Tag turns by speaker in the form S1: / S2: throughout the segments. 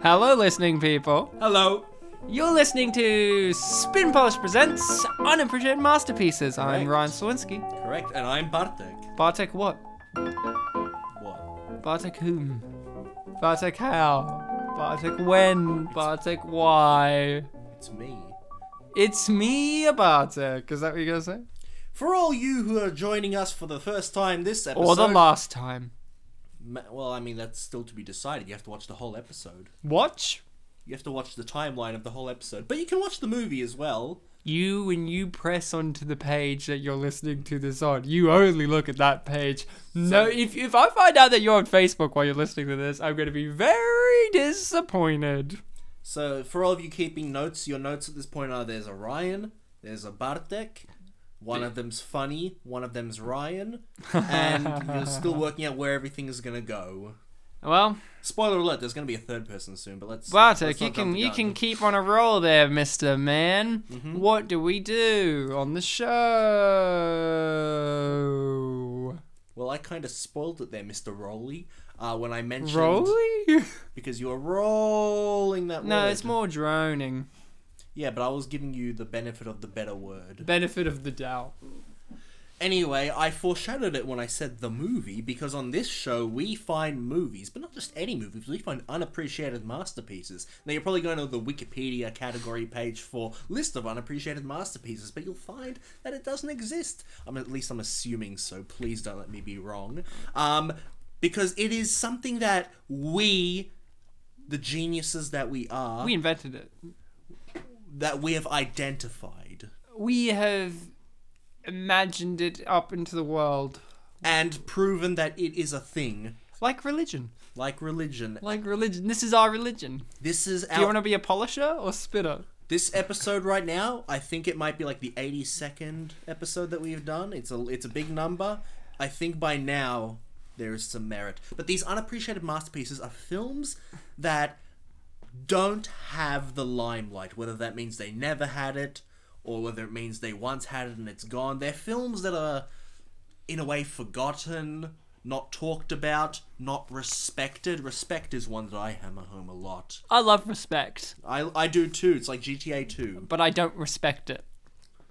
S1: Hello, listening people.
S2: Hello.
S1: You're listening to Spin Polish Presents Unappreciated Masterpieces. I'm Ryan
S2: Correct.
S1: Sawinski.
S2: Correct. And I'm Bartek.
S1: Bartek what?
S2: What?
S1: Bartek whom? Bartek how? Bartek when? Bartek why?
S2: It's me.
S1: It's me, Bartek. Is that what you're going to say?
S2: For all you who are joining us for the first time this episode.
S1: Or the last time.
S2: Ma- Well, I mean, that's still to be decided. You have to watch the whole episode.
S1: Watch
S2: You have to watch the timeline of the whole episode. But you can watch the movie as well.
S1: you when you press onto the page that you're listening to this on. You only look at that page. No, if, if I find out that you're on Facebook while you're listening to this, I'm going to be very disappointed.
S2: So, for all of you keeping notes, your notes at this point are there's a Ryan, there's a Bartek, one of them's funny, one of them's Ryan, and you're still working out where everything is going to go.
S1: Well,
S2: Spoiler alert, there's going to be a third person soon, but let's.
S1: Bartek,
S2: let's not
S1: you
S2: jump
S1: can
S2: the
S1: you
S2: gun.
S1: can keep on a roll there, Mister Man.
S2: Mm-hmm.
S1: What do we do on the show?
S2: Well, I kind of spoiled it there, Mr. Rowley, uh, when I mentioned.
S1: Rolling?
S2: Because you were rolling that word.
S1: no, it's more droning.
S2: Yeah, but I was giving you the benefit of the better word.
S1: Benefit of the doubt.
S2: Anyway, I foreshadowed it when I said the movie, because on this show we find movies, but not just any movies, we find unappreciated masterpieces. Now, you're probably going to the Wikipedia category page for list of unappreciated masterpieces, but you'll find that it doesn't exist. I'm at least I'm assuming so. Please don't let me be wrong. Um, because it is something that we, the geniuses that we are,
S1: We invented it.
S2: that we have identified.
S1: We have imagined it up into the world,
S2: and proven that it is a thing,
S1: like religion.
S2: like religion.
S1: Like religion. This is our religion.
S2: This is
S1: Do you
S2: our
S1: want to be a polisher or spitter?
S2: this episode right now. I think it might be like the 82nd episode that we've done. It's a it's a big number. I think by now there is some merit. But these unappreciated masterpieces are films that don't have the limelight, whether that means they never had it or whether it means they once had it and it's gone. They're films that are in a way forgotten, not talked about, not respected. Respect is one that I hammer home a lot.
S1: I love respect,
S2: I, I do too. It's like GTA 2.
S1: but I don't respect it.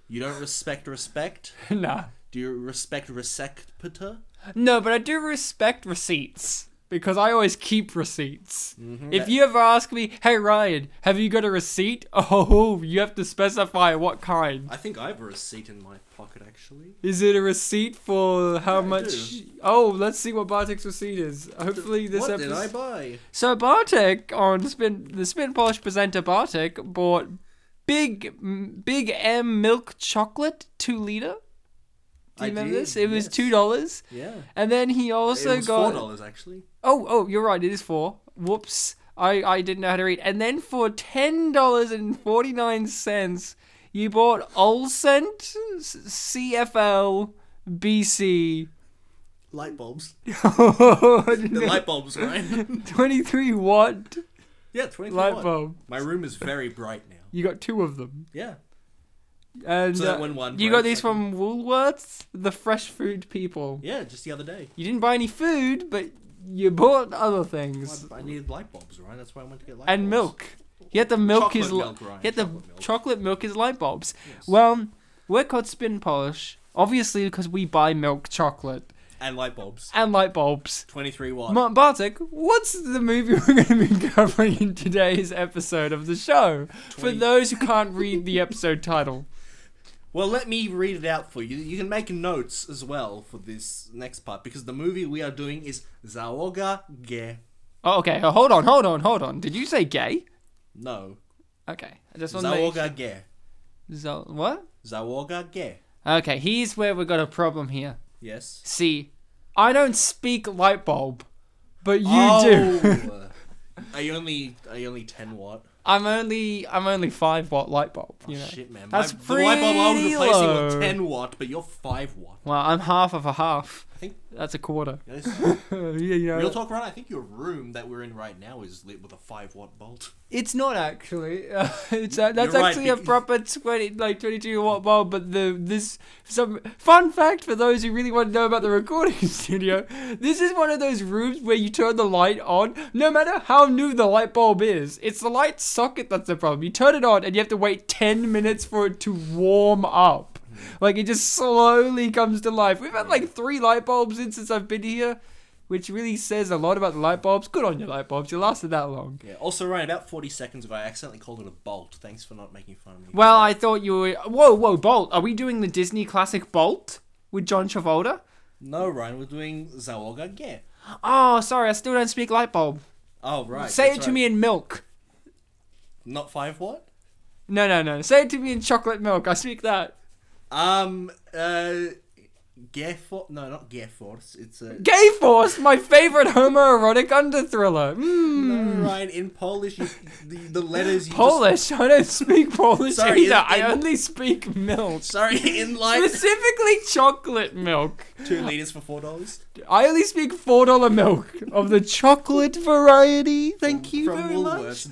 S2: You don't respect respect?
S1: nah.
S2: Do you respect resecpita?
S1: No, but I do respect receipts because I always keep receipts. If you ever ask me, "Hey Ryan, have you got a receipt?" Oh, you have to specify what kind.
S2: I think I have a receipt in my pocket actually.
S1: Is it a receipt for how
S2: I
S1: much? Oh, let's see what Bartek's receipt is. Hopefully this
S2: what
S1: episode.
S2: did I buy?
S1: so Bartek on spin the spin polish presenter Bartek bought big big M milk chocolate two liter. Do
S2: I
S1: you remember
S2: did,
S1: this? It was
S2: yes.
S1: two dollars.
S2: Yeah.
S1: And then he also
S2: it was
S1: got
S2: four dollars actually.
S1: Oh, oh, you're right. It is four. Whoops. I, I didn't know how to read. And then for ten dollars and forty nine cents, you bought Olsent CFL BC
S2: Light bulbs. The light bulbs, right?
S1: twenty three watt
S2: yeah, twenty
S1: light bulb.
S2: My room is very bright now.
S1: You got two of them,
S2: Yeah.
S1: and
S2: So that
S1: uh,
S2: when one
S1: you got these
S2: breaks, I
S1: from Woolworths, the fresh food people.
S2: Yeah, just the other day.
S1: You didn't buy any food, but you bought other
S2: I,
S1: things
S2: I needed light bulbs, right? That's why I went to get light
S1: and
S2: bulbs.
S1: milk. You had the milk
S2: Chocolate
S1: is li-
S2: milk, Ryan,
S1: you had the
S2: chocolate milk.
S1: chocolate milk is light bulbs.
S2: Yes.
S1: Well, we're called Spin Polish, obviously because we buy milk, chocolate,
S2: And light bulbs.
S1: and light bulbs.
S2: Twenty three watt.
S1: Mark Bartek, what's the movie we're going to be covering in today's episode of the show? For
S2: Twenty-
S1: those who can't read the episode title,
S2: Well, let me read it out for you. You can make notes as well for this next part because the movie we are doing is Zaoga Ge.
S1: oh, okay, oh, hold on, hold on, hold on. Did you say gay?
S2: No,
S1: Okay, I just want to make
S2: Zaoga Ge.
S1: Zo- what?
S2: Zaoga Ge.
S1: Okay, here's where we got a problem here.
S2: Yes.
S1: See, I don't speak light bulb, but you do.
S2: oh, I only I only ten watt. Oh,
S1: I'm only I'm only five watt light bulb. You know?
S2: Shit, man.
S1: That's
S2: my, the light bulb I was
S1: pretty
S2: replacing
S1: low.
S2: with 10 watt, but you're 5 watt.
S1: Well, I'm half of a half.
S2: I think.
S1: That's a quarter.
S2: yes.
S1: yeah, you know,
S2: Real talk, Ron. I think your room that we're in right now is lit with a 5 watt bulb.
S1: it's not actually. Uh, it's uh, that's
S2: You're right,
S1: actually a
S2: because-
S1: proper twenty, like twenty-two watt bulb. But the this some fun fact for those who really want to know about the recording studio. This is one of those rooms where you turn the light on, no matter how new the light bulb is. It's the light socket that's the problem. You turn it on, and you have to wait ten minutes for it to warm up. Like it just slowly comes to life. We've had like three light bulbs in since I've been here, which really says a lot about the light bulbs. Good on your light bulbs. You lasted that long.
S2: Yeah. Also, Ryan, about 40 seconds ago, I accidentally called it a bolt. Thanks for not making fun of me.
S1: Well, I thought you were. Whoa, whoa, Bolt. Are we doing the Disney classic Bolt with John Travolta?
S2: No, Ryan, we're doing Zawoga Ge.
S1: Oh, sorry, I still don't speak light bulb.
S2: Oh, right.
S1: Say it
S2: that's
S1: to
S2: right.
S1: me in milk.
S2: Not 5 watt?
S1: No, no, no. Say it to me in chocolate milk. I speak that.
S2: Um, uh. Gefor. No, not Geforce. It's a.
S1: Gay Force, my favorite homoerotic under thriller. Mm,
S2: No, Ryan, in Polish, you, the, the letters you
S1: Polish. I don't speak Polish
S2: Sorry,
S1: either.
S2: in-
S1: I
S2: in-
S1: only speak milk.
S2: Just, sorry, in like.
S1: Specifically chocolate milk.
S2: Two liters for four dollars.
S1: I only speak $4 milk of the chocolate variety. Thank you very much.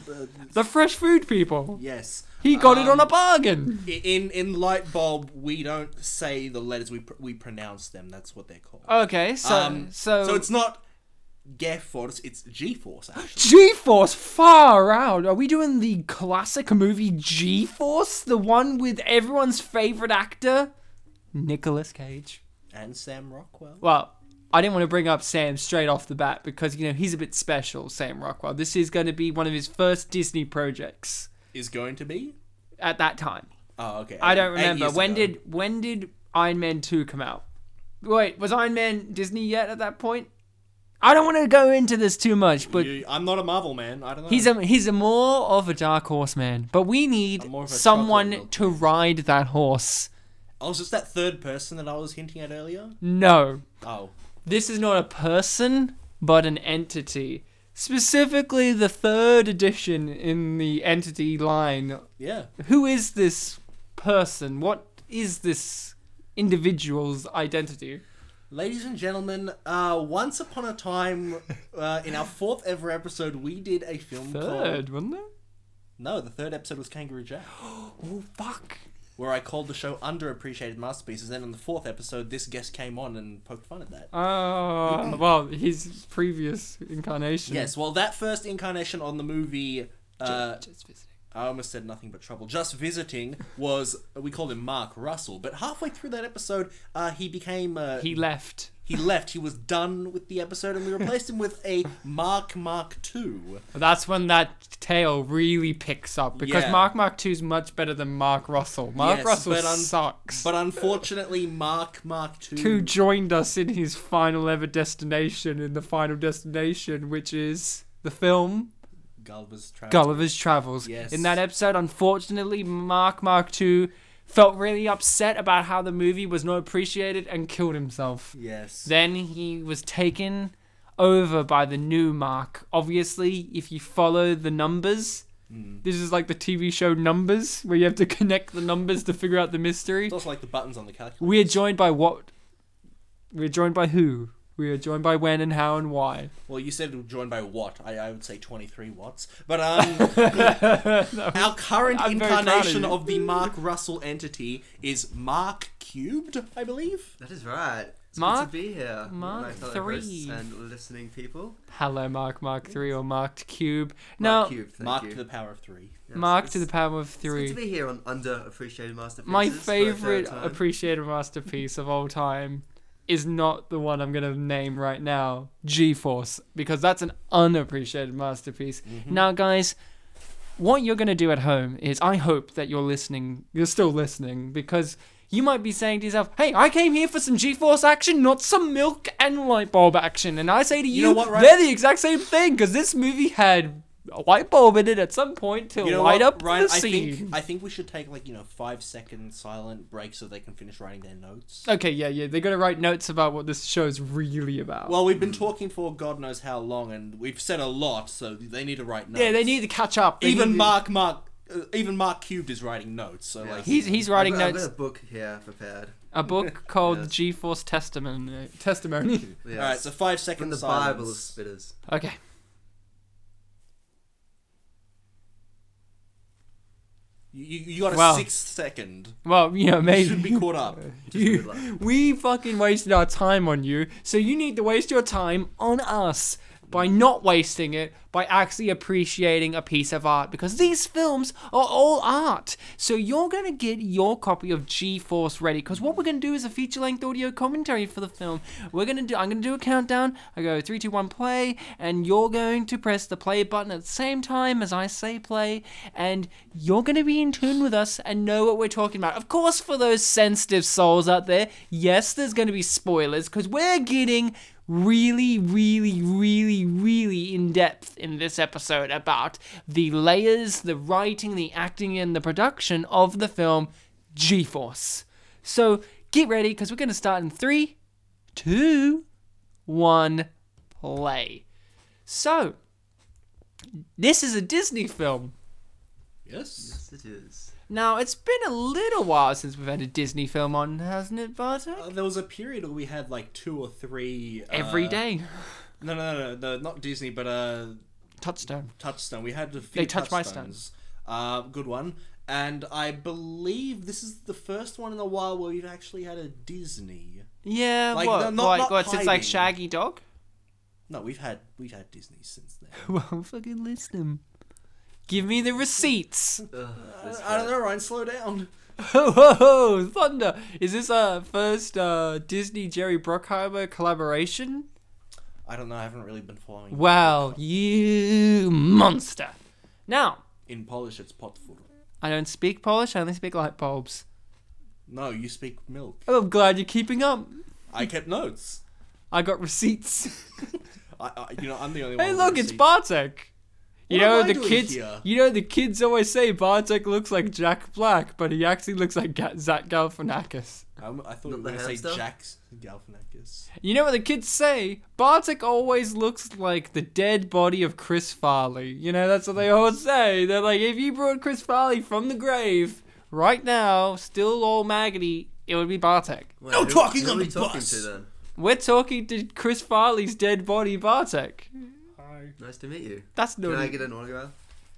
S1: The fresh food people.
S2: yes.
S1: He got it on a
S2: Um,
S1: bargain.
S2: i- In in light bulb, we don't say the letters. We pr- we pronounce them. That's what they're called.
S1: Okay, Oh, so
S2: Um,
S1: so,
S2: so it's not G-force. It's G-force. Actually,
S1: G-force far out. Are we doing the classic movie G-force, the one with everyone's favorite actor, Nicolas Cage?
S2: and Sam Rockwell.
S1: Well, I didn't want to bring up Sam straight off the bat because you know he's a bit special, Sam Rockwell. This is going to be one of his first Disney projects
S2: Is going to be.
S1: at that time.
S2: Oh, okay.
S1: I
S2: eight-
S1: don't
S2: eight
S1: remember
S2: years
S1: when
S2: ago.
S1: did when did Iron Man two come out? Wait, was Iron Man Disney yet at that point? I don't want to go into this too much, but
S2: You- I'm not a Marvel man. I don't know.
S1: he's a he's a more of a dark horse man. But we need
S2: I'm more of a
S1: someone
S2: chocolate
S1: to ride that horse.
S2: I was just Oh, that third person that I was hinting at earlier.
S1: No,
S2: Oh,
S1: this is not a person, but an entity. Specifically, the third edition in the entity line.
S2: yeah.
S1: Who is this person? What is this individual's identity?
S2: Ladies and gentlemen, uh, once upon a time, uh, in our fourth ever episode, we did a film called.
S1: Third, wasn't it?
S2: No, the third episode was Kangaroo Jack,
S1: Oh fuck!
S2: where I called the show Underappreciated Masterpieces. Then in the fourth episode, this guest came on and poked fun at that.
S1: Oh well, his previous incarnation.
S2: Yes, well, that first incarnation on the movie. Uh,
S1: Just visiting.
S2: I almost said nothing but trouble. Just visiting was we called him Mark Russell, but halfway through that episode, uh, he became uh,
S1: He left.
S2: he left. He was done with the episode, and we replaced him with a Mark Mark Two.
S1: That's when that tail really picks up because
S2: Yeah.
S1: Mark Mark Two's much better than Mark Russell. Mark
S2: Yes,
S1: Russell
S2: but un-
S1: sucks.
S2: But unfortunately, Mark Mark Two.
S1: Who joined us in his final ever destination? In the final destination, which is the film
S2: Gulliver's Travel.
S1: Gulliver's Travels.
S2: Yes.
S1: In that episode, unfortunately, Mark Mark Two felt really upset about how the movie was not appreciated and killed himself.
S2: Yes.
S1: Then he was taken over by the new Mark. Obviously, if you follow the numbers,
S3: Hmm.
S1: this is like the TV show Numbers, where you have to connect the numbers to figure out the mystery.
S2: it's also like the buttons on the calculator.
S1: We are joined by what? We are joined by who? We are joined by when and how and why.
S2: Well, you said it was joined by what? I, I would say 23 watts. But um, our current
S1: I'm very proud of
S2: incarnation
S1: you.
S2: of the Mark Russell entity is Mark Cubed, I believe.
S3: That is right. It's
S1: Mark-
S3: good to be here.
S1: Mark
S3: my fellow hosts
S1: three.
S3: and listening people.
S1: Hello, Mark Mark Three or marked cube. Now,
S3: Mark Cube, thank
S2: Mark
S3: you.
S2: to the power of three.
S3: Yes,
S1: mark
S3: it's-
S1: to the power of
S3: It's good
S1: three.
S3: to be here on underappreciated masterpieces.
S1: My
S3: for a third
S1: favorite
S3: time.
S1: appreciated masterpiece of all time is not the one I'm gonna name right now, G-force, because that's an unappreciated masterpiece.
S2: Mm-hmm.
S1: Now, guys, what you're going to do at home is I hope that you're listening, you're still listening, because you might be saying to yourself, hey, I came here for some G Force action, not some milk and light bulb action. And I say to you,
S2: know what, Ryan?
S1: they're the exact same thing, because this movie had a light bulb in it at some point to
S2: You know
S1: light
S2: what,
S1: up
S2: Ryan,
S1: the
S2: I
S1: scene.
S2: think I think we should take like you know five second silent break so they can finish writing their notes.
S1: Okay, yeah, yeah, they're gonna write notes about what this show's really about.
S2: Well, we've been talking for God knows how long, and we've said a lot, so they need to write notes.
S1: yeah, they need to catch up. They need
S2: even
S1: to-
S2: Mark Mark uh, even Mark Cubed is writing notes. So
S3: Yeah.
S2: like
S1: He's he's writing
S3: I've got,
S1: notes.
S3: I've got a book here prepared.
S1: A book called
S3: Yes.
S1: G-Force Testimony. Testimony.
S2: all
S3: Yes.
S2: right. So five
S3: from
S2: seconds.
S3: the
S2: silence.
S3: Bible of spitters.
S1: okay.
S2: You, you you got a
S1: Wow.
S2: sixth second.
S1: Well, you know,
S2: You
S1: maybe
S2: should be caught up.
S3: good
S1: you,
S3: luck.
S1: we fucking wasted our time on you, so you need to waste your time on us by not wasting it, by actually appreciating a piece of art, because these films are all art. So you're gonna get your copy of G-Force ready, because what we're gonna do is a feature-length audio commentary for the film. We're gonna do, I'm gonna do a countdown. I go three, two, one, play, and you're going to press the play button at the same time as I say play, and you're going to be in tune with us and know what we're talking about. Of course, for those sensitive souls out there, yes, there's going to be spoilers because we're getting really, really, really, really in depth in this episode about the layers, the writing, the acting, and the production of the film G Force. So get ready because we're going to start in three, two, one, play. So, this is a Disney film.
S2: Yes.
S3: Yes, it is.
S1: Now, it's been a little while since we've had a Disney film on, hasn't it, Bartek?
S2: Uh, there was a period where we had like two or three uh,
S1: Every day.
S2: No, no, no, no, no, not Disney, but uh,
S1: Touchstone.
S2: Touchstone. We had a few
S1: They touch my
S2: Touchstones. Uh, good one. And I believe this is the first one in a while where we've actually had a Disney.
S1: Yeah,
S2: Like,
S1: what?
S2: no- not-
S1: like,
S2: not
S1: what, since like
S2: hiding.
S1: Shaggy Dog?
S2: No, we've had we've had Disney since then.
S1: well, fucking list them. Give me the receipts.
S3: Ugh, this
S2: I don't
S3: hurt.
S2: know, Ryan. Slow down.
S1: ho, ho, ho, thunder. Is this our first uh, Disney Jerry Bruckheimer collaboration?
S2: I don't know. I haven't really been following.
S1: Wow, you monster. Now,
S2: In Polish, it's potfur.
S1: I don't speak Polish, I only speak light bulbs.
S2: No, you speak milk.
S1: Oh, I'm glad you're keeping up.
S2: I kept notes.
S1: I got receipts.
S2: I, I you know, I'm the only one.
S1: hey,
S2: with
S1: look, it's
S2: receipts.
S1: Bartek. You
S2: What am
S1: know
S2: I
S1: the
S2: doing
S1: kids.
S2: here?
S1: You know the kids always say Bartek looks like Jack Black, but he actually looks like Ga- Zach Galifianakis.
S2: Um, I thought you
S3: Not
S2: were
S3: the
S2: going to say
S3: hamster?
S2: Jack's Galifianakis.
S1: You know what the kids say? Bartek always looks like the dead body of Chris Farley. You know that's what they always say. They're like, if you brought Chris Farley from the grave right now, still all maggoty, it would be Bartek.
S3: Wait,
S2: No
S3: who-
S2: talking
S3: who
S2: on
S3: are we
S2: the
S3: talking
S2: bus.
S3: to then?
S1: We're talking to Chris Farley's dead body, Bartek.
S3: Nice to meet you.
S1: That's no.
S3: Can I get an autograph?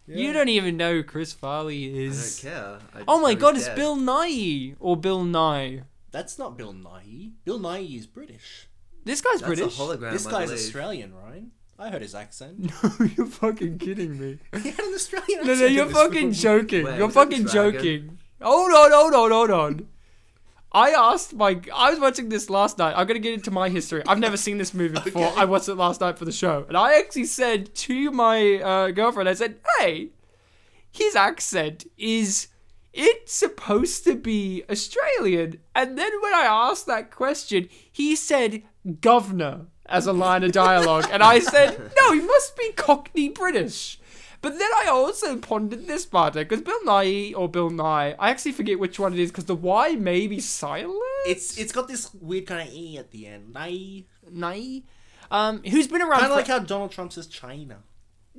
S1: You don't even know who Chris Farley
S3: I
S1: is.
S3: don't care. I just
S1: Oh
S3: know
S1: my
S3: he's
S1: god, it's
S3: dead.
S1: Bill Nye or Bill Nye.
S2: That's not Bill Nye. Bill Nye is British.
S1: This guy's
S3: That's
S1: British.
S3: a hologram.
S2: this
S3: I
S2: guy's
S3: believe.
S2: Australian, Ryan. I heard his accent.
S1: no, you're fucking kidding me.
S2: he had an Australian accent.
S1: No, no,
S2: in
S1: you're
S2: this
S1: fucking
S2: film.
S1: joking.
S3: Wait,
S1: you're
S3: was it
S1: fucking
S3: Dragon?
S1: joking. Hold on, hold on, hold on. I asked my. I was watching this last night. I'm gonna get into my history. I've never seen this movie before.
S2: Okay.
S1: I watched it last night for the show, and I actually said to my uh, girlfriend, I said, "Hey, his accent is." It's supposed to be Australian. And then when I asked that question, he said governor as a line of dialogue. and I said, no, he must be Cockney British. But then I also pondered this part because Bill Nye or Bill Nye, I actually forget which one it is because the Y may be silent.
S2: It's it's got this weird kind of e at the end. Nye.
S1: Nye. Um, who's been around?
S2: Kind of
S1: for-
S2: like how Donald Trump says China.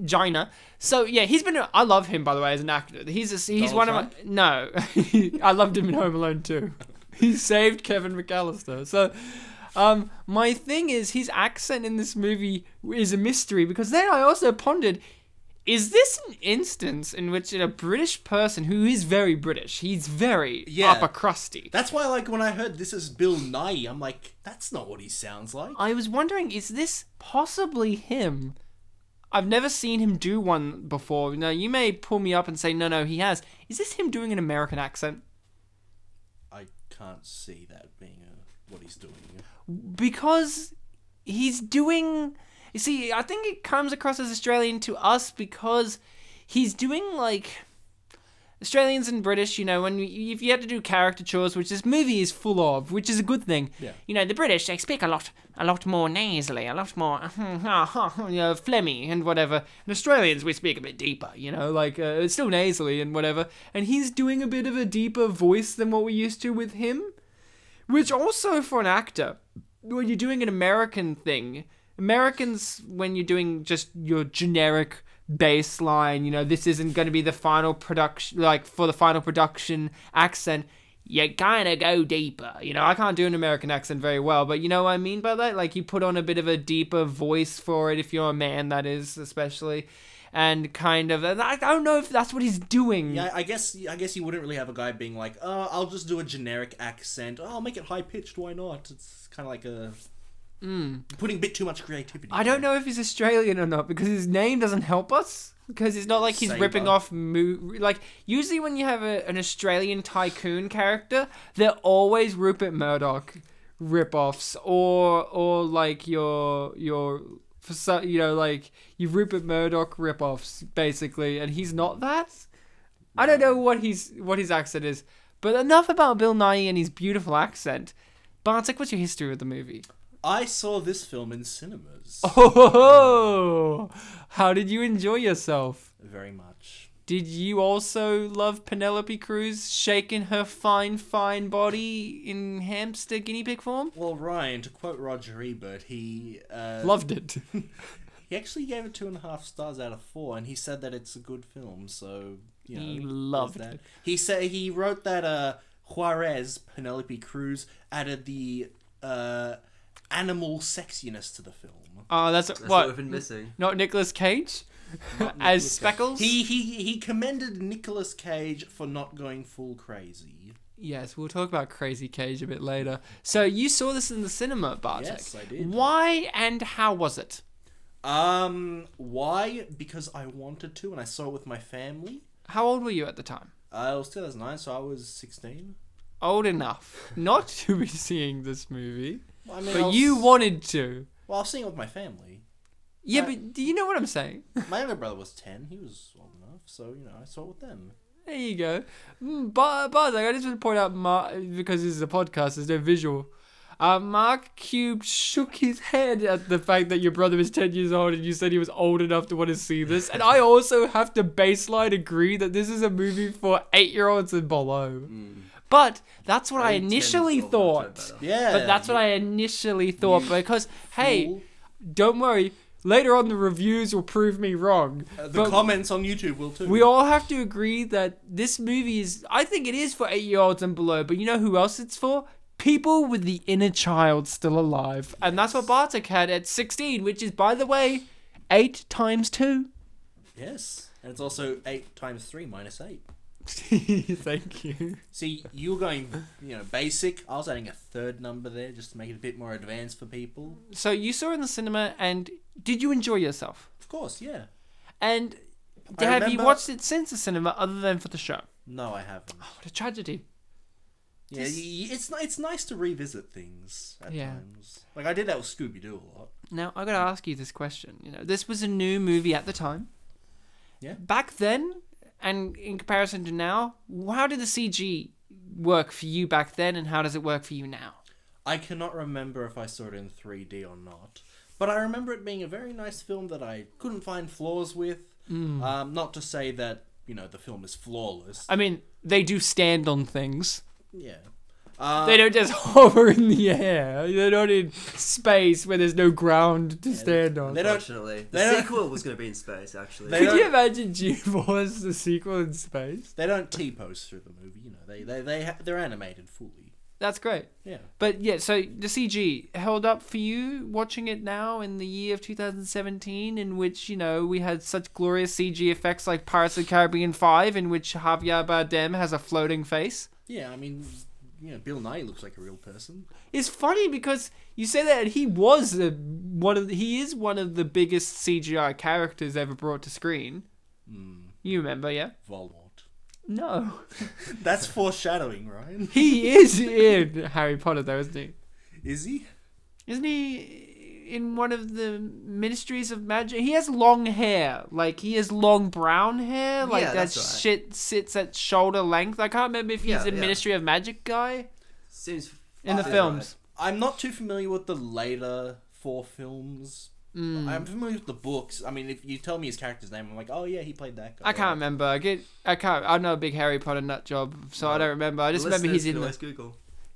S1: Gina. So yeah, he's been. I love him by the way as an actor. He's a, he's
S2: Donald
S1: one of my no. I loved him in Home Alone too. He saved Kevin McAllister. So, um, my thing is his accent in this movie is a mystery because then I also pondered. Is this an instance in which a British person who is very British, he's very
S2: Yeah.
S1: upper crusty,
S2: That's why, like, when I heard this is Bill Nye, I'm like, that's not what he sounds like.
S1: I was wondering, is this possibly him? I've never seen him do one before. Now you may pull me up and say, no, no, he has. Is this him doing an American accent?
S2: I can't see that being a, what he's doing.
S1: Because he's doing. You see, I think it comes across as Australian to us because he's doing like Australians and British, you know, when you, if you had to do caricatures, which this movie is full of, which is a good thing.
S2: Yeah.
S1: You know, the British they speak a lot, a lot more nasally, a lot more, you know, phlegmy and whatever. And Australians we speak a bit deeper, you know, like uh, it's still nasally and whatever. And he's doing a bit of a deeper voice than what we used to with him which also for an actor when you're doing an american thing americans when you're doing just your generic baseline you know this isn't going to be the final production like for the final production accent you kind of go deeper you know i can't do an american accent very well but you know what i mean by that like you put on a bit of a deeper voice for it if you're a man that is especially and kind of and i I don't know if that's what he's doing
S2: Yeah, I guess I guess you wouldn't really have a guy being like, "Oh, I'll just do a generic accent. Oh, I'll make it high pitched. Why not?" It's kind of like a putting a bit too much creativity.
S1: Hmm. I don't know if he's Australian or not because his name doesn't help us. Because it's not like he's
S2: Sabre.
S1: ripping off mo- like usually when you have a, an Australian tycoon character, they're always Rupert Murdoch rip-offs or or like your your for so, you know like you Rupert Murdoch rip-offs basically, and he's not that. I don't know what he's what his accent is, but enough about Bill Nye and his beautiful accent. Bartek, what's your history with the movie?
S2: I saw this film in cinemas
S1: Oh, how did you enjoy yourself?
S2: very much.
S1: Did you also love Penelope Cruz shaking her fine, fine body in hamster guinea pig form?
S2: Well, Ryan, to quote Roger Ebert, he uh,
S1: Loved it.
S2: he actually gave it two and a half stars out of four, and he said that it's a good film. So you know,
S1: He
S2: there's
S1: loved
S2: that.
S1: it.
S2: He said he wrote that uh, Juarez Penelope Cruz added the uh, animal sexiness to the film.
S1: Oh, that's,
S3: That's what?
S1: what?
S3: we've been missing.
S1: Not Nicolas Cage? As Speckles?
S2: He he he commended Nicolas Cage for not going full crazy.
S1: Yes, we'll talk about Crazy Cage a bit later. So you saw this in the cinema, Bartek.
S2: Yes, I did.
S1: Why and how was it?
S2: Um, why? Because I wanted to, and I saw it with my family.
S1: How old were you at the time?
S2: Uh, it was 2009, so I was 16.
S1: Old enough not to be seeing this movie,
S2: I mean, I
S1: but
S2: was-
S1: you wanted to.
S2: Well, I was seeing it with my family.
S1: Yeah,
S2: I-
S1: but do you know what I'm saying?
S2: My younger brother was 10. He was old enough, so you know I saw it with them.
S1: There you go. Mm, But, but like, I just want to point out, Mark, because this is a podcast, there's no visual. Uh, Mark Cube shook his head at the fact that your brother was 10 years old and you said he was old enough to want to see this. And I also have to baseline agree that this is a movie for eight year olds and below.
S2: Mm.
S1: But that's what I,
S3: think 10 is
S1: initially
S3: old enough to
S1: thought.
S3: know better.
S2: uh, Yeah,
S1: But that's what I initially thought because, hey,
S2: fool.
S1: don't worry. Later on, the reviews will prove me wrong.
S2: Uh, the
S1: But-
S2: comments on YouTube will too.
S1: we all have to agree that this movie is. I think it is for eight year olds and below, but you know who else it's for? People with the inner child still alive. And that's what Bartek had at 16, which is, by the way, eight times two.
S2: Yes, and it's also eight times three minus eight.
S1: Thank you.
S2: See, you were going, you know, basic. I was adding a third number there just to make it a bit more advanced for people.
S1: So you saw it in the cinema, and did you enjoy yourself?
S2: Of course, yeah.
S1: And
S2: I
S1: have you
S2: remember-
S1: watched it since the cinema, other than for the show?
S2: No, I haven't.
S1: What a tragedy.
S2: Yeah,
S1: Just-
S2: y- y- it's ni- it's nice to revisit things at
S1: Yeah.
S2: times. Like I did that with Scooby Doo a lot.
S1: Now I gotta ask you this question. You know, this was a new movie at the time.
S2: Yeah.
S1: Back then, and in comparison to now, how did the CG work for you back then, and how does it work for you now?
S2: I cannot remember if I saw it in 3D or not, but I remember it being a very nice film that I couldn't find flaws with. Um, not to say that you know the film is flawless.
S1: I mean, they do stand on things.
S2: Yeah. Uh,
S1: They don't just hover in the air. They're not in space where there's no ground to stand on.
S2: They don't-
S3: Unfortunately,
S2: they
S3: the
S2: don't-
S3: sequel was going to be in space. Actually,
S2: They
S1: Could
S2: don't-
S1: you imagine G-Force, the sequel in space?
S2: they don't T pose through the movie. You know they they they ha- they're animated fully.
S1: That's great.
S2: Yeah.
S1: But yeah, so the CG held up for you watching it now in the year of 2017, in which you know we had such glorious CG effects like Pirates of the Caribbean 5, in which Javier Bardem has a floating face.
S2: Yeah. I mean, you know, Bill Nye looks like a real person.
S1: It's funny because you say that and he was the, one of the, he is one of the biggest CGI characters ever brought to screen. You remember, yeah?
S2: Voldemort.
S1: No,
S2: That's foreshadowing, Ryan.
S1: he is in Harry Potter, though, isn't he?
S2: Is he?
S1: Isn't he? in one of the ministries of magic. He has long hair. Like he has long brown hair. Like
S3: Yeah,
S1: that
S3: that's right.
S1: shit sits at shoulder length. I can't remember if he's
S3: Yeah,
S1: a
S3: yeah.
S1: Ministry of Magic guy
S3: Seems
S1: in the
S3: seems
S1: films.
S2: I'm not too familiar with the later four films.
S1: Hmm.
S2: I'm familiar with the books. I mean, if you tell me his character's name, I'm like, oh yeah, he played that guy.
S1: I can't remember. I get. I can't. I'm not a big Harry Potter nut job, so I
S3: No.
S1: don't remember. I
S3: right.
S1: just remember he's
S3: Listeners
S1: in
S3: can
S1: the
S3: always Google.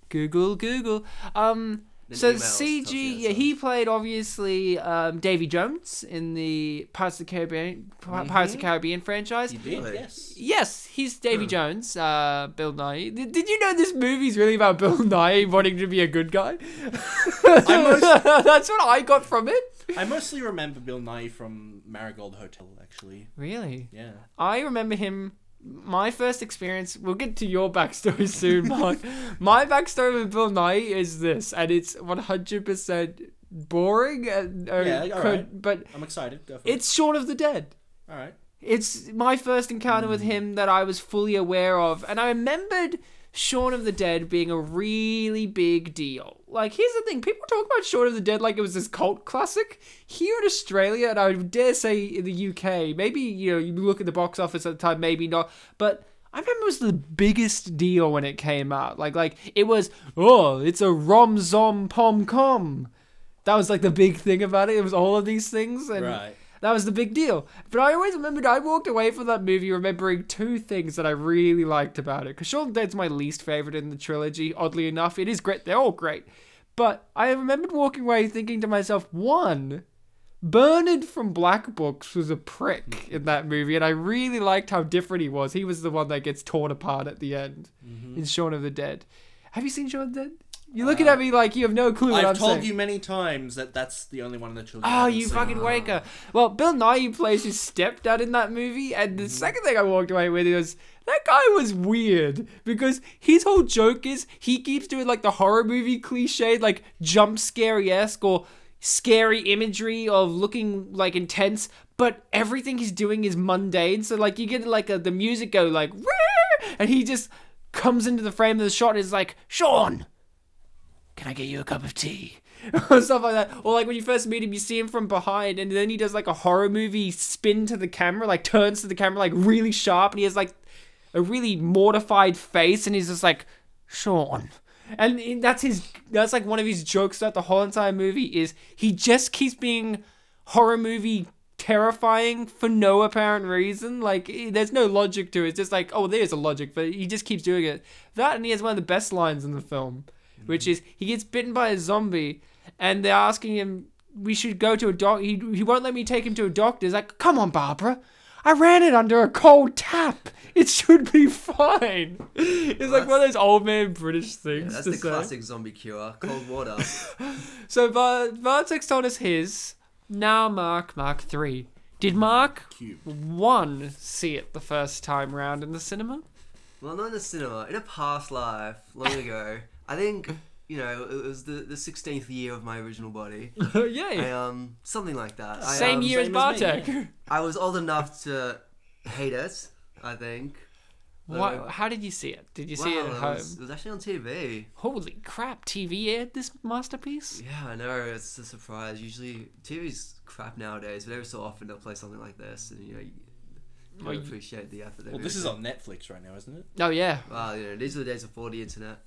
S1: Google, Google. Um,
S3: Then
S1: so
S3: email us,
S1: CG,
S3: tells you
S1: yeah,
S3: that's
S1: he played obviously um, Davy Jones in the Pirates of the Caribbean, Pi-
S3: Mm-hmm.
S1: Pirates of the Caribbean franchise.
S2: He did,
S3: Really?
S2: yes.
S1: Yes, he's Davy
S3: Hmm.
S1: Jones, uh, Bill Nye. Did, did you know this movie's really about Bill Nye wanting to be a good guy? That's what I got from it.
S2: I mostly remember Bill Nye from Marigold Hotel, actually.
S1: Really?
S2: Yeah.
S1: I remember him. My first experience. We'll get to your backstory soon, Mark. my backstory with Bill Nye is this, and it's one hundred percent boring. And, uh,
S2: Yeah, all
S1: could-
S2: right.
S1: But
S2: I'm excited. Go for
S1: it's Shaun of the Dead.
S2: it. All right.
S1: It's my first encounter with him that I was fully aware of, and I remembered Shaun of the Dead being a really big deal. Like, here's the thing people talk about Shaun of the Dead like it was this cult classic. Here in Australia, and I would dare say in the UK, maybe, you know, you look at the box office at the time, maybe not, but. I remember it was the biggest deal when it came out. Like, like it was, oh, it's a rom zom pom com. That was like the big thing about it. It was all of these things, and
S2: Right.
S1: that was the big deal. But I always remembered I walked away from that movie remembering two things that I really liked about it. Because Shaun of the Dead's my least favorite in the trilogy, oddly enough. It is great, they're all great. But I remembered walking away thinking to myself, one, Bernard from Black Books was a
S2: Mm-hmm.
S1: prick in that movie, and I really liked how different he was. He was the one that gets torn apart at the end
S2: Mm-hmm.
S1: in Shaun of the Dead. Have you seen Shaun of the Dead? You're looking at me like you have no clue what
S2: Uh, I've
S1: I'm
S2: told
S1: saying.
S2: you many times that that's the only one in the children.
S1: Oh, you fucking wanker. Well, Bill Nye plays his stepdad in that movie, and the second thing I walked away with was that guy was weird because his whole joke is he keeps doing like the horror movie cliche, like jump scary esque or scary imagery of looking like intense, but everything he's doing is mundane. So, like, you get like a, the music go like, "Wah!" and he just comes into the frame of the shot and is like, Sean, can I get you a cup of tea? or stuff like that. Or like when you first meet him, you see him from behind, and then he does like a horror movie spin to the camera, like turns to the camera like really sharp, and he has like a really mortified face, and he's just like, Sean. And he- that's his. That's like one of his jokes throughout the whole entire movie is he just keeps being horror movie terrifying for no apparent reason. Like eh, there's no logic to it. It's just like oh, there's a logic, but he just keeps doing it. That and he has one of the best lines in the film
S3: Mm-hmm.
S1: which is he gets bitten by a zombie and they're asking him we should go to a doc he, he won't let me take him to a doctor he's like come on barbara i ran it under a cold tap it should be fine it's like one of those old man british things
S3: That's
S1: to
S3: the
S1: say.
S3: classic zombie cure. Cold water.
S1: so Var- Vartex told us his now mark mark 3 did mark
S2: Cube.
S1: 1 see it the first time round in the cinema
S3: well, not in the cinema. In a past life, long ago, I think you know it was the the sixteenth year of my original body. I,
S1: yeah
S3: um, something like that. I,
S1: same
S3: um,
S1: year
S2: same
S1: as
S2: as me,
S1: Bartek.
S3: I was old enough to hate it. I think.
S1: Why how did you see it? Did you see it at
S3: Wow,
S1: home?
S3: was- it was actually on TV.
S1: Holy crap, TV aired this masterpiece?
S3: Yeah, I know. It's a surprise. Usually, TV's crap nowadays, but every so often they'll play something like this, and you know, you, you
S1: Well,
S3: don't
S1: you-
S3: appreciate the effort. they
S2: Well,
S3: put
S2: this is
S3: into it.
S2: on Netflix right now, isn't it?
S1: Oh, yeah.
S3: Wow, you know, these are the days before the internet.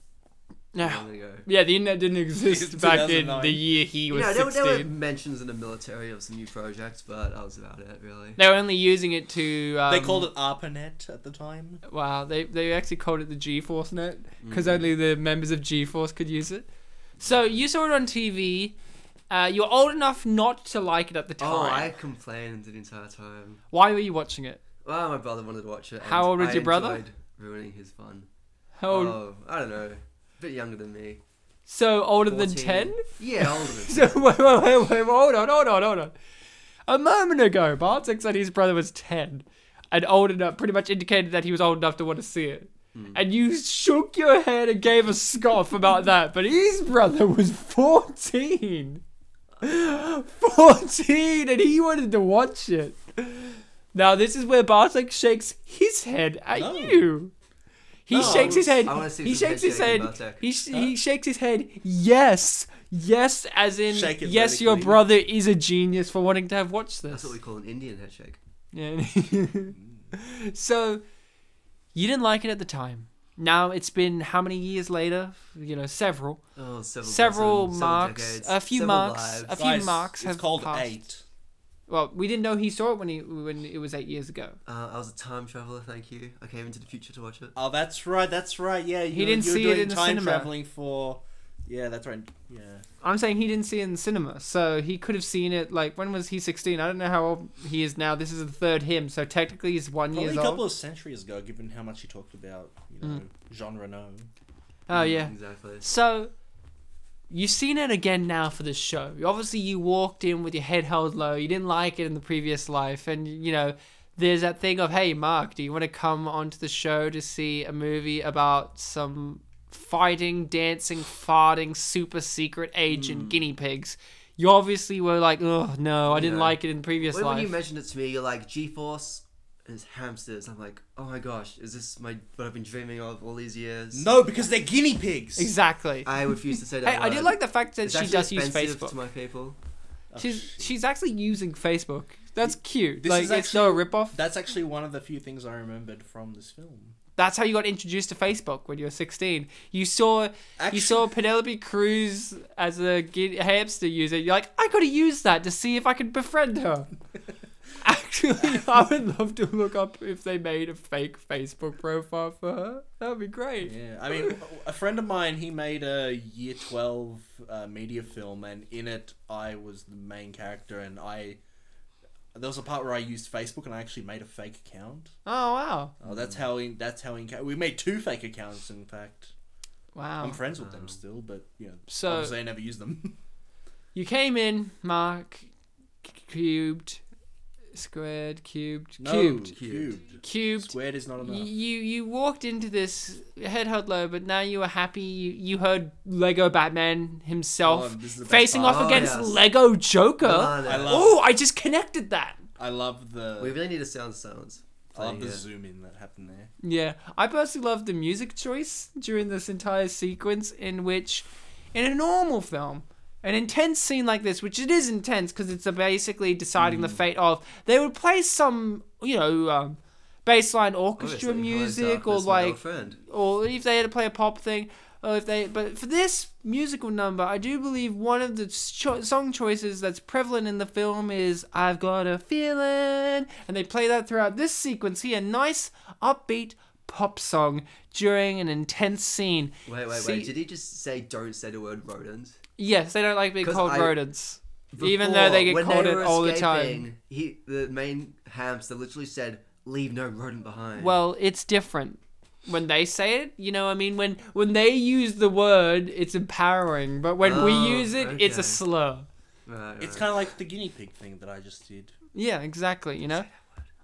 S3: Long
S1: No.
S3: ago.
S1: Yeah, the internet didn't exist back in
S2: 2009.
S1: the year he
S3: You
S1: was
S3: know, there, were-
S1: 16.
S3: there were mentions in the military of some new projects, but that was about it, really.
S1: They were only using it to. Um,
S2: they called it ARPANET at the time.
S1: Wow, they, they actually called it the G Force net because only the members of G Force could use it. So you saw it on TV. Uh, you're old enough not to like it at the time.
S3: Oh, I complained the entire time.
S1: Why were you watching it?
S3: Well, my brother wanted to watch it. and
S1: How old was
S3: I
S1: your brother?
S3: enjoyed Ruining his fun.
S1: How old?
S3: Oh, I don't know. A bit younger than me.
S1: so older than
S3: 14.
S1: 10?
S3: Yeah, older than
S1: So wait, wait, wait, wait, hold on, hold on, hold on. A moment ago, Bartek said his brother was ten and old enough, pretty much indicated that he was old enough to want to see it. And you shook your head and gave a scoff about that, but his brother was fourteen. Fourteen, and he wanted to watch it. Now this is where Bartek shakes his head at
S2: No.
S1: you. He
S3: Oh,
S1: shakes his head.
S3: I wanna see
S1: he
S3: some
S1: shakes
S3: head
S1: his head.
S3: shaking, Bartek.
S1: He, sh- he shakes his head. Yes, yes, as in
S2: Shake it
S1: yes, your
S2: vertically.
S1: brother is a genius for wanting to have watched this.
S3: That's what we call an Indian handshake.
S1: Yeah. so you didn't like it at the time. Now it's been how many years later? You know, several,
S3: Oh, several,
S1: several
S3: decades, several
S1: marks,
S3: decades,
S1: a few
S3: several
S1: marks,
S3: lives.
S1: a few
S2: Guys,
S1: marks
S2: It's
S1: have
S2: called
S1: passed.
S2: eight.
S1: Well, we didn't know he saw it when he when it was eight years ago.
S3: Uh, I was a time traveler. Thank you. I came into the future to watch it.
S2: Oh, that's right. That's right. Yeah, you,
S1: didn't
S2: you're
S1: see it
S2: doing
S1: in the
S2: time
S1: cinema.
S2: traveling for. Yeah, that's right. Yeah.
S1: I'm saying he didn't see it in the cinema, so he could have seen it. Like when was he 16? I don't know how old he is now. This is the third him, so technically he's one
S2: Probably
S1: years
S2: a couple
S1: old. Mm.
S2: of centuries ago, given how much he talked about, you know, Jean Reno.
S1: Oh
S3: Mm,
S1: yeah.
S3: Exactly.
S1: So you've seen it again now for this show. Obviously, you walked in with your head held low. You didn't like it in the previous life, and you know there's that thing of, hey, Mark, do you want to come onto the show to see a movie about some fighting, dancing, farting, super secret
S3: Hmm.
S1: agent guinea pigs? You obviously were like, oh no, I didn't
S3: Yeah.
S1: like it in the previous
S3: When, when
S1: life.
S3: you mentioned it to me, you're like G-force and it's hamsters. I'm like, oh my gosh, is this my what I've been dreaming of all these years?
S2: No, because they're guinea pigs.
S1: exactly.
S3: I refuse to say that.
S1: Hey, I do
S3: word.
S1: like the fact that
S3: It's
S1: she
S3: actually
S1: does use
S3: offensive
S1: Facebook.
S3: To my people.
S1: she's she's actually using Facebook. That's cute.
S2: This
S1: like
S2: is
S1: it's no
S2: actually-
S1: ripoff.
S2: That's actually one of the few things I remembered from this film.
S1: That's how you got introduced to Facebook when you were 16. You saw
S2: Actu-
S1: you saw Penelope Cruz as a gi- hamster user. You're like, I gotta use that to see if I can befriend her. Actually, I would love to look up if they made a fake Facebook profile for her. That would be great.
S2: Yeah, I mean, a friend of mine he made a year twelve uh, media film, and in it I was the main character, and I there was a part where I used Facebook, and I actually made a fake account.
S1: Oh wow,
S2: Oh, that's how in, that's how in, we made two fake accounts. In fact,
S1: wow.
S2: I'm friends with them still, but you know,
S1: So-
S2: obviously I never use them.
S1: You came in, Mark, c- cubed, squared, cubed,
S2: no,
S1: cubed,
S2: cubed.
S1: cubed.
S2: Squared is not
S1: Y-
S2: enough.
S1: you you walked into this head held low, but now you were happy. You, you heard Lego Batman himself
S2: Oh, this is the best
S1: facing
S2: part.
S1: off
S3: Oh,
S1: against
S3: yes.
S1: Lego Joker.
S3: Milana.
S2: I love-
S1: Oh, I just connected that.
S2: I love the
S3: We really need a sound silence.
S2: I love the
S3: playing here.
S2: zoom in that happened there.
S1: Yeah, I personally love the music choice during this entire sequence, in which, in a normal film, an intense scene like this, which it is intense because it's a basically deciding the fate of, they would play some, you know, um, baseline orchestra
S3: Obviously, hello,
S1: music or
S3: darkness, my
S1: like
S3: old friend.
S1: or if they had to play a pop thing, or if they. But for this musical number, I do believe one of the cho- song choices that's prevalent in the film is "I've Got a Feeling," and they play that throughout this sequence here. Nice upbeat pop song during an intense scene.
S3: Wait, wait,
S1: See-
S3: wait. Did he just say don't say the word rodent?
S1: Yes, they don't like being
S3: 'Cause
S1: called
S3: I-
S1: rodents, even though they
S3: Before,
S1: get
S3: when
S1: called it
S3: were
S1: all the time.
S3: escaping, He, the main hamster, literally said, "Leave no rodent behind."
S1: Well, it's different. When they say it, you know, I mean, when when they use the word, it's empowering, but when we
S3: Oh,
S1: use it, it's
S3: okay.
S1: a slur.
S3: Right, right.
S2: It's kind of like the guinea pig thing that I just did.
S1: Yeah, exactly. You know.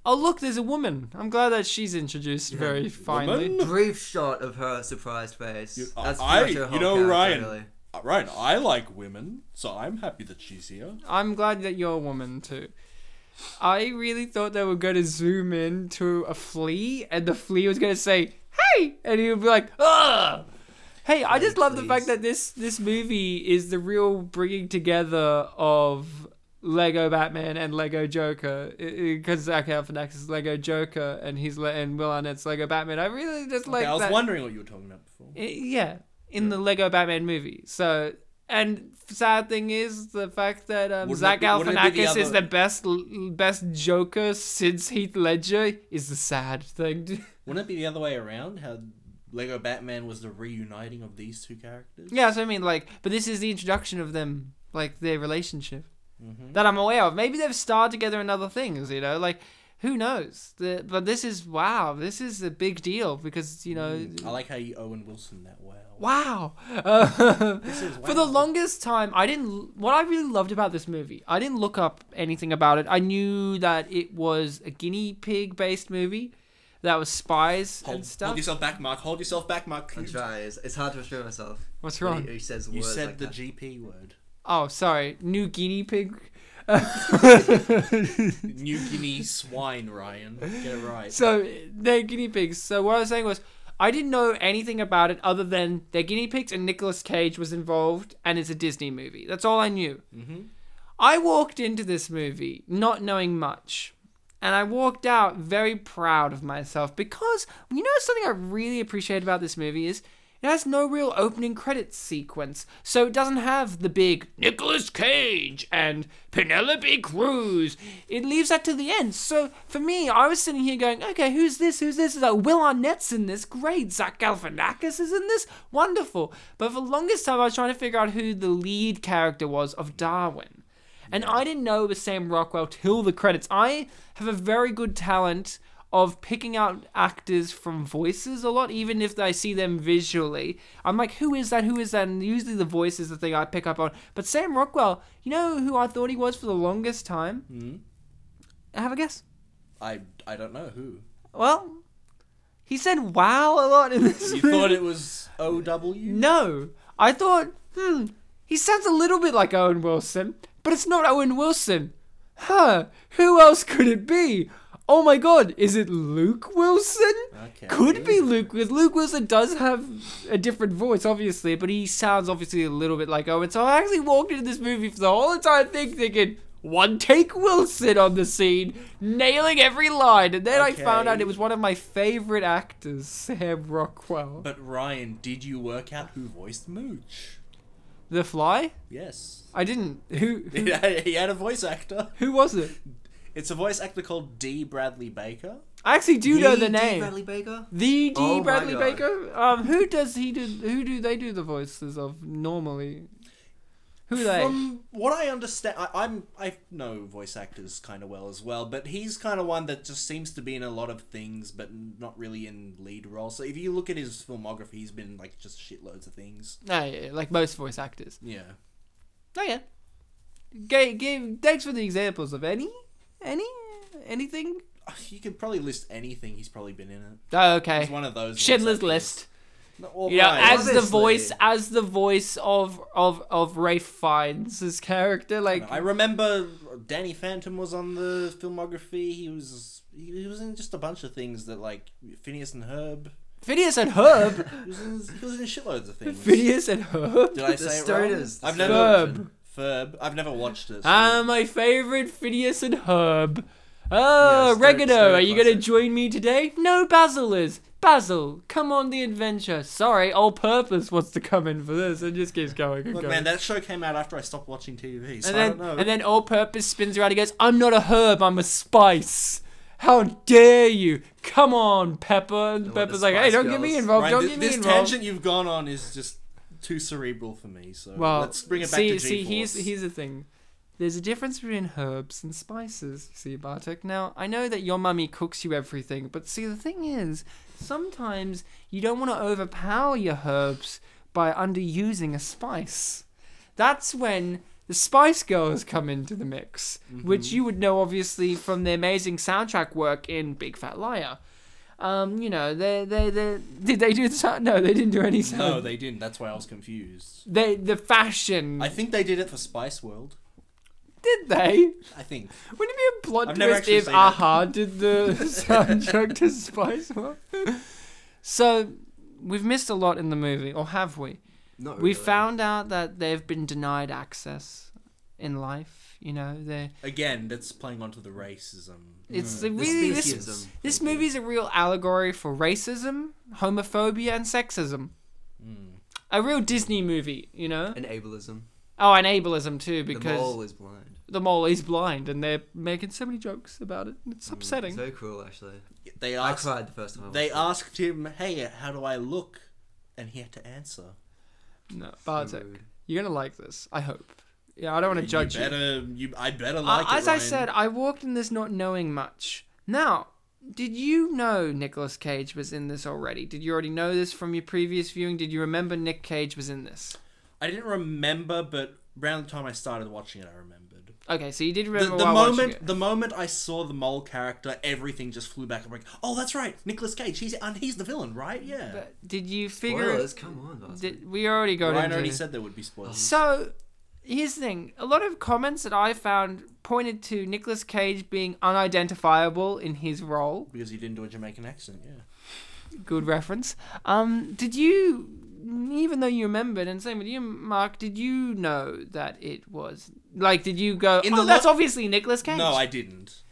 S1: Oh look, there's a woman. I'm glad that she's introduced very finally.
S2: Woman?
S3: brief shot of her surprised face.
S2: You-
S3: That's
S2: I-
S3: pretty much her
S2: you
S3: whole
S2: know,
S3: character,
S2: Ryan-
S3: really.
S2: Uh, Right, I like women, so I'm happy that she's here.
S1: I'm glad that you're a woman too. I really thought they were gonna zoom in to a flea, and the flea was gonna say, "Hey," and he would be like, "Ugh." Hey, I just love the
S3: please.
S1: fact that this this movie is the real bringing together of Lego Batman and Lego Joker because Zach Galifianakis is Lego Joker and he's le- and Will Arnett's Lego Batman. I really just like
S2: okay, I was
S1: that.
S2: wondering what you were talking about before.
S1: I- yeah, in the Lego Batman movie. So, and sad thing is the fact that um,
S2: Wouldn't
S1: Zach
S2: it be- wouldn't it be
S1: Galifianakis
S2: the
S1: is
S2: other-
S1: the best l- best Joker since Heath Ledger is the sad thing.
S2: Wouldn't it be the other way around? How Lego Batman was the reuniting of these two characters?
S1: yeah, so I mean, like, but this is the introduction of them, like their relationship
S2: Mm-hmm.
S1: that I'm aware of. Maybe they've starred together in other things, you know, like. Who knows? The, but this is wow. This is a big deal because you know
S2: I like how you Owen Wilson that well.
S1: Wow. Uh,
S2: is
S1: For the
S2: wow.
S1: longest time, I didn't. What I really loved about this movie, I didn't look up anything about it. I knew that it was a guinea pig based movie that was spies
S2: Hold,
S1: and stuff.
S2: hold yourself back, Mark. Hold yourself back, Mark.
S3: I'm trying. It's, it's hard to restrain myself.
S1: What's
S3: when
S1: wrong?
S3: He, he says
S2: You
S3: words
S2: said
S3: like
S2: the
S3: that.
S2: GP word.
S1: Oh, sorry. New guinea pig.
S2: New Guinea swine, Ryan. Get it right.
S1: So they're guinea pigs. So what I was saying was, I didn't know anything about it other than they're guinea pigs and Nicolas Cage was involved and it's a Disney movie. That's all I knew. I walked into this movie not knowing much. And I walked out very proud of myself because you know something I really appreciate about this movie is it has no real opening credits sequence. So it doesn't have the big Nicolas Cage and Penelope Cruz. It leaves that to the end. So for me, I was sitting here going, okay, who's this? Who's this? It's like Will Arnett's in this. Great. Zach Galifianakis is in this. Wonderful. But for the longest time, I was trying to figure out who the lead character was of Darwin. And I didn't know it was Sam Rockwell till the credits. I have a very good talent of picking out actors from voices a lot, even if I see them visually. I'm like, who is that? Who is that? And usually the voice is the thing I pick up on. But Sam Rockwell, you know who I thought he was for the longest time? Mm-hmm. Have a guess.
S2: I I don't know who.
S1: Well, he said wow a lot in this.
S2: You
S1: movie.
S2: thought it was O W?
S1: No, I thought, hmm, he sounds a little bit like Owen Wilson, but it's not Owen Wilson. Huh, who else could it be? Oh my god, is it Luke Wilson?
S2: Okay.
S1: Could be Luke because Luke Wilson does have a different voice, obviously, but he sounds obviously a little bit like Owen. So I actually walked into this movie for the whole entire thing thinking, one take Wilson on the scene, nailing every line, and then I found
S2: Okay.
S1: out it was one of my favorite actors, Sam Rockwell.
S2: But Ryan, did you work out who voiced Mooch?
S1: the Fly?
S2: Yes.
S1: I didn't. Who who,
S2: he had a voice actor.
S1: who was it?
S2: It's a voice actor called D. Bradley Baker.
S1: I actually do know the
S3: D.
S1: name.
S3: Bradley Baker.
S1: the D
S3: Oh my
S1: Bradley
S3: God.
S1: Baker. Um, who does he do? Who do they do the voices of normally? Who they?
S2: From what I understand, I, I'm I know voice actors kind of well as well, but he's kind of one that just seems to be in a lot of things, but not really in lead role. So if you look at his filmography, he's been in, like just shitloads of things.
S1: No, yeah, like most voice actors.
S2: Yeah,
S1: Oh yeah. Ga give thanks for the examples of any, any, anything.
S2: you can probably list anything he's probably been in it.
S1: Oh,
S2: He's
S1: okay.
S2: one of those. voice
S1: Schindler's
S2: actors.
S1: List.
S2: No, well,
S1: Yeah,
S2: right.
S1: as the
S3: obviously.
S1: voice, as the voice of of of Rafe Fiennes' character, like
S2: I remember Danny Phantom was on the filmography. He was he he was in just a bunch of things that like Phineas and Herb.
S1: Phineas and Herb.
S2: He was in, he was in shitloads of things.
S1: Phineas and Herb.
S2: Did I
S3: The
S2: say it wrong?
S3: Stoners. the
S2: I've never
S3: Stoner
S1: Herb.
S3: version.
S2: Ferb. I've never watched it. so-
S1: Ah, my favorite Phineas and Herb. Oh,
S2: Yeah,
S1: Regano,
S2: Stone- Stone
S1: are you going to
S2: classic.
S1: join me today? No, Basil is. Basil, come on the adventure. Sorry, all purpose wants to come in for this. It just keeps going and
S2: Look,
S1: going.
S2: man, that show came out after I stopped watching TV, so
S1: and then,
S2: I don't know.
S1: and then all purpose spins around and goes, I'm not a herb, I'm a spice. How dare you? Come on, Pepper. And
S3: what
S1: Pepper's
S3: the
S1: like, hey,
S3: Spice
S1: don't get me
S3: Girls-
S1: involved.
S2: Ryan,
S1: don't
S2: thi-
S1: get me
S2: this
S1: involved.
S2: tangent you've gone on is just too cerebral for me. So
S1: Well,
S2: let's bring it back
S1: see,
S2: to G
S1: see, here's here's the thing. There's a difference between herbs and spices. See, Bartek. Now I know that your mummy cooks you everything, but see, the thing is, sometimes you don't want to overpower your herbs by underusing a spice. That's when the Spice Girls come into the mix,
S2: Mm-hmm.
S1: which you would know obviously from the amazing soundtrack work in Big Fat Liar. Um, you know, they they they did they do the sound? No, they didn't do any sound.
S2: No, they didn't. That's why I was confused.
S1: They the fashion.
S2: I think they did it for Spice World.
S1: Did they?
S2: I think.
S1: Wouldn't it be a plot
S2: I've
S1: twist
S2: never actually
S1: if
S2: seen it.
S1: Aha did the soundtrack to Spice World? so we've missed a lot in the movie, or have we?
S3: Not
S1: We
S3: really.
S1: found out that they've been denied access in life. You know, they
S2: Again, that's playing onto the racism.
S1: it's
S3: Hmm.
S1: a really this
S3: speciesism.
S1: this movie's a real allegory for racism, homophobia, and sexism. A real Disney movie, you know.
S3: and ableism.
S1: Oh, and ableism too,
S3: the
S1: because
S3: mole is blind.
S1: the mole is blind, and they're making so many jokes about it. It's upsetting.
S3: So cruel, actually.
S2: They
S3: I
S2: asked,
S3: cried the first time. I
S2: they
S3: watched
S2: asked him, "Hey, how do I look?" And he had to answer.
S1: No,
S3: it. So
S1: Bartek,
S3: rude.
S1: you're gonna like this. I hope. Yeah, I don't want to judge
S2: you.
S1: you.
S2: Better, you. I better
S1: Uh,
S2: like it.
S1: as I
S2: Ryan.
S1: said, I walked in this not knowing much. Now, did you know Nicolas Cage was in this already? Did you already know this from your previous viewing? Did you remember Nick Cage was in this?
S2: I didn't remember, but around the time I started watching it, I remembered.
S1: Okay, so you did
S2: The,
S1: remember
S2: the
S1: while watching
S2: moment,
S1: it.
S2: the moment I saw the mole character, everything just flew back. I'm like, oh, that's right, Nicolas Cage. He's and he's the villain, right? Yeah.
S1: But did you figure?
S3: Spoilers, come on, Bastard.
S1: Did, we already got
S2: Ryan
S1: into
S2: already
S1: this.
S2: said there would be spoilers.
S1: So, here's the thing a lot of comments that I found pointed to Nicolas Cage being unidentifiable in his role.
S2: because he didn't do a Jamaican accent. Yeah.
S1: Good reference. Um, did you, even though you remembered, and same with you, Mark, did you know that it was like? Did you go?
S2: In
S1: oh,
S2: the
S1: that's
S2: lo-
S1: obviously Nicolas Cage.
S2: No, I didn't.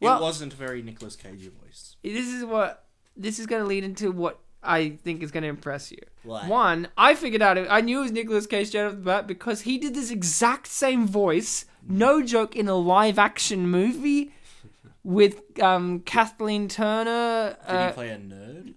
S1: Well-
S2: it wasn't very Nicolas Cagey voice.
S1: this is what this is going to lead into what I think is going to impress you.
S2: What?
S1: One, I figured out it- I knew it was Nicolas Cage straight off the bat because he did this exact same voice, no joke, in a live action movie with um, Kathleen Turner.
S2: Did
S1: uh,
S2: he play a nerd?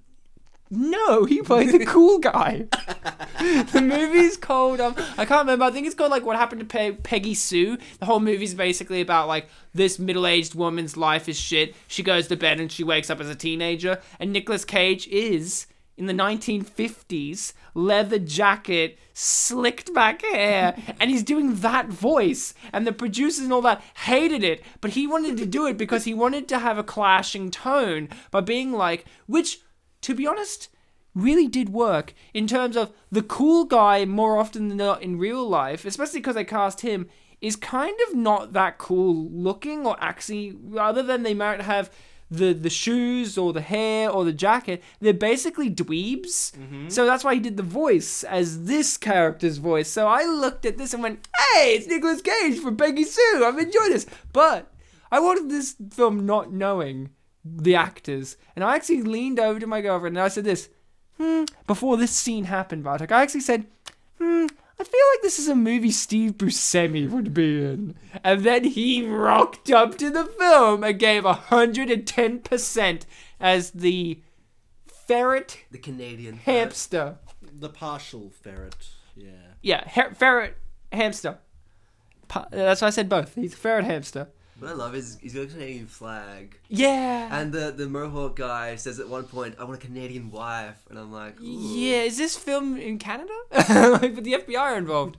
S1: no, he played the cool guy. the movie's called um, I can't remember. I think it's called like What Happened to Pe- Peggy Sue. The whole movie's basically about like this middle-aged woman's life is shit. She goes to bed and she wakes up as a teenager. And Nicolas Cage is in the 1950s, leather jacket, slicked back hair, and he's doing that voice. And the producers and all that hated it, but he wanted to do it because he wanted to have a clashing tone by being like, which to be honest, really did work in terms of the cool guy more often than not in real life, especially because they cast him, is kind of not that cool looking or actually, other than they might have the, the shoes or the hair or the jacket, they're basically dweebs. So that's why he did the voice as this character's voice. So I looked at this and went, hey, it's Nicolas Cage for Peggy Sue. I've enjoyed this. But I wanted this film not knowing the actors, and I actually leaned over to my girlfriend and I said this, hmm, before this scene happened, Bartek. I actually said, hmm, I feel like this is a movie Steve Buscemi would be in. And then he rocked up to the film and gave 110% as the ferret
S3: The Canadian. ferret.
S1: hamster.
S2: The partial ferret. Yeah.
S1: Yeah, her- ferret hamster. Pa- that's why I said both. He's a ferret hamster.
S3: What I love is he's got a Canadian flag.
S1: Yeah.
S3: And the, the Mohawk guy says at one point, I want a Canadian wife. And I'm like, Ooh.
S1: Yeah, is this film in Canada? like, but the FBI are involved.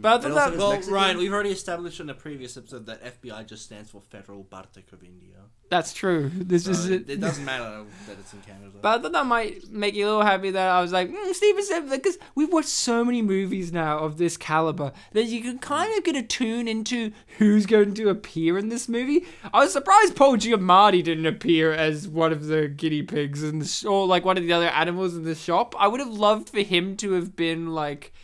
S1: But I
S3: And
S1: thought
S3: Hmm. also
S1: that
S3: it's
S1: well,
S2: Well,
S3: Mexican?
S2: Ryan, we've already established in a previous episode that FBI just stands for Federal Bartek of India.
S1: that's true. This
S2: So
S1: is
S2: it,
S1: it.
S2: it doesn't matter that it's in Canada.
S1: But I thought that might make you a little happy that I was like, mm, Steven Seagal, because we've watched so many movies now of this caliber that you can kind of get a tune into who's going to appear in this movie. I was surprised Paul Giamatti didn't appear as one of the guinea pigs in the sh- or like one of the other animals in the shop. I would have loved for him to have been like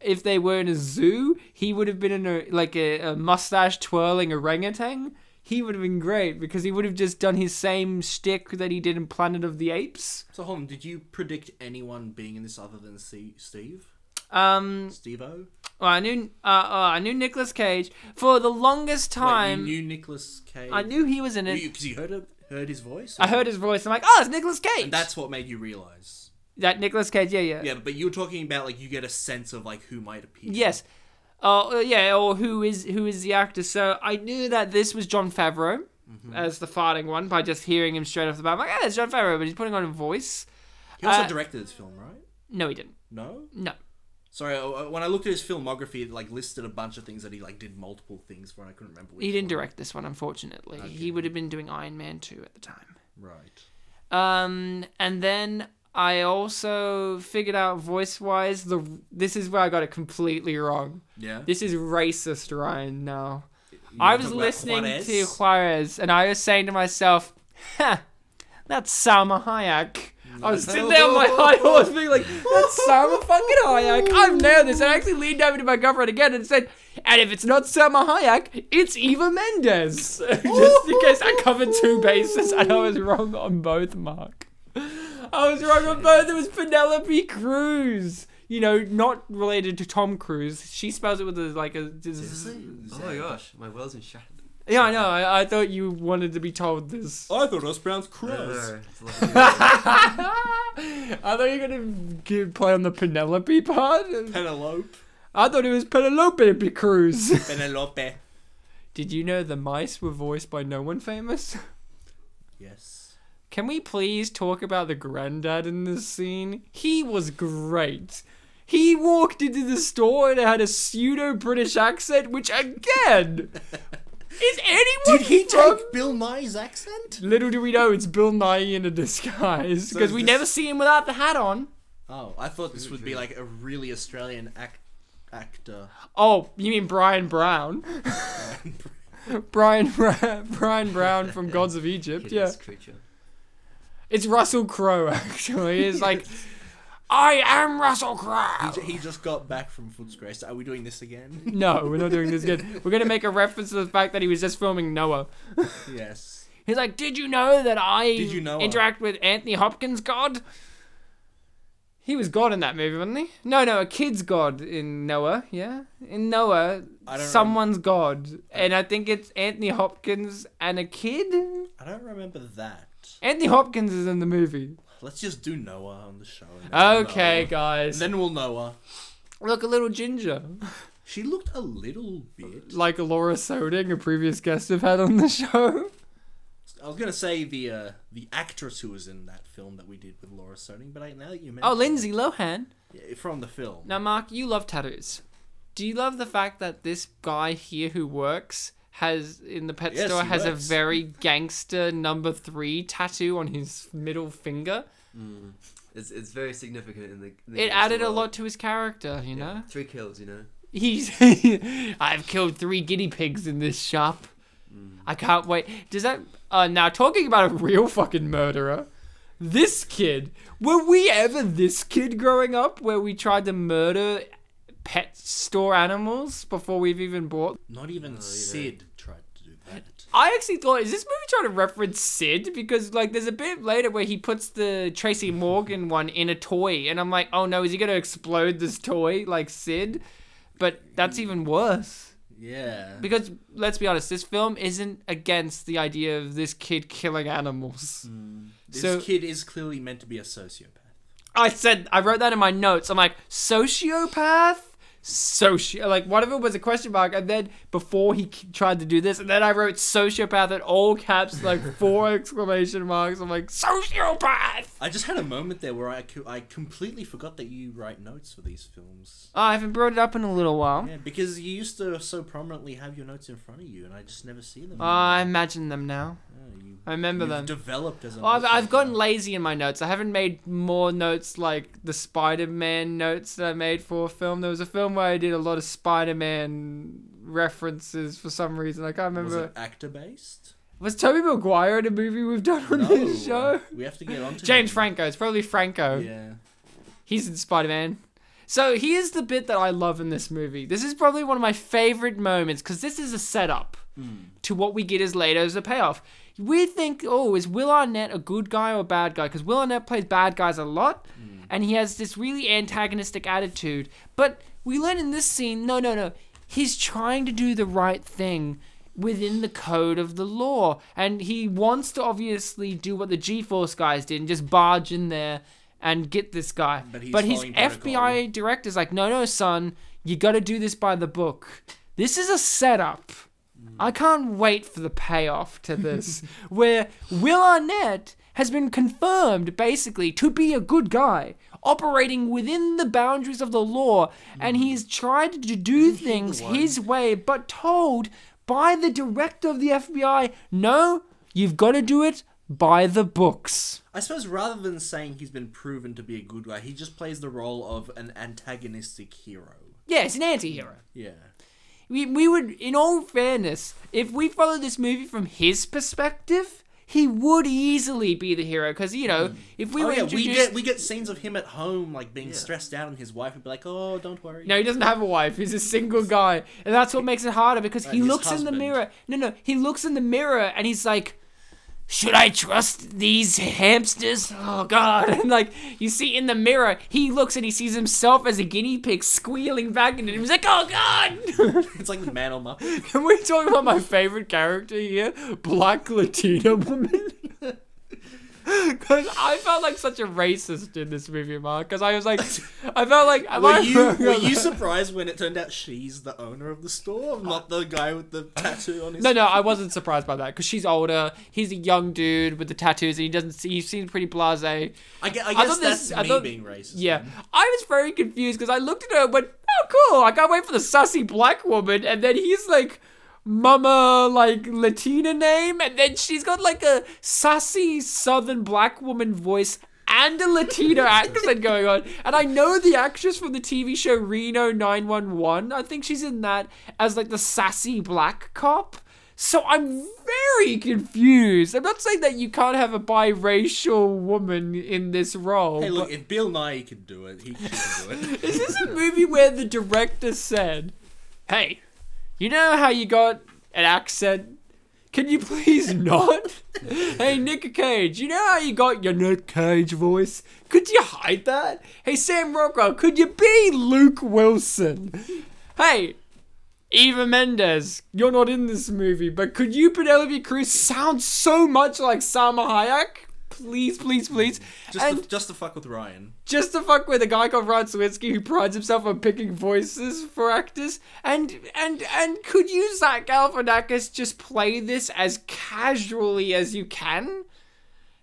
S1: if they were in a zoo, he would have been in a like a, a mustache twirling orangutan. He would have been great because he would have just done his same shtick that he did in Planet of the Apes.
S2: so, hold on, did you predict anyone being in this other than C- Steve?
S1: Um,
S2: Steve O?
S1: well, I knew uh, uh, I knew Nicolas Cage for the longest time.
S2: you knew Nicholas Cage.
S1: I knew he was in it.
S2: Because you, heard, it- heard his voice?
S1: I heard his voice. I'm like, oh, it's Nicolas Cage.
S2: And that's what made you realize.
S1: that Nicolas Cage. Yeah, yeah.
S2: Yeah, but you were talking about, like, you get a sense of, like, who might appear.
S1: Yes. Oh uh, yeah, or who is who is the actor? So I knew that this was John Favreau
S2: Mm-hmm.
S1: as the farting one by just hearing him straight off the bat. I'm like, ah, it's John Favreau, but he's putting on a voice.
S2: He also
S1: Uh,
S2: directed this film, right?
S1: No, he didn't.
S2: No?
S1: No.
S2: Sorry, I- when I looked at his filmography, it, like, listed a bunch of things that he, like, did multiple things for, and I couldn't remember which
S1: He didn't
S2: one.
S1: direct this one, unfortunately. He would have been doing Iron Man 2 at the time.
S2: Right.
S1: Um, and then I also figured out voice wise, the this is where I got it completely wrong.
S2: Yeah.
S1: This is racist, Ryan, now.
S2: You
S1: I
S2: wanna
S1: was
S2: talk about
S1: listening
S2: Juarez?
S1: to Juarez and I was saying to myself, ha, that's Salma Hayek.
S2: Mm.
S1: I was sitting there on my high horse being like, that's Salma fucking Hayek. I've nailed this. And I actually leaned over to my girlfriend again and said, and if it's not Salma Hayek, it's Eva Mendes. Just in case I covered two bases and I was wrong on both, Mark. I was wrong on both. It was Penelope Cruz. You know, not related to Tom Cruise. She spells it with a like a.
S3: Seriously? Oh my gosh, my world's been shattered.
S1: Yeah, I know. I, I thought you wanted to be told this.
S2: I thought it was pronounced
S3: I don't
S2: Cruz.
S3: know, it's a lot of-
S1: I thought you were gonna give, play on the Penelope part.
S2: Penelope.
S1: I thought it was Penelope Cruz.
S2: Penelope.
S1: Did you know the mice were voiced by no one famous?
S2: Yes.
S1: Can we please talk about the granddad in this scene? He was great. He walked into the store and had a pseudo British accent, which again is anyone
S2: Did he
S1: from-
S2: take Bill Nye's accent?
S1: Little do we know it's Bill Nye in a disguise
S2: So
S1: because
S2: is
S1: we
S2: this-
S1: never see him without the hat on.
S2: Oh, I thought this would be like a really Australian act actor.
S1: Oh, you mean Brian Brown? Brian Bra- Brian Brown from Gods of Egypt. Yeah,
S3: Hideous creature.
S1: it's Russell Crowe actually. It's like, I am Russell Crowe.
S2: He, ju- he just got back from Footscray. So are we doing this again?
S1: No, we're not doing this good. We're gonna make a reference to the fact that he was just filming Noah.
S2: yes.
S1: He's like, did you know that I
S2: Did you know
S1: interact with Anthony Hopkins' God? He was God in that movie, wasn't he? No, no, a kid's God in Noah. Yeah, in Noah,
S2: I don't
S1: someone's God, and I think it's Anthony Hopkins and a kid.
S2: I don't remember that.
S1: Anthony Hopkins is in the movie.
S2: Let's just do Noah on the show. and then we'll
S1: Okay,
S2: know.
S1: guys.
S2: And then we'll Noah.
S1: Look, a little ginger,
S2: She looked a little bit.
S1: like Laura Soding, a previous guest we've had on the show.
S2: I was gonna say the uh, the actress who was in that film that we did with Laura Soning, but I, now that you mentioned
S1: Oh, Lindsay Lohan.
S2: Yeah, from the film.
S1: Now, Mark, you love tattoos. Do you love the fact that this guy here who works has in the pet
S2: Yes,
S1: store
S2: he
S1: has
S2: works.
S1: a very gangster number three tattoo on his middle finger?
S3: It's, it's very significant in the. in the
S1: It
S3: gangster
S1: added a
S3: world.
S1: lot to his character, you
S3: Yeah,
S1: know.
S3: Three kills, you know.
S1: He's I've killed three guinea pigs in this shop. I can't wait. Does that uh now talking about a real fucking murderer? This kid, were we ever this kid growing up where we tried to murder pet store animals before we've even bought?
S2: Not even Sid tried to do that.
S1: I actually thought is this movie trying to reference Sid because like there's a bit later where he puts the Tracy Morgan one in a toy and I'm like, "Oh no, is he going to explode this toy like Sid?" But that's even worse.
S2: Yeah.
S1: Because let's be honest, this film isn't against the idea of this kid killing animals.
S2: This
S1: so-
S2: kid is clearly meant to be a sociopath.
S1: I said I wrote that in my notes. I'm like sociopath, socio. Like one of it was a question mark, and then before he k- tried to do this, and then I wrote sociopath in all caps, like four exclamation marks. I'm like sociopath.
S2: I just had a moment there where I, co- I completely forgot that you write notes for these films.
S1: Oh, I haven't brought it up in a little while.
S2: Yeah, because you used to so prominently have your notes in front of you, and I just never see them.
S1: Oh, I imagine them now.
S2: anymore. Yeah, you,
S1: I remember
S2: you've
S1: them.
S2: Developed as a.
S1: Well, I've, I've
S2: note-taker.
S1: gotten lazy in my notes. I haven't made more notes like the Spider Man notes that I made for a film. There was a film where I did a lot of Spider Man references for some reason. I can't
S2: Was
S1: remember.
S2: it actor based?
S1: Was Toby Maguire in a movie we've done on this show?
S2: We have to get on to
S1: James
S2: him.
S1: Franco. It's probably Franco.
S2: Yeah.
S1: He's in Spider Man. So here's the bit that I love in this movie. This is probably one of my favorite moments because this is a setup to what we get as later as a payoff. We think, oh, is Will Arnett a good guy or a bad guy? Because Will Arnett plays bad guys a lot
S2: Mm.
S1: and he has this really antagonistic attitude. But we learn in this scene, no, no, no. He's trying to do the right thing within the code of the law. And he wants to obviously do what the G Force guys did and just barge in there and get this guy.
S2: But he's
S1: but his
S2: following protocol.
S1: FBI director's like, no, no, son, you got to do this by the book. This is a setup. I can't wait for the payoff to this, where Will Arnett has been confirmed basically to be a good guy, operating within the boundaries of the law, and he's tried to do things his way, but told by the director of the FBI, no, you've got to do it by the books.
S2: I suppose rather than saying he's been proven to be a good guy, he just plays the role of an antagonistic hero.
S1: Yeah, it's an anti hero.
S2: Yeah.
S1: we, we would, in all fairness, if we followed this movie from his perspective, he would easily be the hero. Because, you know, if we
S2: oh
S1: were
S2: yeah, we
S1: introduced.
S2: get we get scenes of him at home like being stressed out, and his wife would be like, "Oh, don't worry."
S1: no, he doesn't have a wife. He's a single guy. And that's what makes it harder because he
S2: Uh, his
S1: looks in
S2: husband.
S1: the mirror. No, no. He looks in the mirror and he's like, Should I trust these hamsters? Oh, God. And, like, you see in the mirror, he looks and he sees himself as a guinea pig squealing back and he's like, Oh, God.
S2: it's like the man on Muppet.
S1: Can we talk about my favorite character here? Black Latina woman. Because I felt like such a racist in this movie, Mark. Because I was like, I felt like, am
S2: Were
S1: I
S2: you
S1: wrong
S2: were
S1: on
S2: you
S1: that?
S2: surprised when it turned out she's the owner of the store, not the guy with the tattoo on his?
S1: No, no, I wasn't surprised by that because she's older. He's a young dude with the tattoos, and he doesn't. See, he seems pretty blasé.
S2: I, gue- I
S1: I
S2: guess
S1: thought
S2: that's
S1: this- I
S2: me
S1: thought-
S2: being racist.
S1: Yeah, I was very confused because I looked at her and went, "Oh, cool! I can't wait for the sassy black woman." And then he's like, "Mama, like Latina name," and then she's got like a sassy Southern black woman voice and a Latino accent going on. And I know the actress from the TV show Reno 911. I think she's in that as like the sassy black cop. So I'm very confused. I'm not saying that you can't have a biracial woman in this role.
S2: Hey, look,
S1: but-
S2: if Bill Nye can do it, he can do it.
S1: is this a movie where the director said, "Hey, you know how you got an accent? Can you please not? hey, Nick Cage, you know how you got your Nick Cage voice? Could you hide that? Hey, Sam Rockwell, could you be Luke Wilson? Hey." Eva Mendes, you're not in this movie, but could you, Penelope Cruz, sound so much like Salma Hayek? Please, please, please.
S2: Just,
S1: And-
S2: to, just to fuck with Ryan.
S1: just the fuck with a guy called Rod Sawinski who prides himself on picking voices for actors, and and and could you Zach Galifianakis just play this as casually as you can?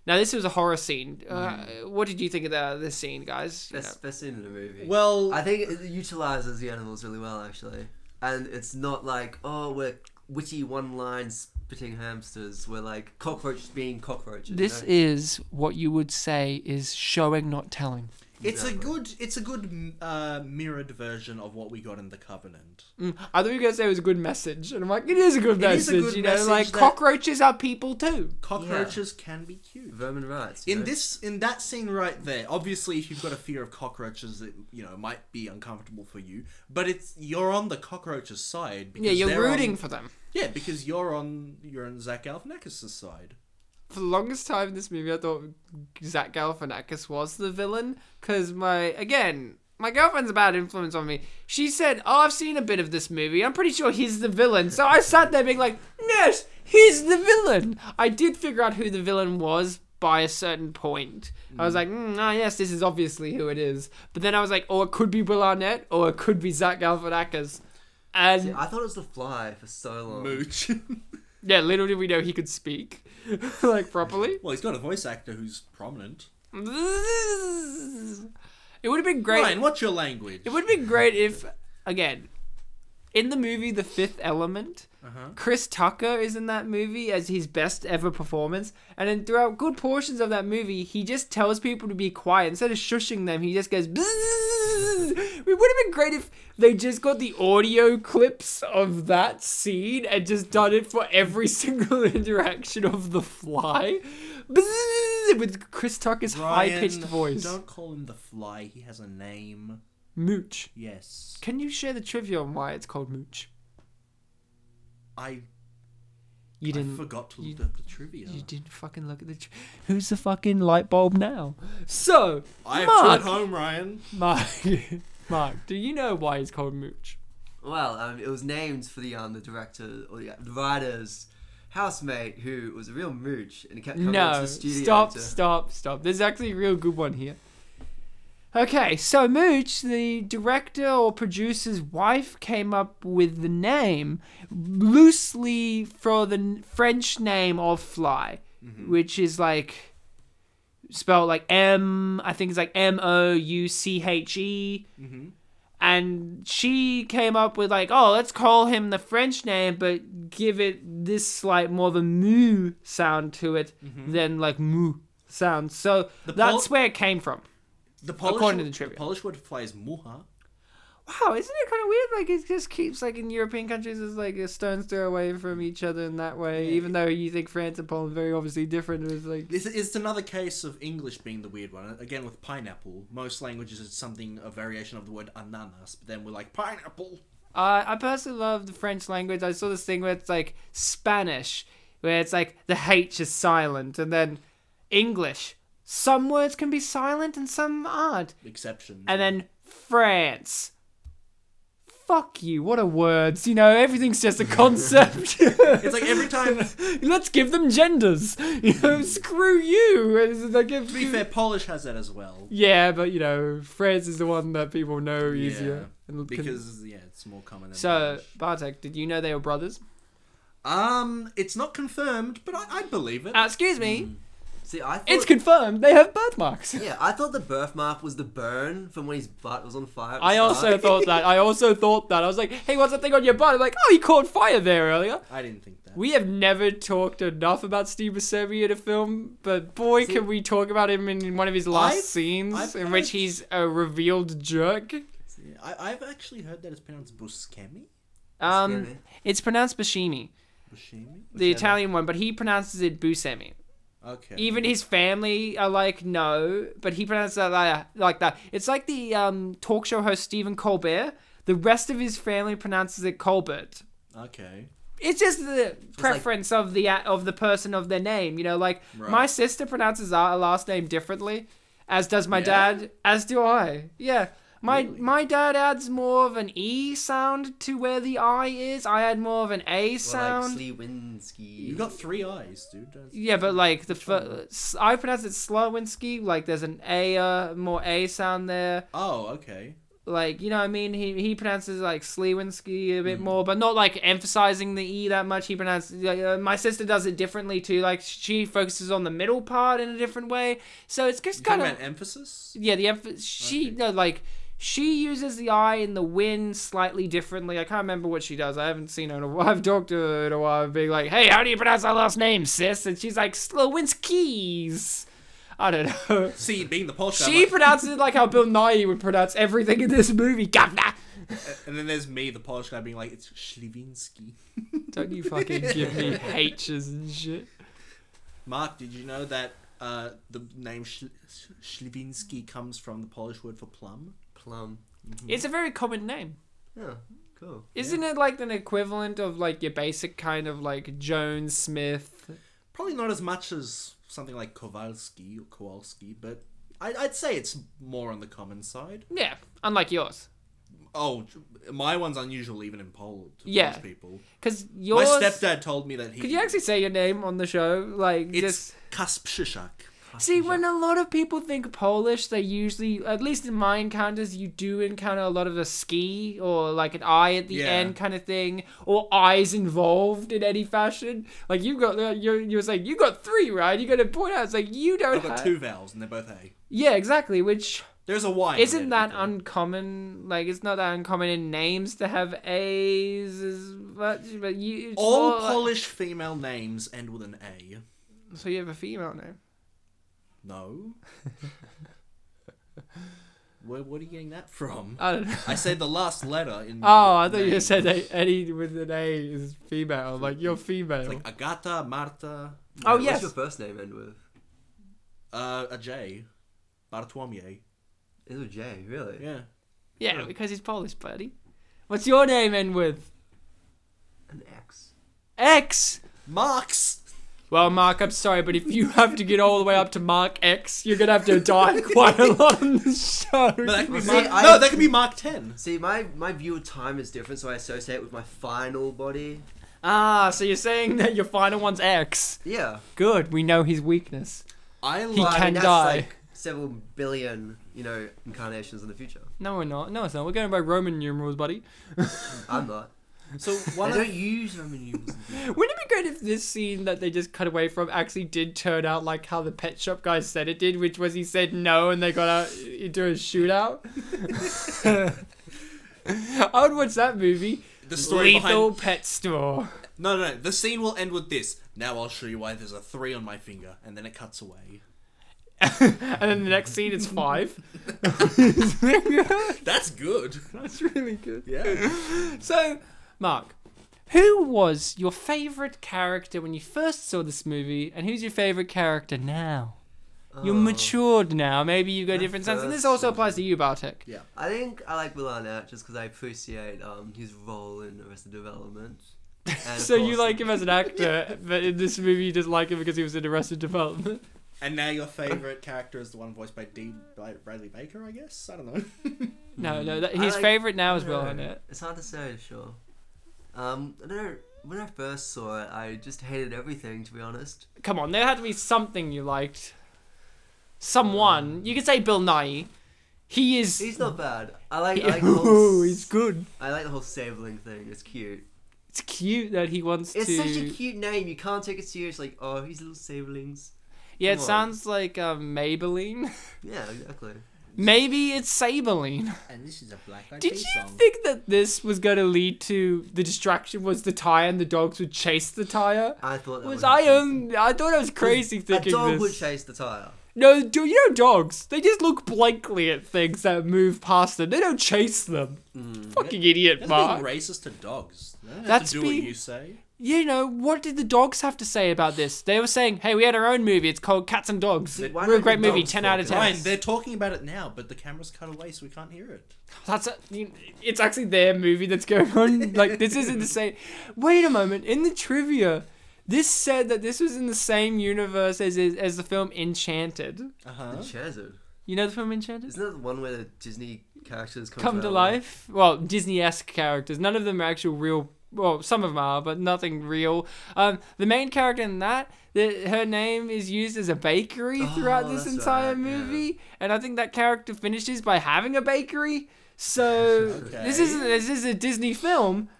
S1: Now this was a horror scene. Uh, What did you think of the, this scene, guys? You
S3: Best, best scene in the movie.
S2: Well,
S3: I think it utilizes the animals really well, actually. And it's not like, oh, we're witty one line spitting hamsters. We're like cockroaches being cockroaches. you
S1: know. This
S3: know?
S1: is what you would say is showing, not telling.
S2: it's a good, it's a good uh, mirrored version of what we got in the Covenant.
S1: Mm, I thought you were gonna say it was a good message, and I'm like, it is a good
S2: It
S1: message.
S2: is a good
S1: you know,
S2: message
S1: like
S2: that-
S1: cockroaches are people too.
S2: Cockroaches can be cute.
S3: Vermin rights. you
S2: In
S3: know?
S2: this, in that scene right there, obviously, if you've got a fear of cockroaches, it you know might be uncomfortable for you. But it's you're on the cockroaches' side. Because
S1: Yeah, you're
S2: they're
S1: rooting
S2: on-
S1: for them.
S2: Yeah, because you're on you're on Zach Galifianakis' side.
S1: for the longest time in this movie, I thought Zach Galifianakis was the villain because my again my girlfriend's a bad influence on me. She said, "Oh, I've seen a bit of this movie. I'm pretty sure he's the villain." So I sat there being like, "Yes, he's the villain." I did figure out who the villain was by a certain point. I was like, mm, "Ah, yes, this is obviously who it is." But then I was like, "Oh, it could be Will Arnett, or it could be Zach Galifianakis." And
S3: I thought it was the fly for so long.
S2: Mooch.
S1: yeah, little did we know he could speak like properly.
S2: well, he's got a voice actor who's prominent.
S1: It would have been great.
S2: Ryan, what's your language?
S1: It would have been great if, again, in the movie The Fifth Element,
S2: Uh-huh.
S1: Chris Tucker is in that movie as his best ever performance. And then throughout good portions of that movie, he just tells people to be quiet. Instead of shushing them, he just goes. "Bzzz." It would have been great if they just got the audio clips of that scene and just done it for every single interaction of The Fly. Bzzz, With Chris Tucker's high
S2: Ryan,
S1: pitched voice.
S2: Don't call him the fly. He has a name.
S1: Mooch.
S2: Yes.
S1: Can you share the trivia on why it's called Mooch?
S2: I,
S1: You
S2: I
S1: didn't.
S2: forgot to
S1: you-
S2: look up the trivia.
S1: You didn't fucking look at the. Tr- Who's the fucking light bulb now? So,
S2: I have two
S1: Mark,
S2: at home, Ryan.
S1: Mark, Mark, do you know why it's called Mooch?
S3: Well, um, it was named for the um, the director or the, the writer's housemate who was a real mooch and he kept coming into
S1: No,
S3: the studio.
S1: stop,
S3: to-
S1: stop, stop. There's actually a real good one here. Okay, so Mooch, the director or producer's wife, came up with the name loosely for the n- French name of fly,
S3: Mm-hmm.
S1: which is like spelled like M, I think it's like M O U C H E. And she came up with like, oh, let's call him the French name, but give it this slight more of a moo sound to it than like moo sound. So that's where it came from.
S2: The Polish,
S1: According to the
S2: word-
S1: trivia.
S2: Polish word for fly is muha.
S1: Wow, isn't it kind of weird? Like it just keeps like in European countries, it's like a stone's throw away from each other in that way. Even though you think France and Poland are very obviously different, it's like
S2: This it's another case of English being the weird one. Again, with pineapple, most languages it's something a variation of the word ananas, but then we're like pineapple.
S1: Uh, I personally love the French language. I saw this thing where it's like Spanish, where it's like the H is silent, and then English. Some words can be silent and some aren't.
S2: Exception.
S1: And then France. Fuck you, what are words? You know, everything's just a concept.
S2: it's like every time. to
S1: Let's give them genders. You know, screw you. It's like if
S2: be
S1: you-
S2: fair, Polish has that as well.
S1: Yeah, but you know, France is the one that people know easier. and can-
S2: because yeah, it's more common. Than
S1: so,
S2: English.
S1: Bartek, did you know they were brothers?
S2: um, it's not confirmed, but I, I believe it.
S1: Uh, excuse me.
S3: See, I thought.
S1: It's confirmed they have birthmarks.
S3: yeah, I thought the birthmark was the burn from when his butt was on fire. at the
S1: I also
S3: start.
S1: thought that. I also thought that. I was like, hey, what's that thing on your butt? I'm like, oh, he caught fire there earlier.
S2: I didn't think that.
S1: We have never talked enough about Steve Buscemi in a film, but boy,
S3: See-
S1: can we talk about him in one of his last
S2: I've-
S1: scenes
S2: I've
S1: in which
S2: heard-
S1: he's a revealed jerk.
S2: Yeah, I, I've actually heard that it's pronounced Buscemi.
S1: Um,
S3: Buscemi.
S1: it's pronounced Buscemi,
S2: Buscemi.
S1: the Italian one, but he pronounces it Buscemi.
S2: Okay.
S1: Even his family are like, no, but he pronounces that like, like that. It's like the um, talk show host Stephen Colbert. The rest of his family pronounces it Colbert.
S2: Okay.
S1: It's just the preference of the of the person of their name. You know, like
S2: Right.
S1: my sister pronounces our last name differently, as does my
S2: Yeah?
S1: dad, as do I. Yeah. My,
S2: Really?
S1: my dad adds more of an E sound to where the I is. I add more of an A
S3: Or like
S1: sound.
S3: Sleewinski.
S2: You got three eyes, dude. That's-
S1: Yeah, but like the fir- s- I pronounce it Slowinski. Like there's an a uh, more a sound there.
S2: Oh, okay.
S1: Like you know, what I mean, he he pronounces like Slewinski a
S2: Hmm.
S1: bit more, but not like emphasizing the e that much. He pronounces. Like, uh, my sister does it differently too. Like she focuses on the middle part in a different way. So it's just
S2: You
S1: kind
S2: talking
S1: of
S2: about emphasis?
S1: yeah, the emph- she
S2: Okay.
S1: no like she uses the eye and the win slightly differently. I can't remember what she does. I haven't seen her in a while. I've talked to her in a while, being like, "Hey, how do you pronounce our last name, sis?" And she's like, "Slowinskis." I don't know.
S2: See, being the Polish guy, I'm
S1: She
S2: like-
S1: pronounces it like how Bill Nye would pronounce everything in this movie. Governor.
S2: uh, and then there's me, the Polish guy, being like, it's Schliwinski.
S1: Don't you fucking give me H's and shit.
S2: Mark, did you know that uh, the name Schl- Schliwinski comes from the Polish word for plum?
S3: plum.
S1: It's a very common name.
S3: Yeah, cool.
S1: Isn't it like an equivalent of like your basic kind of like Jones Smith?
S2: Probably not as much as something like Kowalski or Kowalski, but I- I'd say it's more on the common side.
S1: Yeah, unlike yours.
S2: Oh, my one's unusual even in Poland. to
S1: Yeah.
S2: Polish people.
S1: Because yours.
S2: My stepdad told me that he.
S1: Could you actually say your name on the show? Like,
S2: It's
S1: just
S2: Kasprzak.
S1: see when a lot of people think Polish, they usually, at least in my encounters, you do encounter a lot of a ski or like an eye at the
S2: Yeah.
S1: end kind of thing, or eyes involved in any fashion. Like you got, uh, you you were saying you got three, right? You got to point out, it's like you don't
S2: I've got
S1: have
S2: two vowels and they're both A.
S1: Yeah, exactly. Which
S2: There's a Y. in
S1: isn't
S2: there,
S1: that
S2: people.
S1: uncommon? Like it's not that uncommon in names to have A's as much, but you it's
S2: All
S1: more like-
S2: Polish female names end with an A.
S1: So you have a female name.
S2: No. Where, what are you getting that from?
S1: I don't know.
S2: I said the last letter in.
S1: Oh, I thought you
S2: name.
S1: said that Eddie with an A is female. Like you're female.
S2: It's like Agata, Marta,
S1: oh
S3: What's
S1: yes.
S3: your first name end with?
S2: uh, a J, Bartłomiej.
S3: It's with J, really?
S2: Yeah.
S1: yeah, because he's Polish, buddy. What's your name end with?
S3: An X.
S1: X.
S2: Marx!
S1: Well, Mark, I'm sorry, but if you have to get all the way up to Mark X, you're gonna have to die quite a lot on the show.
S2: No, that could be
S3: See,
S2: Mark,
S3: I-
S2: no, that could be Mark 10.
S3: See, my, my view of time is different, so I associate it with my final body.
S1: ah, so you're saying that your final one's X?
S3: Yeah.
S1: Good. We know his weakness.
S2: I
S1: He
S2: like.
S3: Well, I
S1: can
S3: mean, that's
S1: die.
S3: like several billion, you know, incarnations in the future.
S1: No, we're not. No, it's not. We're going by Roman numerals, buddy.
S3: I'm not.
S2: So
S3: I
S2: one of
S3: don't use Roman numerals. in the future.
S1: Wouldn't it be great if this scene that they just cut away from actually did turn out like how the pet shop guy said it did, which was he said no and they got out into a shootout? I would watch that movie.
S2: the story
S1: Lethal
S2: behind
S1: Pet Store.
S2: No, no, no. The scene will end with this. Now I'll show you why there's a three on my finger, and then it cuts away.
S1: And then the next scene is five.
S2: That's good.
S1: That's really good.
S2: Yeah.
S1: So, Mark, who was your favorite character when you first saw this movie, and who's your favorite character now? You're
S3: Oh.
S1: matured now. Maybe you go
S3: My
S1: different sense, and this
S3: first
S1: also
S3: one.
S1: applies to you, Bartek.
S2: Yeah.
S3: I think I like Will Arnett just because I appreciate um, his role in Arrested Development. And of
S1: So you
S3: course-
S1: like him as an actor, but in this movie you didn't like him because he was in Arrested Development.
S2: And now your favorite character is the one voiced by D. By Bradley Baker, I guess. I don't know.
S1: No, no, that,
S3: Mm. I
S1: his
S3: like-
S1: favorite now is Will
S3: Yeah.
S1: Arnett.
S3: It's hard to say, sure. Um, I don't know. When I first saw it, I just hated everything, to be honest.
S1: Come on, there had to be something you liked. Someone you could say Bill Nye. He is.
S3: Mm. He's not bad. I like, I like the
S1: Ooh,
S3: whole.
S1: he's good.
S3: I like the whole Sabling thing. It's cute.
S1: It's cute that he wants
S3: It's
S1: to.
S3: such a cute name. You can't take it serious. Like, oh, he's little Sablings.
S1: Yeah, it
S3: Come on.
S1: sounds like um, Maybelline.
S3: Yeah, exactly.
S1: Maybe it's Sabeline.
S2: And this is a black eyed
S1: Did
S2: Peas
S1: you
S2: song.
S1: think that this was going to lead to the distraction was the tire and the dogs would chase the tire?
S3: I thought that
S1: Was
S3: would
S1: I
S3: happen.
S1: um, I thought I was crazy thinking
S3: A dog
S1: this.
S3: would chase the tire.
S1: No, do you know dogs? They just look blankly at things that move past them. They don't chase them.
S3: Mm,
S1: Fucking idiot,
S2: That's
S1: Mark.
S2: being racist to dogs. They don't have
S1: That's
S2: to do
S1: being-
S2: what you say.
S1: you know what did the dogs have to say about this? They were saying, "Hey, we had our own movie. It's called Cats and Dogs.
S3: See, why
S1: We're a
S3: don't
S1: great
S3: the
S1: movie.
S3: dogs
S1: Ten out of
S3: talk?
S1: ten.
S2: Ryan, they're talking about it now, but the camera's cut away, so we can't hear it.
S1: That's a, you- it's actually their movie that's going on. Like this isn't the same. Wait a moment. In the trivia, this said that this was in the same universe as as the film Enchanted.
S2: Uh huh.
S3: Chazard.
S1: You know the film Enchanted?
S3: Isn't that the one where the Disney characters come,
S1: come to life. Well, Disney-esque characters. None of them are actual real. Well, some of them are, but nothing real. Um, the main character in that, the, her name is used as a bakery throughout
S3: Oh,
S1: this
S3: that's
S1: entire
S3: right, yeah.
S1: movie, and I think that character finishes by having a bakery. So this
S2: Okay.
S1: isn't this is a Disney film.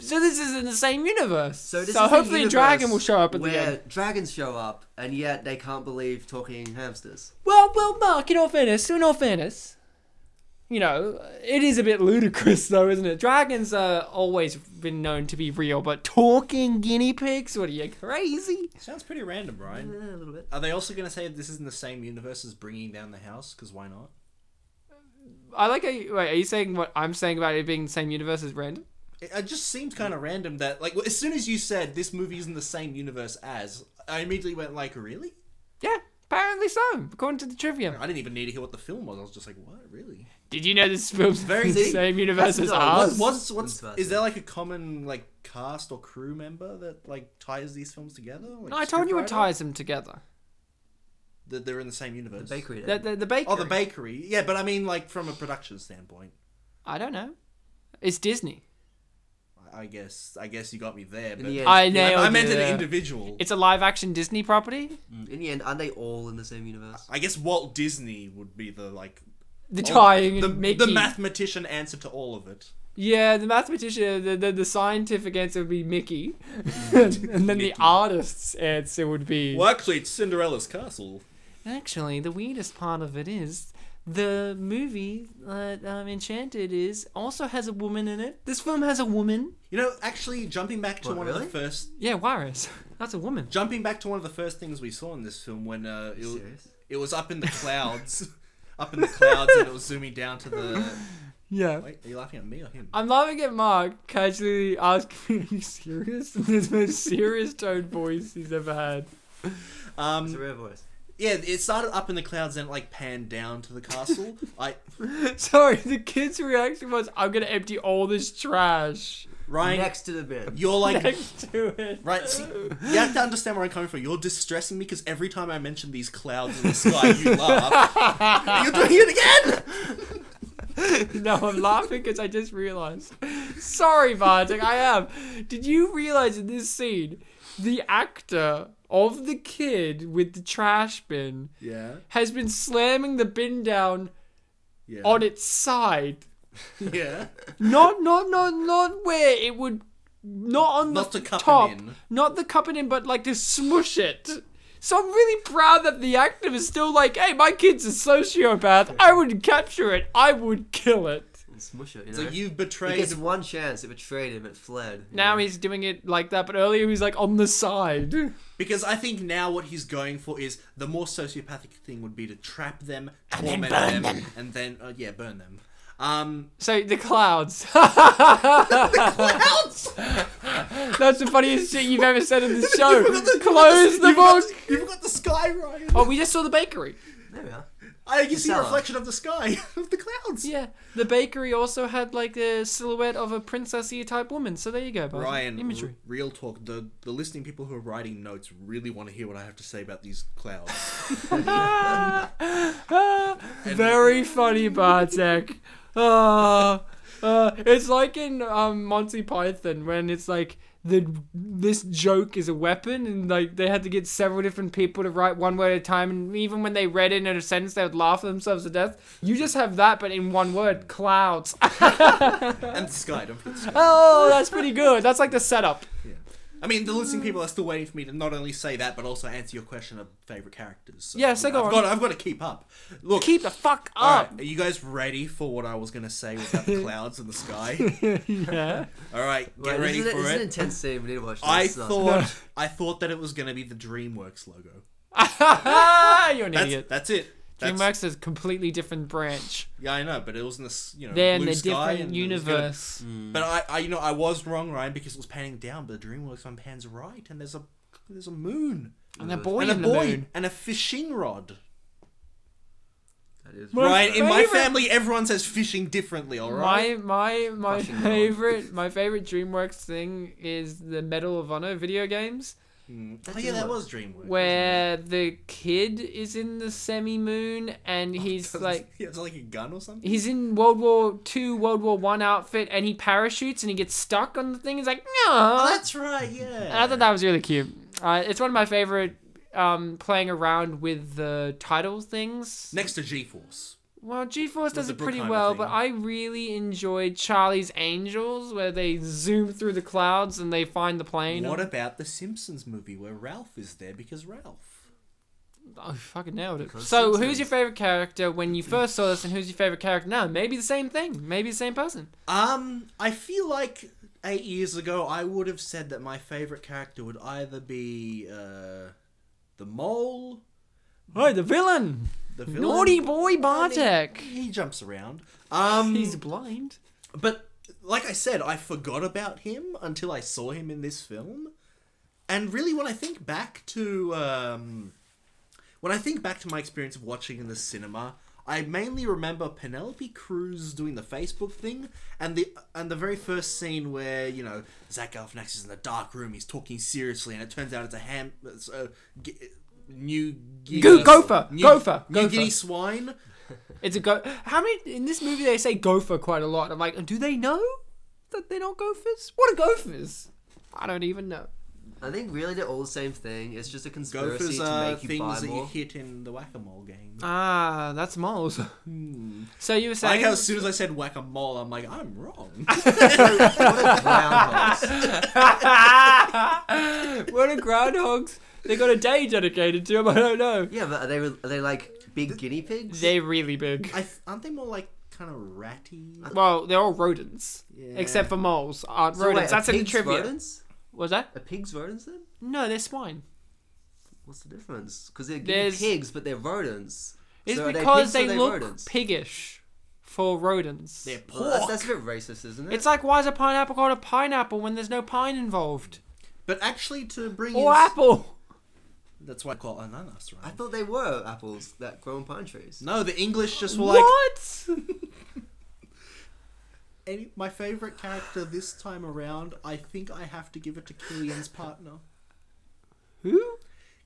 S1: So this is in the same universe.
S3: So,
S1: So,
S3: this is
S1: hopefully,
S3: the
S1: a dragon
S3: universe
S1: will show up at the
S3: where
S1: end.
S3: Dragons show up, and yet they can't believe talking hamsters.
S1: Well, well, Mark, in all fairness, in all fairness, you know, it is a bit ludicrous, though, isn't it? Dragons are always been known to be real, but talking guinea pigs? What are you, crazy?
S2: Sounds pretty random,
S3: Eh,
S2: Ryan.
S3: a little bit.
S2: Are they also going to say this is in the same universe as Bringing Down the House? Because why not?
S1: I like, how you, wait, are you saying what I'm saying about it being the same universe as random?
S2: It, it just seemed kind
S1: Mm.
S2: of random that, like, as soon as you said this movie is in the same universe as, I immediately went like, really?
S1: Yeah, apparently so, according to the trivia.
S2: I didn't even need to hear what the film was. I was just like, what, really?
S1: Did you know this film's very the
S3: See?
S1: same universe
S3: That's
S1: as
S3: not-
S1: ours?
S2: What, what's what's
S3: Interesting.
S2: is there like a common like cast or crew member that like ties these films together? Like
S1: No, I told you it
S2: scriptwriter?
S1: ties them together.
S2: That they're in the same
S3: The
S2: universe.
S3: bakery.
S1: The,
S3: That,
S1: the, the bakery.
S2: Oh, the bakery. Yeah, but I mean, like from a production standpoint,
S1: I don't know. It's Disney.
S2: I- I guess I guess you got me there. But
S3: the end.
S1: I
S2: I,
S1: nailed
S2: I meant
S1: it.
S2: an individual.
S1: It's a live action Disney property.
S3: In the end, aren't they all in the same universe?
S2: I guess Walt Disney would be the like
S1: The
S2: all-
S1: tying
S2: the,
S1: and Mickey.
S2: the mathematician answer to all of it.
S1: Yeah, the mathematician, the, the, the scientific answer would be Mickey. and then the artist's answer would be.
S2: Well, actually, it's Cinderella's castle.
S1: Actually, the weirdest part of it is the movie that um, Enchanted is also has a woman in it. This film has a woman.
S2: You know, actually, jumping back to
S3: What,
S2: one of
S3: really?
S2: the first
S1: Yeah, Juarez. That's a woman.
S2: Jumping back to one of the first things we saw in this film when uh, it, w-
S3: serious?
S2: it was up in the clouds, up in the clouds, and it was zooming down to the.
S1: Yeah.
S2: Wait, are you laughing at me or him?
S1: I'm laughing at Mark casually asking, Are you serious? In this most serious tone voice he's ever had.
S3: It's a
S2: Um,
S3: rare voice.
S2: yeah, it started up in the clouds and it, like panned down to the castle. I
S1: Sorry, the kid's reaction was, I'm going to empty all this trash
S2: Ryan,
S3: Next to the bin.
S2: you're like
S1: next to it.
S2: right. See, you have to understand where I'm coming from. You're distressing me because every time I mention these clouds in the sky, you laugh. you're doing it again.
S1: No, I'm laughing because I just realized. Sorry, Bartek, I am. Did you realize in this scene, the actor of the kid with the trash bin
S2: Yeah.
S1: has been slamming the bin down
S2: Yeah.
S1: on its side?
S2: Yeah.
S1: Not, not, not, not where it would. Not on
S2: Not
S1: the
S2: to cup it
S1: top.
S2: in.
S1: Not the cup it in, but like to smush it. So I'm really proud that the actor is still like, hey, my kid's a sociopath. I would capture it. I would kill it.
S3: And smush it, you know?
S2: So you've
S3: He
S2: betrayed
S3: gets one chance. It betrayed him. It fled. you
S1: Now
S3: know?
S1: he's doing it like that, but earlier he was like on the side.
S2: Because I think now what he's going for is the more sociopathic thing would be to trap them,
S1: then
S2: torment
S1: burn
S2: them, and then uh, yeah, burn them. Um,
S1: So the clouds.
S2: clouds.
S1: That's the funniest shit you've ever said in this show. Close
S2: Close
S1: the book.
S2: You've got the sky, Ryan.
S1: Oh, we just saw the bakery.
S3: There we are.
S2: I can see a
S3: Stella.
S2: reflection of the sky of the clouds.
S1: Yeah, the bakery also had like the silhouette of a princessy type woman. So there you go, Barney.
S2: Ryan,
S1: Imagery.
S2: r- real talk. The the listening people who are writing notes really want to hear what I have to say about these clouds.
S1: Ah, ah, very funny, Bartek. Ah, ah, it's like in um, Monty Python when it's like the this joke is a weapon, and like they had to get several different people to write one word at a time, and even when they read it in a sentence, they would laugh themselves to death. You just have that, but in one word, clouds.
S2: and the sky. Don't forget the sky.
S1: oh, that's pretty good. That's like the setup.
S2: Yeah. I mean, the listening people are still waiting for me to not only say that, but also answer your question of favorite characters. So,
S1: Yeah, so
S2: I've
S1: go on.
S2: Got, I've got to keep up. Look,
S1: Keep the fuck
S2: all
S1: up.
S2: right, are you guys ready for what I was going to say about the clouds in the sky?
S1: yeah.
S2: All right, get
S3: Wait,
S2: ready
S3: this is, a-
S2: for
S3: this is an
S2: it.
S3: intense scene. We need to watch this.
S2: I
S3: This is awesome.
S2: thought I thought that it was going to be the DreamWorks logo.
S1: You're an
S2: That's,
S1: idiot.
S2: that's it. That's,
S1: DreamWorks is a completely different branch.
S2: Yeah, I know, but it was in this you know
S1: They're in
S2: blue
S1: a
S2: sky
S1: different
S2: and it was gonna- Mm.
S1: universe. Mm.
S2: But I, I, you know, I was wrong, Ryan, because it was panning down. But the DreamWorks one pans right, and there's a there's a moon
S1: And a boy
S2: and a
S1: in the
S2: boy
S1: moon.
S2: and a fishing rod.
S3: That is
S1: My
S2: right in my
S1: favourite-
S2: family, everyone says fishing differently. All right.
S1: My my my
S3: Fucking hell.
S1: favorite my favorite DreamWorks thing is the Medal of Honor video games
S2: oh yeah, that was DreamWorks.
S1: where the kid is in the semi moon and he's
S2: wasn't it?
S1: like
S2: yeah, it's like a gun or something.
S1: he's in World War Two World War One outfit and he parachutes and he gets stuck on the thing. He's like no.
S2: Oh, that's right. Yeah.
S1: And I thought that was really cute. Uh, it's one of my favorite um, playing around with the title things.
S2: Next to G-force.
S1: Well, G-force does
S2: the
S1: it pretty
S2: Bruckheimer
S1: well,
S2: thing.
S1: but I really enjoyed Charlie's Angels, where they zoom through the clouds and they find the plane.
S2: What about the Simpsons movie where Ralph is there because Ralph?
S1: oh, fucking nailed it!
S3: Because
S1: So,
S3: Simpsons.
S1: who's your favorite character when you first saw this, and who's your favorite character now? Maybe the same thing. Maybe the same person.
S2: Um, I feel like eight years ago, I would have said that my favorite character would either be uh, the mole,
S1: Hey, the villain,
S2: the villain.
S1: naughty boy
S2: I
S1: Bartek.
S2: mean, He jumps around. Um,
S1: He's blind.
S2: but like I said, I forgot about him until I saw him in this film. And really, when I think back to um, when I think back to my experience of watching in the cinema, I mainly remember Penelope Cruz doing the Facebook thing, and the and the very first scene where you know Zach Galifianakis is in the dark room, he's talking seriously, and it turns out it's a ham, it's a g- new Guinea,
S1: Go- gopher,
S2: new,
S1: gopher,
S2: new
S1: gopher.
S2: Guinea swine.
S1: It's a go. How many in this movie they say gopher quite a lot? I'm like, do they know that they're not gophers? What are gophers? I don't even know.
S3: I think really they're all the same thing. It's just a conspiracy
S2: Gophers
S3: to
S2: are
S3: make you buy
S2: things that you
S3: more.
S2: hit in the whack a mole game.
S1: Ah, that's moles. So you were
S2: I like
S1: saying
S2: how as soon as I said whack a mole, I'm like, I'm wrong.
S3: what a clown boss.
S1: what are groundhogs? They got a day dedicated to them. I don't know.
S3: Yeah, but are they re- are they like big guinea pigs?
S1: They're really big.
S2: I th- aren't they more like kind of ratty?
S1: Well, they're all rodents,
S2: Yeah.
S1: except for moles aren't
S3: So wait,
S1: rodents.
S3: are
S1: That's in the
S3: pigs
S1: trivia.
S3: Rodents?
S1: Was that?
S3: Are pigs rodents then?
S1: No, they're swine.
S3: What's the difference? Because they're guinea
S1: There's-
S3: pigs, but they're rodents.
S1: It's
S3: So are
S1: because
S3: pigs or
S1: they,
S3: are
S1: look
S3: rodents?
S1: piggish for rodents.
S2: They're
S3: Well, that's,
S2: pork.
S3: that's a bit racist, isn't it?
S1: It's like why is a pineapple called a pineapple when there's no pine involved?
S2: But actually, to bring in,
S1: Or apple.
S2: that's why I call ananas,
S3: I
S2: right?
S3: thought they were apples that grow on pine trees.
S2: No, the English just were like
S1: What?
S2: any, my favorite character this time around. I think I have to give it to Killian's partner.
S1: Who?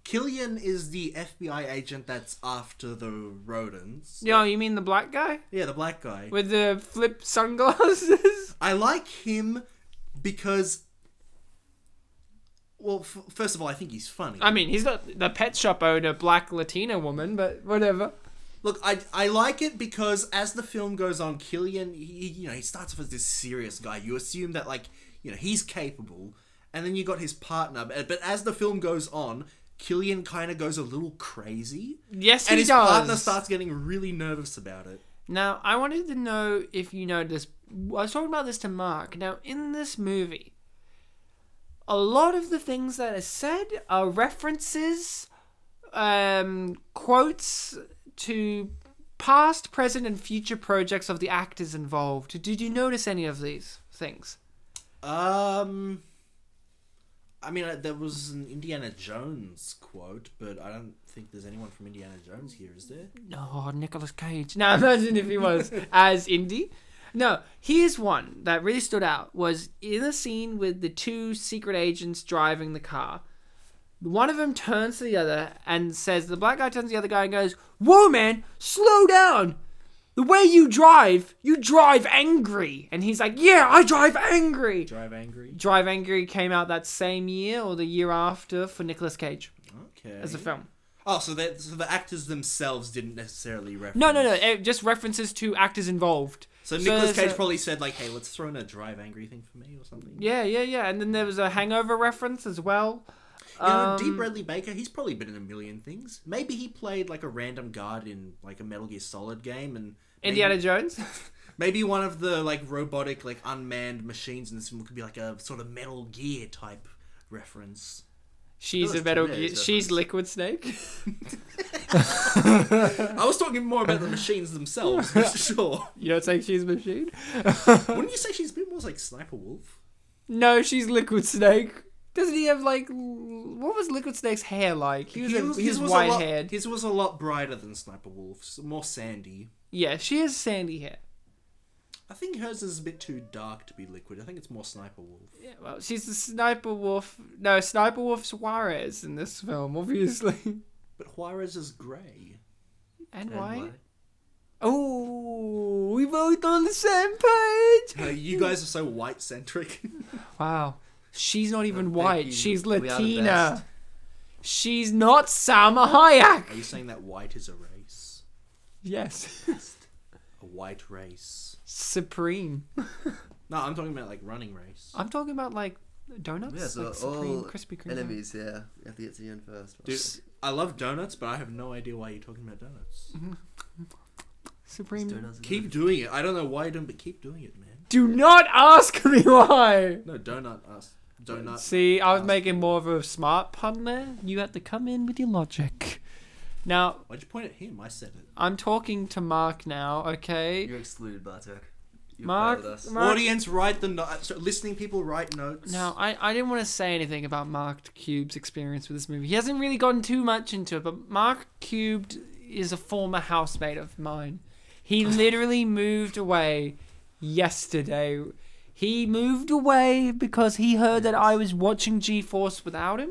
S2: Killian is the FBI agent that's after the rodents.
S1: Yo, you mean the black guy
S2: Yeah, the black guy.
S1: with the flip sunglasses?
S2: I like him because, well, f- first of all, I think he's funny.
S1: I mean, he's not the pet shop owner, black Latina woman, but whatever.
S2: Look, I, I like it because as the film goes on, Killian, he, he- you know, he starts off as this serious guy. You assume that, like, you know, he's capable. And then you got his partner. But, but as the film goes on, Killian kind of goes a little crazy.
S1: Yes,
S2: and
S1: he
S2: his
S1: does.
S2: partner starts getting really nervous about it.
S1: Now, I wanted to know if you noticed. I was talking about this to Mark. Now, in this movie, a lot of the things that are said are references, um, quotes to past, present, and future projects of the actors involved. Did you notice any of these things?
S2: Um. I mean, uh, there was an Indiana Jones quote, but I don't think there's anyone from Indiana Jones here, is there?
S1: No, Nicolas Cage. Now imagine if he was as indie. No, here's one that really stood out was in a scene with the two secret agents driving the car. One of them turns to the other and says, the black guy turns to the other guy and goes, "Whoa, man, slow down! The way you drive, you drive angry." And he's like, "Yeah, I drive angry."
S2: Drive Angry.
S1: Drive Angry came out that same year or the year after for Nicolas Cage
S2: Okay.
S1: as a film.
S2: Oh, so that so the actors themselves didn't necessarily reference.
S1: No, no, no. It just references to actors involved.
S2: So Nicholas
S1: there's
S2: Cage
S1: a-
S2: probably said like, "Hey, let's throw in a drive angry thing for me or something."
S1: Yeah, yeah, yeah. And then there was a Hangover reference as well.
S2: You know, D.
S1: Um,
S2: Bradley Baker, he's probably been in a million things. Maybe he played like a random guard in like a Metal Gear Solid game, and maybe,
S1: Indiana Jones.
S2: Maybe one of the like robotic, like unmanned machines in this film could be like a sort of Metal Gear type reference.
S1: She's
S3: Those
S1: a
S3: two
S1: metal.
S3: days,
S1: Gear-
S3: I
S1: She's
S3: think.
S1: Liquid Snake.
S2: I was talking more about the machines themselves, but sure.
S1: You don't say she's machine.
S2: Wouldn't you say she's a bit more like Sniper Wolf?
S1: No, she's Liquid Snake. Doesn't he have like l- what was Liquid Snake's hair like? He was, a- he was
S2: a lot-
S1: white haired.
S2: His was a lot brighter than Sniper Wolf's, more sandy.
S1: Yeah, she has sandy hair.
S2: I think hers is a bit too dark to be liquid. I think it's more Sniper Wolf.
S1: Yeah, well, she's the Sniper Wolf. No, Sniper Wolf Suarez in this film, obviously.
S2: But Juarez is grey.
S1: And,
S3: And
S1: why?
S3: why?
S1: Oh, we both on the same page.
S2: Uh, you guys are so white centric.
S1: Wow, she's not even
S3: Thank
S1: white.
S3: you.
S1: She's
S3: We are the
S1: Latina.
S3: best.
S1: She's not Salma Hayek.
S2: are you saying that white is a race?
S1: Yes,
S2: A white race?
S1: Supreme.
S2: No, I'm talking about like running race.
S1: I'm talking about like donuts,
S3: Yeah, so
S1: like
S3: all
S1: Supreme, Krispy Kreme.
S3: Enemies, yeah. We have to get to the end first.
S2: Dude, I love donuts, but I have no idea why you're talking about donuts.
S1: Supreme.
S3: Donuts are
S2: Keep
S3: good.
S2: doing it. I don't know why you don't, but keep doing it, man.
S1: Do not ask me why.
S2: No, donut us. Donut.
S1: See, I was
S2: ask
S1: making more of a smart pun there. You had to come in with your logic. Now,
S2: Why'd you point at him? I said it.
S1: I'm talking to Mark now, okay?
S3: You're excluded, Bartek. You
S1: Mark-
S3: failed us.
S1: Mark-
S2: Audience, write the notes. Listening people, write notes.
S1: Now, I, I didn't want to say anything about Mark Cube's experience with this movie. He hasn't really gone too much into it, but Mark Cube is a former housemate of mine. He literally moved away yesterday. He moved away because he heard that I was watching G Force without him.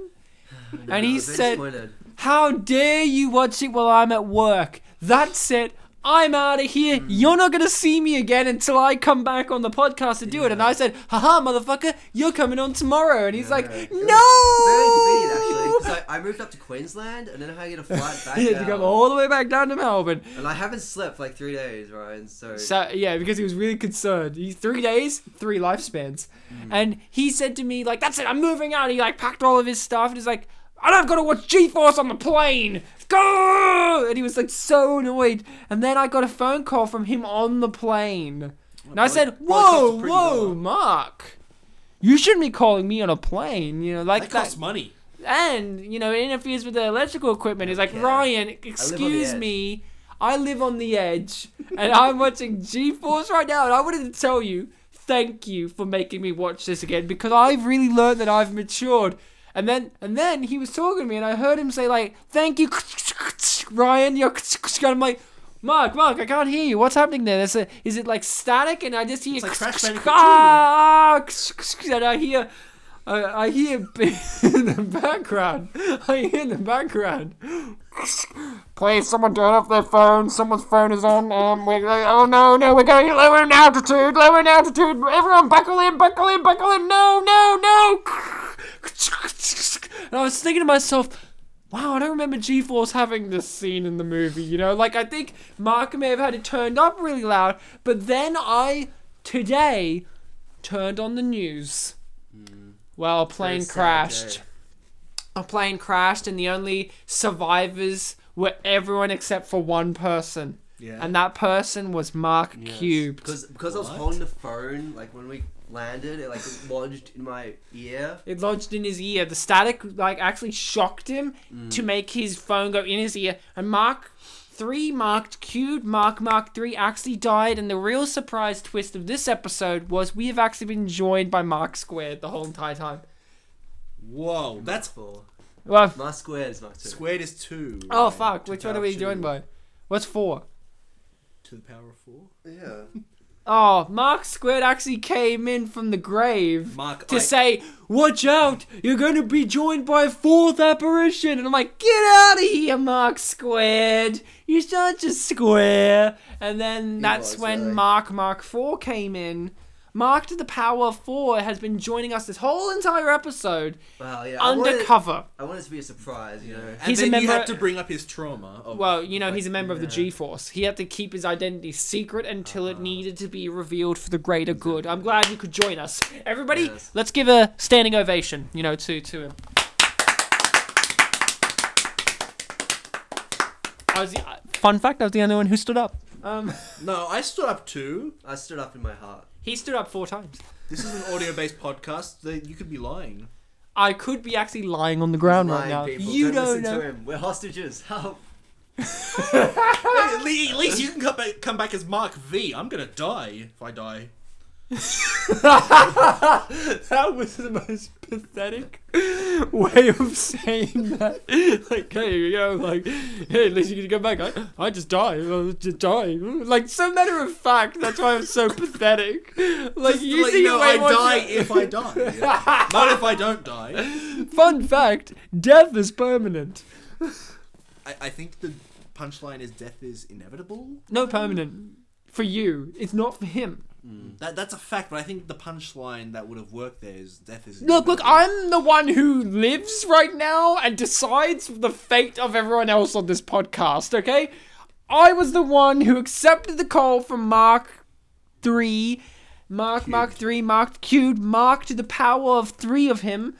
S1: And he
S3: I was very
S1: said,
S3: disappointed.
S1: How dare you watch it while I'm at work? That's it. I'm out of here.
S3: Hmm.
S1: You're not going to see me again until I come back on the podcast to do it. And I said, haha, motherfucker, you're coming on tomorrow. And he's like,
S3: Yeah.
S1: no!
S3: It Very convenient, actually. Because I, I moved up to Queensland and then I had to get a flight back.
S1: he had to
S3: down.
S1: come all the way back down to Melbourne.
S3: And I haven't slept for like three days, Ryan. So,
S1: So yeah, because he was really concerned. He three days, three lifespans,
S2: Mm.
S1: and he said to me like, "That's it, I'm moving out." He like packed all of his stuff and he's like, "And I've got to watch G-force on the plane." Go! And he was like so annoyed. And then I got a phone call from him on the plane, and I
S2: probably-
S1: said,
S2: probably cost
S1: "Whoa,
S2: a pretty
S1: whoa,
S2: dollar."
S1: Mark." You shouldn't be calling me on a plane, you know, like
S2: that costs money.
S1: and you know it interferes with the electrical equipment. He's like,
S3: care.
S1: Ryan, excuse
S3: edge."
S1: me, I live on the edge, and I'm watching G-force right now, and I wanted to tell you, thank you for making me watch this again because I've really learned that I've matured. And then and then he was talking to me, and I heard him say like, thank you, Ryan. You're and I'm like. Mark, Mark, I can't hear you. What's happening there? Is it, is it like static? And I just hear
S2: It's like Crash Bandicoot
S1: ah, and I hear I, I hear b- in the background. I hear in the background. Please, someone turn off their phone. Someone's phone is on. Um, we're, oh no, no, we're going lower in altitude. Lower in altitude. Everyone, buckle in, buckle in, buckle in. No, no, no. And I was thinking to myself, wow, I don't remember G-force having this scene in the movie. You know, like I think Mark may have had it turned up really loud, but then I today turned on the news. Well, a
S3: Hmm. very
S1: plane
S3: sad eh?
S1: crashed.
S3: day.
S1: A plane crashed, and the only survivors were everyone except for one person.
S2: Yeah.
S1: And that person was Mark
S3: Yes.
S1: Cubed.
S3: Because because I was
S2: What?
S3: holding the phone, like when we landed, it like lodged in my ear.
S1: It lodged in his ear. The static like actually shocked him to make his phone go in his ear. And Mark three marked cubed Mark Mark three actually died. And the real surprise twist of this episode was we have actually been joined by Mark Squared the whole entire time.
S2: Whoa, that's
S3: four.
S1: Well,
S3: My squared is Mark two.
S2: squared is two.
S1: oh
S2: right?
S1: fuck,
S2: Two
S1: which one
S2: power
S1: are we
S2: two
S1: joined by? What's four?
S2: To the power of four.
S3: Yeah.
S1: Oh, Mark Squared actually came in from the grave
S2: Mark,
S1: to
S2: I,
S1: say, "Watch out! You're going to be joined by a fourth apparition." And I'm like, "Get out of here, Mark Squared! You're such a square!" And then that's
S3: was, uh,
S1: when
S3: really.
S1: Mark Mark Four came in. Mark to the Power 4 has been joining us this whole entire episode
S3: Wow, yeah. I wanted-
S1: undercover.
S3: I want it to be a surprise, you know.
S2: And
S1: He's a
S2: then you
S1: member-
S2: had to bring up his trauma. Of,
S1: Well, you know,
S2: like,
S1: he's a member of the Uh-huh.
S3: yeah.
S1: G Force. He had to keep his identity secret until it needed to be revealed for the greater good. I'm glad you could join us. Everybody,
S3: Yes.
S1: let's give a standing ovation, you know, to, to him. I was the, uh, fun fact, I was the only one who stood up. Um,
S2: No, I stood up too.
S3: I stood up in my heart.
S1: he stood up four times.
S2: This is an audio-based podcast. That you could be lying.
S1: I could be actually lying on the ground right
S3: Lying
S1: now.
S3: people,
S1: You
S3: don't
S1: don't
S3: listen to
S1: know.
S3: him. We're hostages. Help.
S2: Hey, at le- at least you can come back, come back as Mark V. I'm gonna die if I die.
S1: That was the most pathetic way of saying that. Like, hey, you know, like, hey, at least you can go back. I, I just die. I just die. Like, so matter of fact, that's why I'm so pathetic. Like,
S2: Just to
S1: you
S2: let
S1: see
S2: you know,
S1: way
S2: I
S1: more-
S2: die if I die. Not if I don't die.
S1: Fun fact death is permanent.
S2: I, I think the punchline is death is inevitable.
S1: No, permanent. For you, it's not for him.
S2: That that's a fact, but I think the punchline that would have worked there is death is.
S1: Look, look,
S2: inevitable.
S1: I'm the one who lives right now and decides the fate of everyone else on this podcast, okay? I was the one who accepted the call from Mark 3, Mark, Mark 3, Mark Cubed, Mark to the power of 3 of him,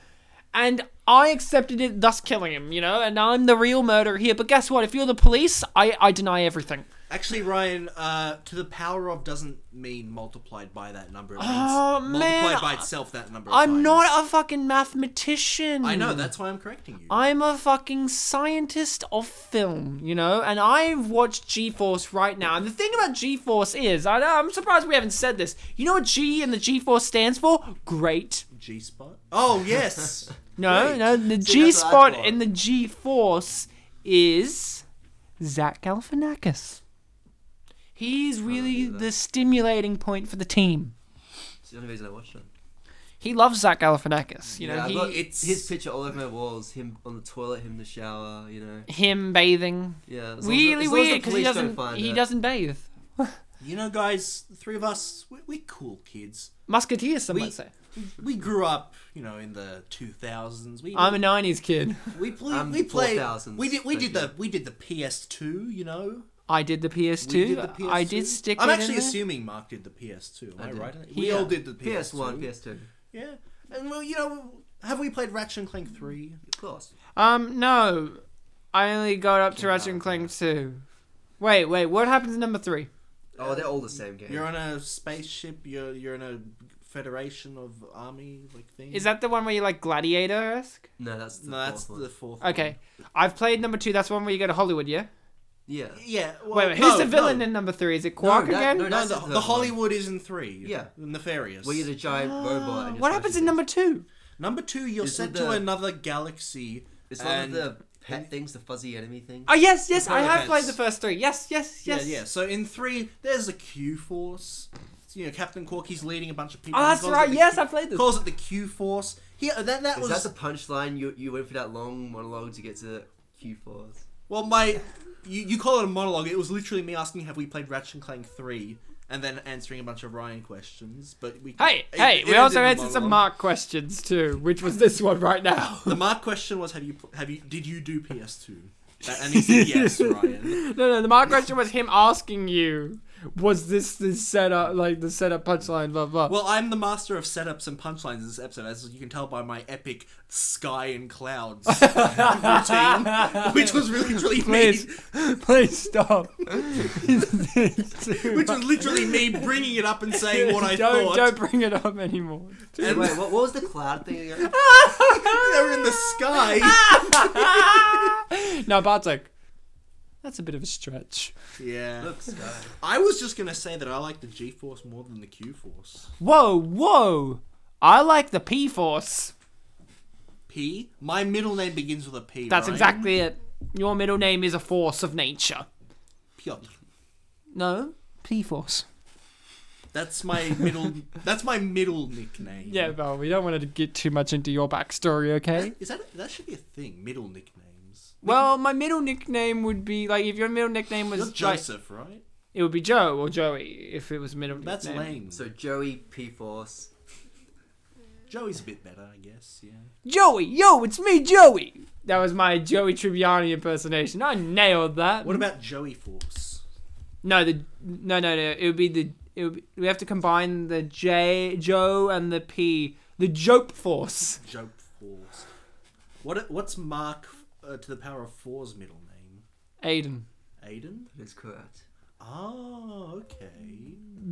S1: and I accepted it, thus killing him, you know? And I'm the real murderer here, but guess what? If you're the police, I, I deny everything.
S2: Actually, Ryan, uh, to the power of doesn't mean multiplied by that number. It means
S1: Oh, man,
S2: multiplied by
S1: I-
S2: itself that number. Of
S1: I'm
S2: times.
S1: not a fucking mathematician.
S2: I know. That's why I'm correcting you.
S1: I'm a fucking scientist of film, you know, and I've watched G-force right now. And the thing about G-force is, I, I'm surprised we haven't said this. You know what G and the G-force stands for? Great.
S2: G spot. Oh yes.
S1: No,
S2: Great.
S1: no, the
S3: See, that's
S1: G-spot
S3: what I thought.
S1: in the G-force is Zach Galifianakis. He's really
S3: that.
S1: the stimulating point for the team.
S3: It's the only reason I watched it.
S1: He loves Zach Galifianakis, you know.
S3: yeah,
S1: he,
S3: I've got
S2: it's-
S3: his picture all over my walls. Him on the toilet. Him in the shower. You know.
S1: him bathing.
S3: Yeah. as long as the-
S1: Really
S3: as long as the
S1: weird because he
S3: police don't
S1: doesn't.
S3: find
S1: He
S3: it.
S1: doesn't bathe.
S2: you know, guys, the three of us, we we cool kids.
S1: Musketeer, some
S2: We-
S1: might say.
S2: We grew up, you know, in the 2000s. We
S1: I'm a '90s kid.
S2: we pl-
S3: I'm
S2: we played
S3: 4000s,
S2: we did we
S3: thank
S2: did the we did the PS2, you know.
S1: I did the PS2.
S2: We did the
S1: I did stick.
S2: I'm
S1: it in
S2: actually
S1: there.
S2: assuming Mark did the PS2. Am I,
S3: did.
S2: right? We
S1: Yeah.
S2: all did the PS2.
S3: PS1, PS2.
S2: Yeah. And well, you know, have we played Ratchet and Clank 3?
S3: Of course.
S1: Um, no, I only got up to Ratchet and Clank two. Wait, wait, what happens in number three?
S3: Oh, they're all the same game.
S2: You're on a spaceship, you're you're in a federation of army like thing.
S1: Is that the one where you like gladiator esque?
S3: No, that's the
S2: No, that's
S3: fourth one.
S2: the fourth. one.
S1: Okay, I've played number two. That's the one where you go to Hollywood, yeah.
S3: Yeah.
S2: Yeah. Well,
S1: Wait, wait, who's
S2: no,
S1: the villain
S2: no.
S1: in number three? Is it Quark
S3: that-
S1: again?
S3: no,
S2: No,
S3: That's
S2: the,
S3: the third
S2: the
S3: one.
S2: Hollywood is in three.
S3: Yeah.
S2: Nefarious.
S3: Where you're the giant robot. and
S1: Ah,
S3: you're
S1: what
S3: supposed
S1: happens
S3: to
S1: in
S3: do-
S1: number two?
S2: Number two, you're
S3: Is it
S2: sent
S3: the-
S2: to another galaxy.
S3: It's
S2: and,
S3: one of the pet things, the fuzzy enemy thing.
S1: Oh yes, yes, I
S2: Polar
S1: have
S2: Pets.
S1: played the first three. Yes, yes, yes.
S2: Yeah, yeah. So in three, there's a Q Force. You know, Captain Quark, he's leading a bunch of people.
S1: Oh,
S2: He
S1: that's
S2: calls it
S1: right.
S2: the
S1: Yes,
S2: Q-
S1: I played this.
S2: Calls it the Q Force. Here, that that
S3: Is
S2: was
S3: that the punchline? You you went for that long monologue to get to Q Force.
S2: well, my you, you call it a monologue. It was literally me asking, "Have we played Ratchet and Clank 3? And then answering a bunch of Ryan questions. But we
S1: Hey,
S2: it-
S1: hey,
S2: it
S1: we
S2: ended
S1: also
S2: in a
S1: answered some
S2: monologue.
S1: Mark questions too, which was this one right now.
S2: The mark question was, "Have you pl- have you did you do PS2?" That- And he said, "Yes, Ryan."
S1: No, no. The my question was him asking you, was this the setup, like the setup punchline, blah blah.
S2: Well, I'm the master of setups and punchlines in this episode, as you can tell by my epic sky and clouds routine, which was really, really
S1: please,
S2: me.
S1: please stop.
S2: Which
S1: which
S2: was literally me bringing it up and saying what I
S1: don't,
S2: thought.
S1: Don't bring it up anymore.
S3: Wait,
S2: And
S3: what, what was the cloud thing again?
S2: they were in the sky.
S1: no, Bart's like, that's a bit of a stretch.
S2: yeah.
S3: Look, Sky.
S2: I was just gonna say that I like the G force more than the Q force.
S1: Whoa, whoa. I like the P force.
S2: P. My middle name begins with a P.
S1: That's
S2: right?
S1: exactly it. Your middle name is a force of nature.
S2: Piotr.
S1: No, P force.
S2: That's my middle. that's my middle nickname.
S1: Yeah, well, we don't want to get too much into your backstory, okay?
S2: Is that that should be a thing? Middle nicknames.
S1: Well, my middle nickname would be like if your middle nickname was
S2: You're
S1: like,
S2: Joseph, right?
S1: It would be Joe or Joey if it was middle.
S2: That's
S1: name.
S2: lame.
S3: So Joey P Force.
S2: Joey's a bit better, I guess. Yeah.
S1: Joey, yo, it's me, Joey. That was my Joey Tribbiani impersonation. I nailed that.
S2: What about Joey Force?
S1: No, the no, no, no. It would be the. It would be, we have to combine the J, Joe, and the P. The Jope Force.
S2: Joe Force. What what's Mark uh, to the power of four's middle name?
S1: Aiden.
S2: Aiden.
S3: That is correct.
S2: Oh, okay.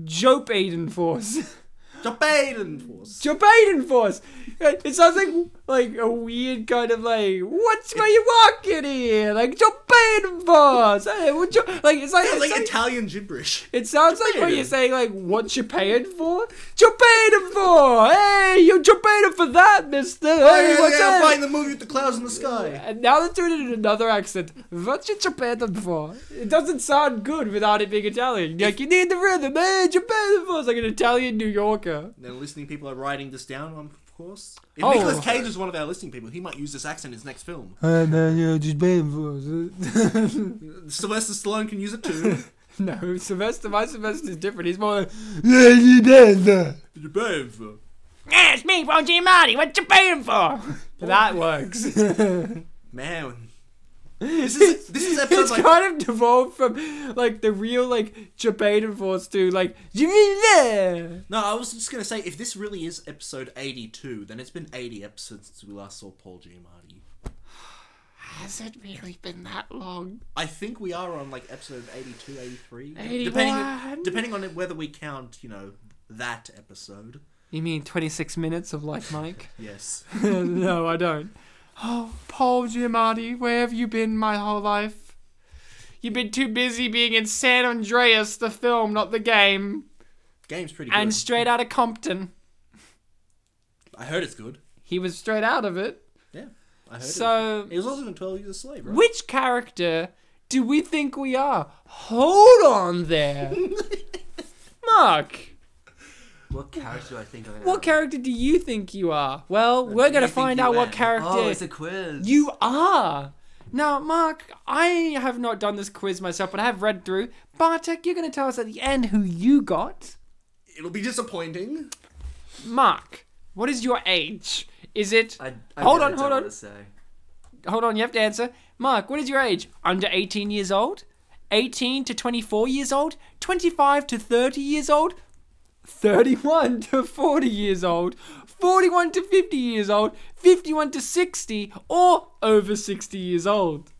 S1: Jope Aiden Force.
S2: Joe Aiden Force.
S1: Jope Aiden Force. It sounds like like a weird kind of like what's my you walking here like Jope Aiden Force. Hey, what you- like it's like,
S2: That's
S1: it's
S2: like
S1: like-
S2: Italian gibberish.
S1: It sounds like what
S2: Japan.
S1: you're saying, like, what you paying for? You're paying for! Hey, you're, you're paying for that, mister! Hey,
S2: Hey,
S1: what's
S2: yeah,
S1: that?
S2: find the movie with the clouds in the sky.
S1: And now they're doing it in another accent. What you paying for? It doesn't sound good without it being Italian. Like, you need the rhythm, hey, you're paying for! It's like an Italian New Yorker.
S2: Now, listening people are writing this down, um, of course. If
S1: Oh.
S2: Nicolas Cage is one of our listening people, he might use this accent in his next film.
S1: Hey, man, you're just paying for
S2: Sylvester Stallone can use it too.
S1: No, Sylvester, my Sylvester's different. He's more like, yeah, you're paying for.
S2: You're paying for-
S1: Yeah, it's me, Ron Giamatti, what you paying for? That works.
S2: Man. This is this is episode
S1: it's
S2: like
S1: kind of devolved from like the real like Japan force to like Jamila.
S2: No, I was just gonna say if this really is episode eighty two, then it's been eighty episodes since we last saw Paul Giamatti.
S1: Has it really been that long?
S2: I think we are on like episode 82, 83.
S1: 81.
S2: Depending depending on whether we count, you know, that episode.
S1: You mean 26 minutes of like Mike?
S2: Yes.
S1: no, I don't. Oh, Paul Giamatti, where have you been my whole life? You've been too busy being in San Andreas, the film, not the game,
S2: Game's pretty good.
S1: and straight out of Compton.
S2: I heard it's good.
S1: He was straight out of it.
S2: Yeah. I heard it.
S1: So,
S2: It was also in 12 Years a Slave, right?
S1: Which character do we think we are? Hold on there. Mark,
S3: What character do I think I am?
S1: what character do you think you are? Well, we're going
S2: do
S1: to
S2: you think
S1: find
S2: you
S1: out
S2: am?
S1: what character
S3: Oh, it's a quiz.
S1: you are. Now, Mark, I have not done this quiz myself, but I have read through. Bartek, you're going to tell us at the end who you got.
S2: It'll be disappointing.
S1: Mark, what is your age? Is it.
S3: I, I
S1: Hold
S3: really
S1: on,
S3: don't
S1: hold
S3: want
S1: on.
S3: To say.
S1: hold on, you have to answer. Mark, what is your age? Under 18 years old? 18 to 24 years old? 25 to 30 years old? 31 to 40 years old? 41 to 50 years old? 51 to 60? Or over 60 years old?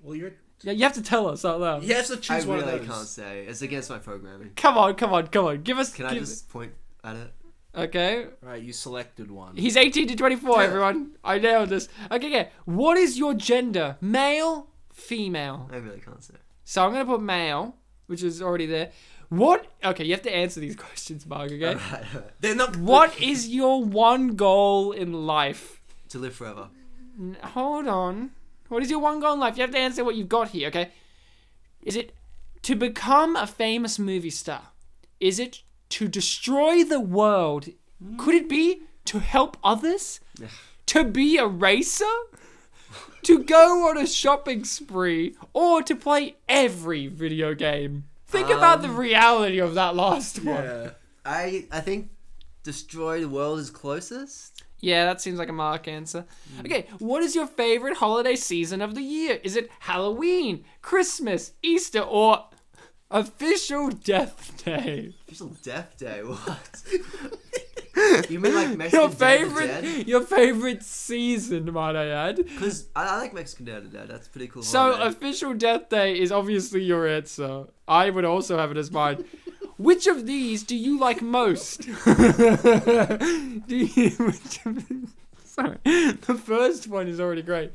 S2: Well, you're.
S1: Yeah, You have to tell us out loud.
S2: You have to
S3: I
S2: choose one
S3: really
S2: of
S3: can't
S2: those.
S3: say. It's against my programming.
S1: Come on, come on, come on. Give us.
S3: Can
S1: give,
S3: I just point at it?
S1: Okay.
S2: Right, you selected one.
S1: He's 18 to 24,
S2: Yeah.
S1: everyone. I nailed this. Okay, okay. What is your gender? Male? Female?
S3: I really can't say.
S1: So I'm gonna put male, which is already there. What? Okay, you have to answer these questions, Mark. Okay.
S2: They're not.
S1: What is your one goal in life?
S3: to live forever.
S1: N- Hold on. What is your one goal in life? You have to answer what you've got here. Okay. Is it to become a famous movie star? Is it to destroy the world? Could it be to help others? to be a racer? to go on a shopping spree? Or to play every video game? Think about the reality of that last one. Yeah.
S2: Yeah.
S3: I I think destroy the world is closest.
S1: that seems like a Mark answer. Okay, what is your favorite holiday season of the year? Is it Halloween, Christmas, Easter, or official death day?
S3: Official death day. What? you mean like Mexican
S1: Your
S3: Day of the Dead?
S1: favorite, your favorite season, might I add.
S3: Because I, I like Mexican Day of the Dead. That's a pretty cool.
S1: So
S3: holiday.
S1: official death day is obviously your answer. I would also have it as mine. Which of these do you like most? do you, which of these- sorry, the first one is already great.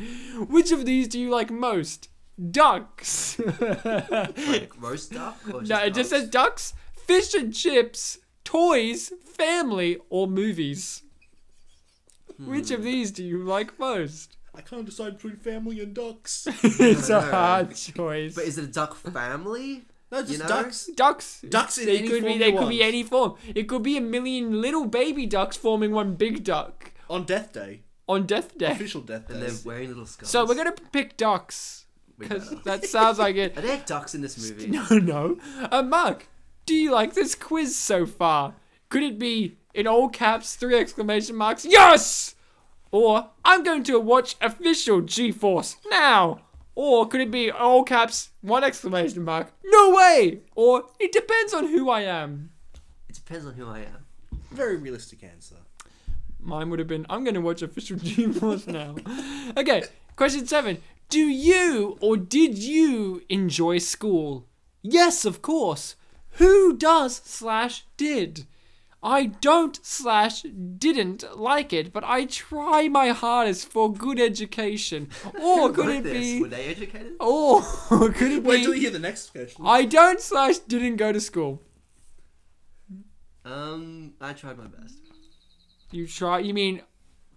S1: Which of these do you like most? Ducks. no,
S3: like roast duck. Or just
S1: it just
S3: ducks?
S1: says ducks, fish and chips, toys, family, or movies. Which
S3: Hmm.
S1: of these do you like most?
S2: I can't decide between family and ducks.
S1: it's a
S3: know.
S1: hard choice.
S3: But is it a duck family?
S2: No, just
S3: You know?
S2: ducks.
S1: ducks.
S2: Ducks in
S1: they
S2: any
S1: could
S2: form
S1: be
S2: you
S1: they could
S2: want.
S1: be any form. It could be a million little baby ducks forming one big duck
S2: On death day.
S1: on death day.
S2: Official death
S3: And they're
S2: day.
S3: wearing little skulls.
S1: So we're gonna pick ducks.
S3: We
S1: because
S3: better.
S1: that sounds like it.
S3: Are there ducks in this movie?
S1: No, no. Uh, Mark, do you like this quiz so far? Could it be in all caps, three exclamation marks, yes? Or I'm going to watch official G-force now. Or could it be all caps, one exclamation mark, no way? Or it depends on who I am.
S3: It depends on who I am.
S2: Very realistic answer.
S1: Mine would have been, I'm going to watch official G-force now. okay, question seven. Do you or did you enjoy school? Yes, of course. Who does slash did? I don't slash didn't like it, but I try my hardest for good education. Or
S3: Who
S1: could
S3: wrote
S1: it
S3: this?
S1: be?
S3: Were they educated?
S1: Or could it
S2: Wait till you
S1: be?
S2: hear the next question.
S1: I don't slash didn't go to school.
S3: Um, I tried my best.
S1: You try. You mean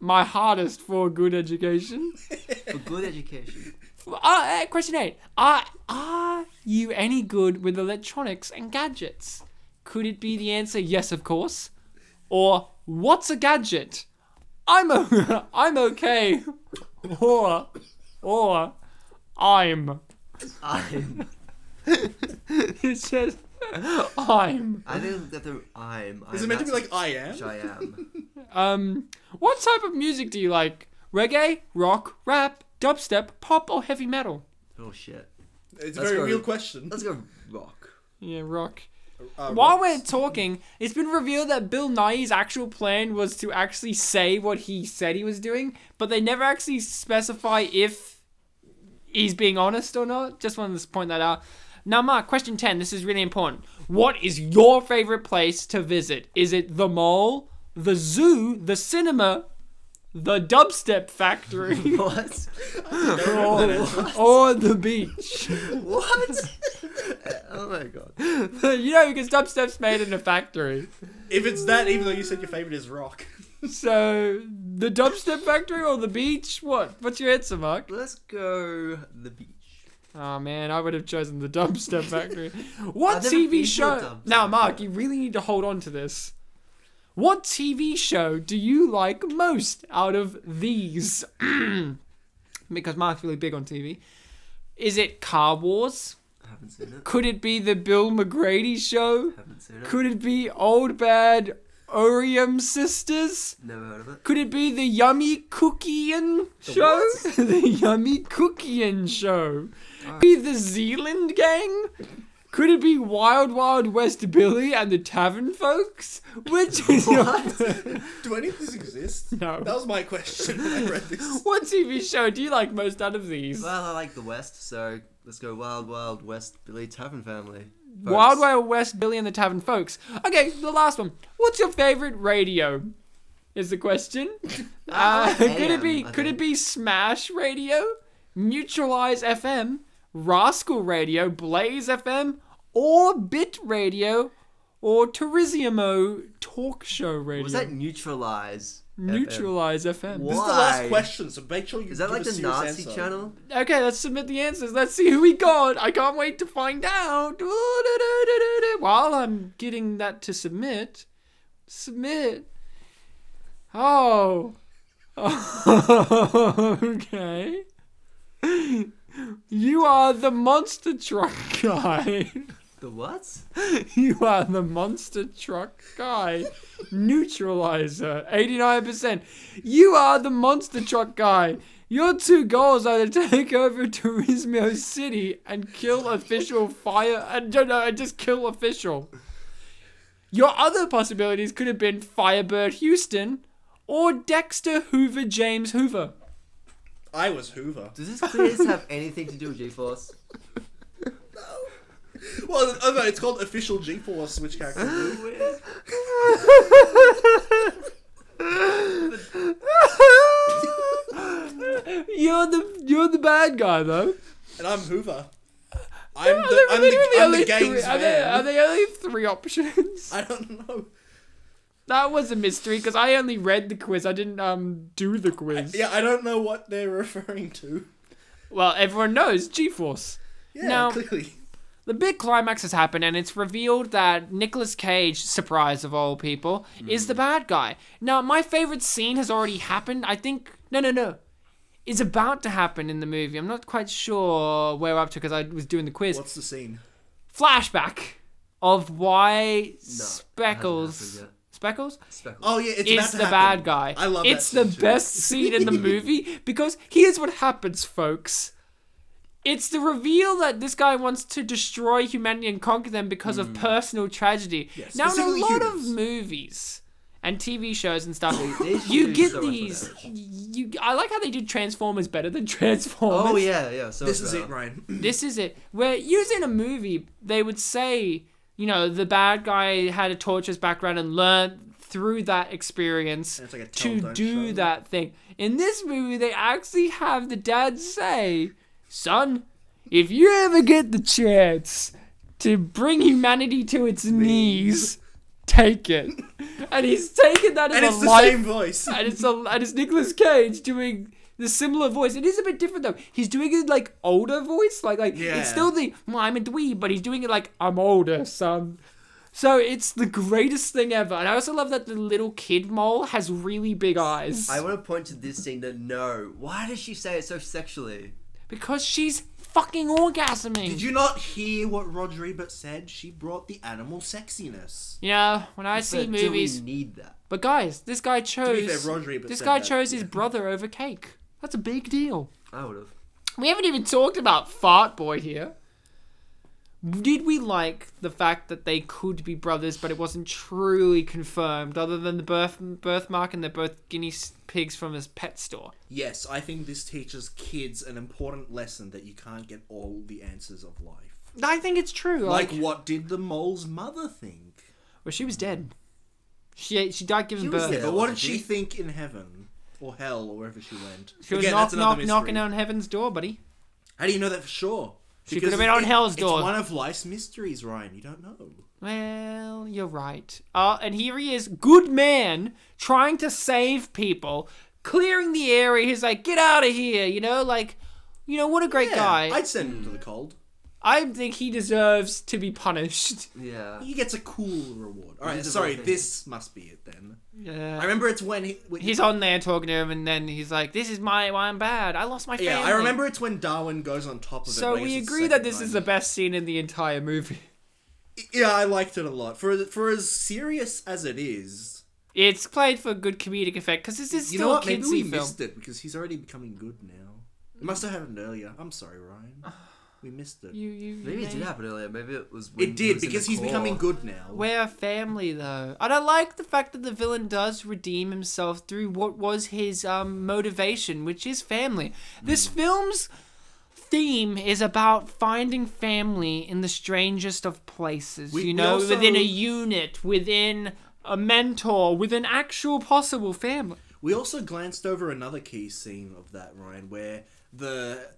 S1: my hardest for good education?
S3: For good education.
S1: Uh, uh, question eight. Are, are you any good with electronics and gadgets? Could it be the answer yes, of course? Or what's a gadget? I'm o- I'm okay. Or or I'm.
S3: I'm.
S1: It says I'm.
S3: I think that the I'm.
S2: Is
S3: I'm
S2: it meant to be
S3: that's
S2: like I am?
S3: Which I am.
S1: Um, what type of music do you like? Reggae, rock, rap, dubstep, pop, or heavy metal?
S3: Oh shit.
S2: It's a
S3: Let's
S2: very
S3: go.
S2: real question.
S3: Let's go rock.
S1: Yeah, rock.
S2: Uh,
S1: While
S2: Ross.
S1: we're talking, it's been revealed that Bill Nye's actual plan was to actually say what he said he was doing, but they never actually specify if he's being honest or not. Just wanted to point that out. Now, Mark, question 10. This is really important. What is your favorite place to visit? Is it the mall, the zoo, the cinema, the dubstep factory,
S3: What?
S1: or, or the beach?
S3: what? oh my god.
S1: you know, because dubstep's made in a factory.
S2: If it's that, even though you said your favorite is rock,
S1: So the dubstep factory or the beach? What? What's your answer, Mark?
S3: Let's go the beach.
S1: Oh man, I would have chosen the dubstep factory. What
S3: I've never been to
S1: TV
S3: a
S1: show?
S3: dubstep
S1: Now, Mark,
S3: factory.
S1: you really need to hold on to this. What TV show do you like most out of these? because Mark's really big on TV. Is it Car Wars?
S3: I haven't seen it.
S1: Could it be the Bill McGrady show?
S3: Haven't seen it.
S1: Could it be Old Bad Orium Sisters?
S3: Never heard of it.
S1: Could it be the Yummy Cookian show? the Yummy Cookian show. Could it be the Zealand Gang? Could it be Wild Wild West Billy and the Tavern Folks? Which is your-
S2: do any of this exist?
S1: No.
S2: That was my question when I read this.
S1: what TV show do you like most out of these?
S3: Well, I like the West, so let's go Wild Wild West Billy Tavern Family.
S1: Wild
S3: Folks.
S1: Wild West Billy and the Tavern Folks. Okay, the last one. What's your favorite radio? Is the question. Uh,
S3: I like
S1: could it be
S3: AM, I
S1: could it
S3: think.
S1: be Smash Radio, Neutralize FM, Rascal Radio, Blaze FM, or Bit Radio, or Turismo Talk Show Radio?
S3: Was that Neutralize? FM?
S1: Neutralize FM?
S3: What?
S2: This is the last
S3: Why?
S2: question, so make sure you.
S3: Is that
S2: give
S3: like
S2: a
S3: the
S2: serious
S3: Nazi
S2: answer.
S3: channel?
S1: Okay, let's submit the answers. Let's see who we got. I can't wait to find out. While I'm getting that to submit, submit. Oh. okay. You are the monster truck guy.
S3: The what?
S1: You are the monster truck guy. Neutralizer, 89%. You are the monster truck guy. Your two goals are to take over Turismo City and kill official fire. uh, I don't know, just kill official. Your other possibilities could have been Firebird Houston or Dexter Hoover James Hoover.
S2: I was Hoover.
S3: Does this quiz have anything to do with G-force?
S2: Well, oh no, it's called official G-force. Which character?
S1: You're the you're the bad guy though.
S2: and I'm Hoover. I'm
S1: Are
S2: the,
S1: there
S2: I'm
S1: literally
S2: the, I'm
S1: only
S2: the
S1: three-
S2: gang's
S1: are there- are
S2: man.
S1: there only three options?
S2: I don't know.
S1: That was a mystery because I only read the quiz. I didn't um do the quiz.
S2: Yeah, I don't know what they're referring to.
S1: Well, everyone knows G-force.
S2: Yeah,
S1: Now-
S2: clearly.
S1: The big climax has happened, and it's revealed that Nicolas Cage, surprise of all people, is the bad guy. Now, my favorite scene has already happened. I think no, no, no. is about to happen in the movie. I'm not quite sure where we're up to because I was doing the quiz.
S2: What's the scene?
S1: Flashback of why
S3: happened
S1: Speckles.
S3: yet.
S1: Speckles?
S3: Speckles.
S2: Oh yeah, it's about
S1: is
S2: to
S1: the
S2: happen.
S1: bad guy.
S2: I love
S1: It's
S2: that
S1: the
S2: shit.
S1: best scene in the movie because here's what happens, folks. It's the reveal that this guy wants to destroy humanity and conquer them because of personal tragedy.
S2: Hmm. Yes,
S1: now, in a
S2: specifically
S1: lot
S2: humans.
S1: of movies and TV shows and stuff,
S3: They should
S1: you
S3: do
S1: get
S3: so much with
S1: these.
S3: that.
S1: You, I like how they did Transformers better than Transformers.
S3: Oh yeah, yeah. So
S2: This is
S3: better.
S2: it, Ryan.
S1: This is it. Where using a movie, they would say, you know, the bad guy had a torturous background and learned through that experience
S2: And it's like a tell,
S1: to
S2: don't
S1: do
S2: show.
S1: that thing. In this movie, they actually have the dad say, "Son, if you ever get the chance to bring humanity to its knees, take it." And he's taken that as
S2: and
S1: a
S2: it's the
S1: life
S2: same voice.
S1: and it's a, and it's Nicolas Cage doing the similar voice. It is a bit different though. He's doing it like older voice, like like
S2: Yeah.
S1: it's still the "Well, I'm a dweeb, but he's doing it like I'm older, son. So it's the greatest thing ever, and I also love that the little kid mole has really big eyes
S3: I want to point to this scene that no. Why does she say it so sexually?
S1: because she's fucking orgasming.
S2: Did you not hear what Roger Ebert said? She brought the animal sexiness.
S1: You know, when I see
S3: But
S1: movies,
S3: Do we need that?
S1: but guys, this guy
S2: be
S1: chose
S2: fair, Roger Ebert
S1: this
S2: said
S1: guy
S2: that,
S1: chose his
S2: yeah.
S1: brother over cake. That's a big deal.
S3: I would have.
S1: We haven't even talked about Fart Boy here. Did we like the fact that they could be brothers, but it wasn't truly confirmed, other than the birth birthmark and they're both guinea s- pigs from his pet store?
S2: Yes, I think this teaches kids an important lesson that you can't get all the answers of life.
S1: I think it's true. Like,
S2: Like, what did the mole's mother think?
S1: well, she was dead. She she died giving
S3: She was
S1: birth.
S3: dead.
S2: But what did
S3: was
S2: she
S3: she?
S2: think in heaven? Or hell, or wherever she went?
S1: She was
S2: Again,
S1: knock,
S2: that's another
S1: knock,
S2: mystery.
S1: knocking on heaven's door, buddy.
S2: How do you know that for sure?
S1: She could have been on
S2: it-
S1: hell's door.
S2: It's one of life's mysteries, Ryan. You don't know.
S1: Well, you're right. Uh, and here he is, good man, trying to save people, clearing the area. He's like, get out of here, you know, like, you know, what a great
S2: Yeah,
S1: guy.
S2: I'd send him to the cold.
S1: I think he deserves to be punished.
S3: Yeah.
S2: He gets a cool reward. All right,
S3: is a
S2: sorry.
S3: reward.
S2: This must be it then. I
S1: Yeah.
S2: remember it's when he. When
S1: Uh, He's on there talking to him, and then he's like, "This is my why I'm bad. I lost my family."
S2: yeah, I remember it's when Darwin goes on top of it.
S1: So
S2: but I guess
S1: we
S2: it's
S1: agree that
S2: second
S1: this is the
S2: time.
S1: best scene in the entire movie.
S2: Yeah, I liked it a lot. For for as serious as it is,
S1: It's played for good comedic effect because this is
S2: you
S1: still
S2: know what?
S1: a
S2: Maybe
S1: kidsy
S2: we
S1: film.
S2: missed it because he's already becoming good now. It must have happened earlier. I'm sorry, Ryan. We missed it.
S1: You, you,
S3: Maybe
S1: you
S3: it did happen earlier. Maybe it was. When
S2: It
S3: he
S2: did
S3: was in
S2: because
S3: the
S2: he's
S3: core.
S2: becoming good now.
S1: We're a family though. And I like the fact that the villain does redeem himself through what was his um, motivation, which is family. This
S2: Hmm.
S1: film's theme is about finding family in the strangest of places.
S2: We-
S1: you
S2: we
S1: know,
S2: also-
S1: within a unit, within a mentor, with an actual possible family.
S2: We also glanced over another key scene of that Ryan, where the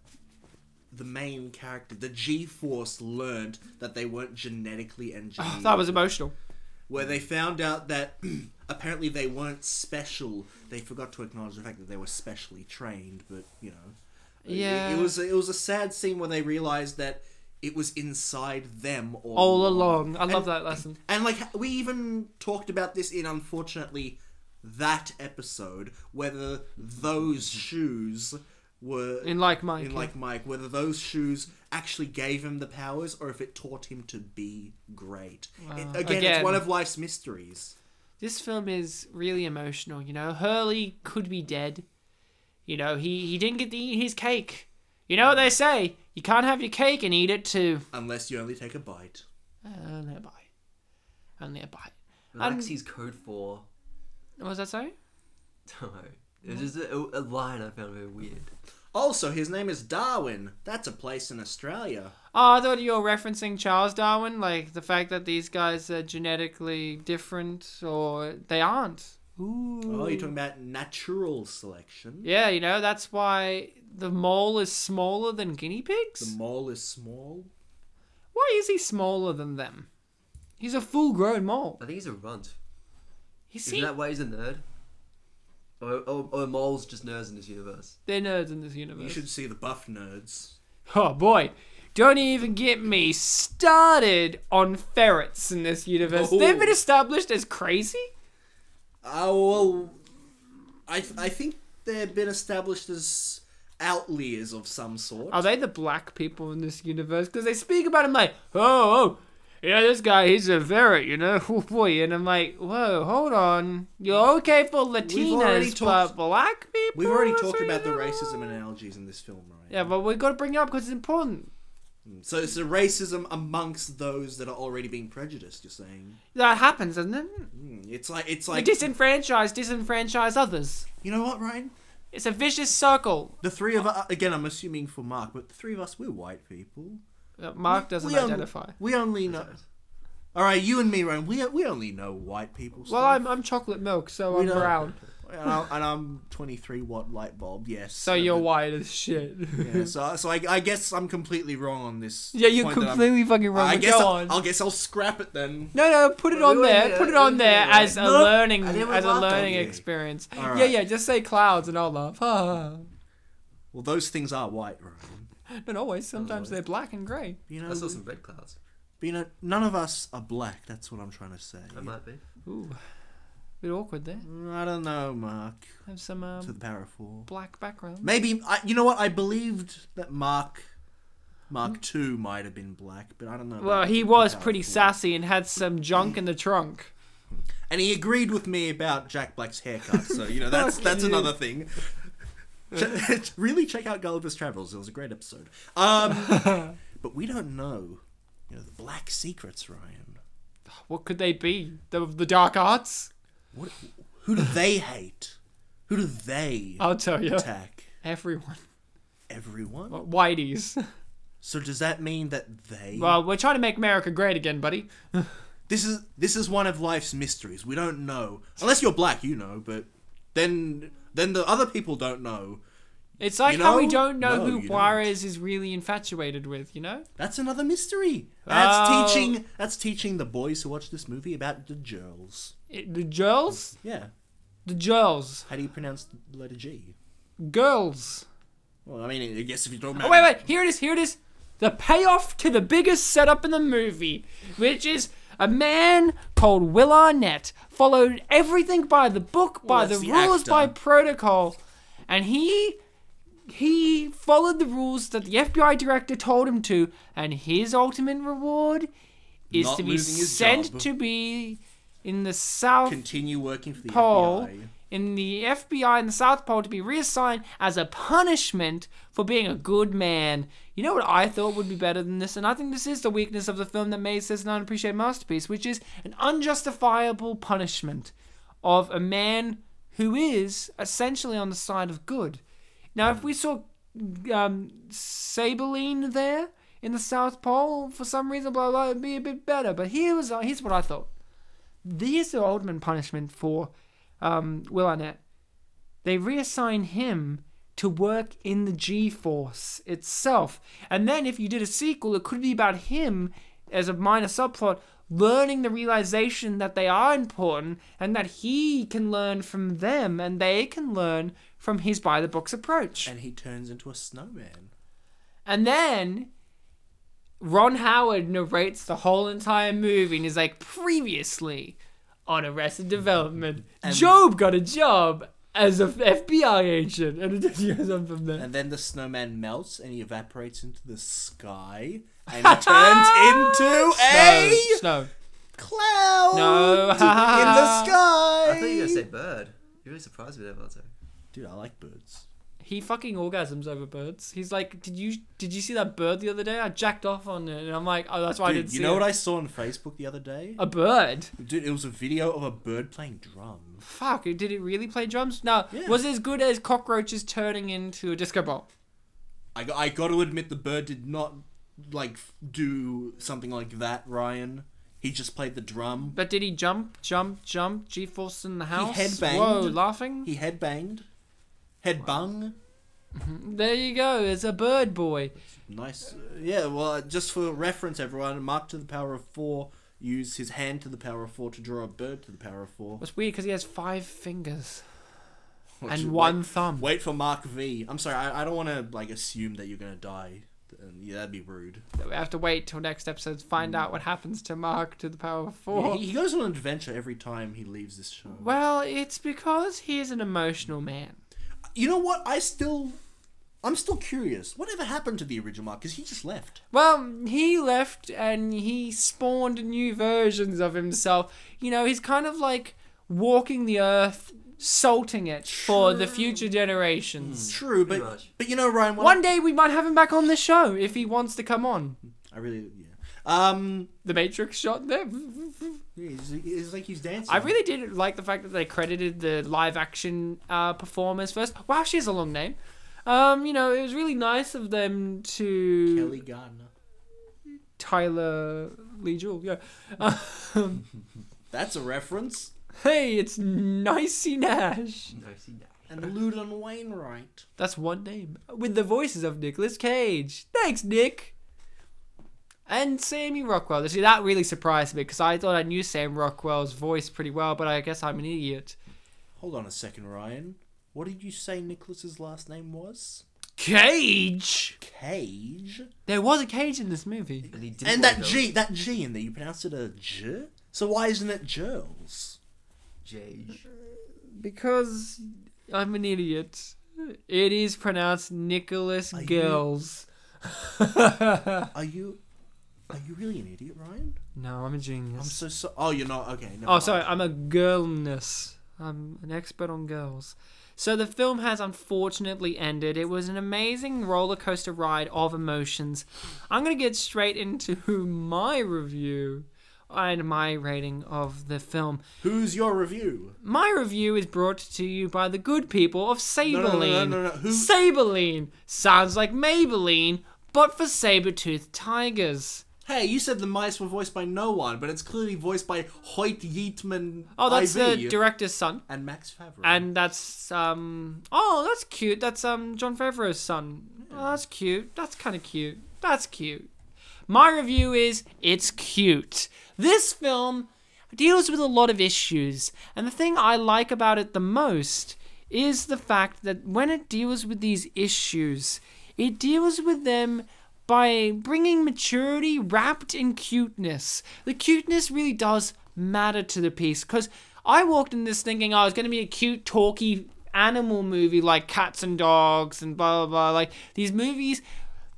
S2: the main character, the G-force, learned that they weren't genetically engineered.
S1: That was emotional.
S2: where they found out that apparently they weren't special. They forgot to acknowledge the fact that they were specially trained, but you know, it-
S1: Yeah.
S2: it, was it was a sad scene when they realized that it was inside them all,
S1: All along. I love that lesson.
S2: And like we even talked about this in unfortunately that episode whether those shoes were
S1: In like Mike.
S2: in
S1: yeah.
S2: like Mike whether those shoes actually gave him the powers or if it taught him to be great. It- again,
S1: again.
S2: it's one of life's mysteries.
S1: this film is really emotional. You know, Hurley could be dead. You know, he he didn't get to eat his cake. You know what they say? You can't have your cake and eat it too. Uh,
S2: Unless you only take a bite.
S1: Only a bite. Only a bite.
S3: Lexi's code for.
S1: What was that sorry?
S3: No, it was just a, a line I found very weird.
S2: Also, his name is Darwin. That's a place in Australia.
S1: Oh, I thought you were referencing Charles Darwin, like the fact that these guys are genetically different or they aren't. Ooh.
S2: Oh, you're talking about natural selection.
S1: Yeah, you know, that's why the mole is smaller than guinea pigs.
S2: The mole is small.
S1: Why is he smaller than them? He's a full grown mole.
S3: I think he's a runt.
S1: Is
S3: Isn't
S1: he?
S3: that why he's a nerd? Or, or, or moles just nerds in this universe.
S1: They're nerds in this
S2: You
S1: universe.
S2: should see the buff nerds.
S1: Oh boy. Don't even get me started on ferrets in this universe.
S2: Oh.
S1: They've been established as crazy?
S2: Uh, Oh, well, I, I think they've been established as outliers of some sort.
S1: Are they the black people in this universe? Because they speak about him like, oh, oh, yeah, this guy, he's a ferret, you know, oh boy. And I'm like, whoa, hold on. You're okay for
S2: already
S1: Latinas, but
S2: talked-
S1: black people?
S2: We've already
S1: That's
S2: talked
S1: what you
S2: about the
S1: don't
S2: racism
S1: want.
S2: analogies in this film, right?
S1: Yeah, but we've got to bring it up because it's important.
S2: So it's the racism amongst those that are already being prejudiced. You're saying
S1: That happens, doesn't it?
S2: Mm, it's like it's
S1: We
S2: like
S1: disenfranchise, disenfranchise others.
S2: you know what, Ryan?
S1: It's a vicious circle.
S2: The three of us again. I'm assuming for Mark, but the three of us we're white people.
S1: that Uh, Mark doesn't
S2: only-
S1: identify.
S2: we only know. All right, you and me, Ryan. We we only know white people.
S1: Well,
S2: stuff.
S1: I'm, I'm chocolate milk, so
S2: We
S1: I'm
S2: don't-
S1: brown.
S2: and I'm, and I'm 23 watt light bulb. Yes.
S1: So you're white as shit.
S2: Yeah, so so I, I guess I'm completely wrong on this.
S1: Yeah, you're
S2: point that I'm-
S1: completely fucking wrong.
S2: I
S1: but
S2: guess
S1: go
S2: I'll,
S1: on.
S2: I'll guess I'll scrap it then.
S1: No, no, put it
S3: Wait,
S1: on
S3: wait,
S1: there.
S3: wait,
S1: put it
S3: wait,
S1: on
S3: wait,
S1: there
S3: wait.
S1: as a
S3: No,
S1: learning,
S3: I never
S1: as a
S3: laughed at
S1: learning
S3: you.
S1: experience.
S2: All right.
S1: Yeah, yeah. Just say clouds, and I'll laugh. Ah.
S2: Well, those things are white, Ryan.
S1: Not always. Sometimes they're black and grey.
S2: You know,
S3: I saw some red clouds.
S2: you know, none of us are black. That's what I'm trying to say.
S3: That might be.
S1: Ooh, bit awkward there.
S2: Mm, I don't know, Mark.
S1: Have some
S2: To the
S1: um,
S2: power of four.
S1: black background.
S2: Maybe I, you know what? I believed that Mark, Mark Two might have been black, but I don't know.
S1: Hmm. Well,
S2: about
S1: he
S2: the
S1: was
S2: power of
S1: pretty
S2: four.
S1: sassy and had some junk in the trunk.
S2: and he agreed with me about Jack Black's haircut. So you know, that's
S1: Fuck
S2: that's
S1: you.
S2: another thing. Ch- really check out Gulliver's Travels. It was a great episode. Um, but we don't know, you know, the black secrets, Ryan.
S1: What could they be? The the dark arts?
S2: What? Who do they hate? Who do they
S1: I'll tell you.
S2: attack?
S1: Everyone.
S2: Everyone.
S1: Whiteys.
S2: So does that mean that they?
S1: Well, we're trying to make America great again, buddy.
S2: This is this is one of life's mysteries. We don't know unless you're black, you know. But then then the other people don't know.
S1: It's like
S2: You
S1: how we
S2: know?
S1: don't know
S2: No,
S1: who
S2: you don't.
S1: Juarez is really infatuated with, you know?
S2: That's another mystery. That's
S1: Oh.
S2: teaching. That's teaching the boys who watch this movie about the girls.
S1: It, the girls?
S2: Yeah.
S1: The girls.
S2: How do you pronounce the letter G?
S1: Girls.
S2: Well, I mean, I guess if you don't.
S1: Oh, wait, wait. Here it is. Here it is. The payoff to the biggest setup in the movie, which is a man called Will Arnett followed everything by the book, by the
S2: Oh, that's the
S1: rules,
S2: actor.
S1: by protocol, and he he followed the rules that the FBI director told him to, and his ultimate reward is
S2: Not
S1: to be
S2: losing his
S1: sent
S2: job.
S1: to be in the South
S2: Continue working for the
S1: Pole
S2: FBI.
S1: in the FBI in the South Pole to be reassigned as a punishment for being a good man. You know what I thought would be better than this, and I think this is the weakness of the film that May says an unappreciated masterpiece, which is an unjustifiable punishment of a man who is essentially on the side of good. Now, if we saw um, Sabeline there in the South Pole for some reason, blah blah, it'd be a bit better. But here was here's what I thought. Here's the ultimate punishment for um, Will Arnett. They reassign him to work in the G Force itself. And then if you did a sequel, it could be about him as a minor subplot learning the realization that they are important and that he can learn from them and they can learn from his by the books approach.
S2: And he turns into a snowman.
S1: And then Ron Howard narrates the whole entire movie and is like, previously on Arrested Development, Job got a job as an FBI agent. And it just goes on from there.
S2: And then the snowman melts and he evaporates into the sky and he turns into a
S1: Snow.
S2: cloud
S1: No.
S2: in the sky.
S3: I thought you were gonna say bird. You really surprised me there, Malto.
S2: Dude, I like birds.
S1: He fucking orgasms over birds. He's like, did you did you see that bird the other day? I jacked off on it, and I'm like, oh, that's why I
S2: Dude,
S1: didn't
S2: you
S1: see
S2: know
S1: it.
S2: what I saw on Facebook the other day?
S1: a bird.
S2: Dude, it was a video of a bird playing drum.
S1: Fuck, did it really play drums? No.
S2: Yeah.
S1: Was it as good as cockroaches turning into a disco ball?
S2: I, got- I got to admit, the bird did not like f- do something like that. Ryan, he just played the drum.
S1: But did he jump, jump, jump? G force in the house.
S2: headbanged.
S1: Whoa, laughing.
S2: He headbanged, headbung.
S1: There you go. It's a bird boy.
S2: Nice. Uh, yeah. Well, just for reference, everyone, Mark to the power of four used his hand to the power of four to draw a bird to the power of four.
S1: It's weird because he has five fingers
S2: Which is-
S1: and one
S2: wait-
S1: thumb.
S2: Wait for Mark V. I'm sorry. I, I don't want to like assume that you're gonna die. Uh, Yeah, that'd be rude.
S1: We have to wait till next episode to find out what happens to Mark to the power of four.
S2: Yeah, he, he goes on an adventure every time he leaves this show.
S1: Well, it's because he's an emotional man.
S2: You know what? I still, I'm still curious. Whatever happened to the original Mark? Because he just left.
S1: Well, he left and he spawned new versions of himself. You know, he's kind of like walking the earth, salting it for the future generations.
S2: True,
S3: Pretty
S2: but
S3: much.
S2: but you know Ryan. What
S1: One day we might have him back on the show if he wants to come on.
S2: I really yeah. Um,
S1: The Matrix shot there.
S2: yeah, it's, it's like he's dancing.
S1: I really did like the fact that they credited the live action uh, performers first. Wow, she has a long name. Um, you know, it was really nice of them to
S2: Kelly Gardner.
S1: Tyler Lee Jewel. Yeah. Um,
S2: That's a reference.
S1: hey, it's Nicey Nash.
S3: No, see, nah.
S2: And Ludon Wainwright.
S1: That's one name. With the voices of Nicolas Cage. Thanks, Nick. And Sammy Rockwell. See, that really surprised me because I thought I knew Sam Rockwell's voice pretty well, but I guess I'm an idiot.
S2: Hold on a second, Ryan. What did you say Nicholas's last name was?
S1: Cage!
S2: Cage.
S1: There was a cage in this movie.
S3: And, he didn't
S2: And
S3: like
S2: that G, that G in there, you pronounced it a J. So why isn't it Gerls?
S3: Jage.
S1: Because I'm an idiot. It is pronounced Nicholas
S2: Are you-
S1: Girls.
S2: Are you, are you really an idiot, Ryan?
S1: no, I'm a
S2: I'm
S1: genius.
S2: so sorry. Oh, you're not. Okay. No,
S1: Oh, sorry, I'm a girlness. I'm an expert on girls. So the film has unfortunately ended. It was an amazing roller coaster ride of emotions. I'm going to get straight into my review and my rating of the film.
S2: Who's your review?
S1: My review is brought to you by the good people of
S2: no, no, no,
S1: Saberline.
S2: no, no. Who-
S1: Saberline sounds like Maybelline, but for saber-toothed tigers.
S2: Hey, you said the mice were voiced by no one, but it's clearly voiced by Hoyt Yeatman.
S1: Oh, that's
S2: IV,
S1: the director's son.
S2: and Max Favreau.
S1: And that's um oh that's cute. That's um John Favreau's son. Oh, that's cute. That's kind of cute. That's cute. My review is it's cute. This film deals with a lot of issues, and the thing I like about it the most is the fact that when it deals with these issues, it deals with them by bringing maturity wrapped in cuteness. The cuteness really does matter to the piece because I walked in this thinking oh, I was going to be a cute, talky animal movie like Cats and Dogs and blah blah blah. Like these movies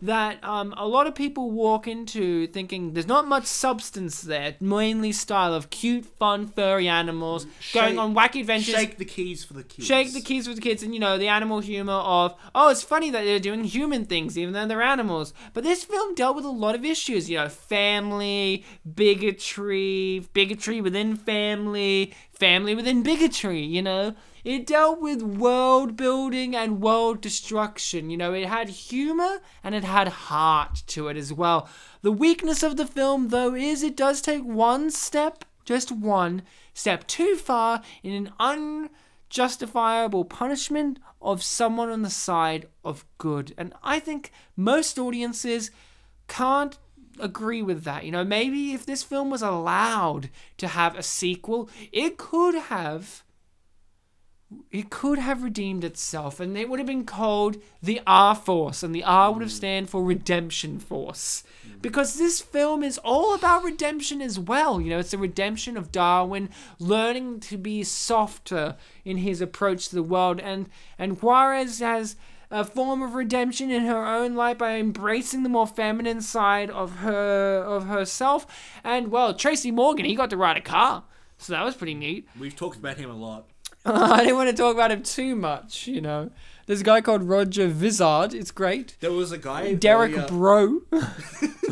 S1: that um, a lot of people walk into thinking there's not much substance there, mainly style of cute, fun, furry animals going
S2: Shake-
S1: on wacky adventures.
S2: shake the keys for the kids.
S1: Shake the keys with the kids, and you know the animal humor of oh, it's funny that they're doing human things even though they're animals. But this film dealt with a lot of issues, you know, family, bigotry, bigotry within family, family within bigotry. You know, it dealt with world building and world destruction. You know, it had humor and it had heart to it as well. The weakness of the film, though, is it does take one step just one step too far in an unjustifiable punishment of someone on the side of good. And I think most audiences can't agree with that. You know, maybe if this film was allowed to have a sequel, it could have it could have redeemed itself and it would have been called the R Force and the R would have stand for Redemption Force because this film is all about redemption as well you know it's the redemption of Darwin learning to be softer in his approach to the world and and Juarez has a form of redemption in her own life by embracing the more feminine side of her of herself and well Tracy Morgan he got to ride a car so that was pretty neat
S2: We've talked about him a lot.
S1: I didn't want to talk about him too much, you know. There's a guy called Roger Vizard. It's great.
S2: There was a guy.
S1: Derek
S2: earlier-
S1: Bro.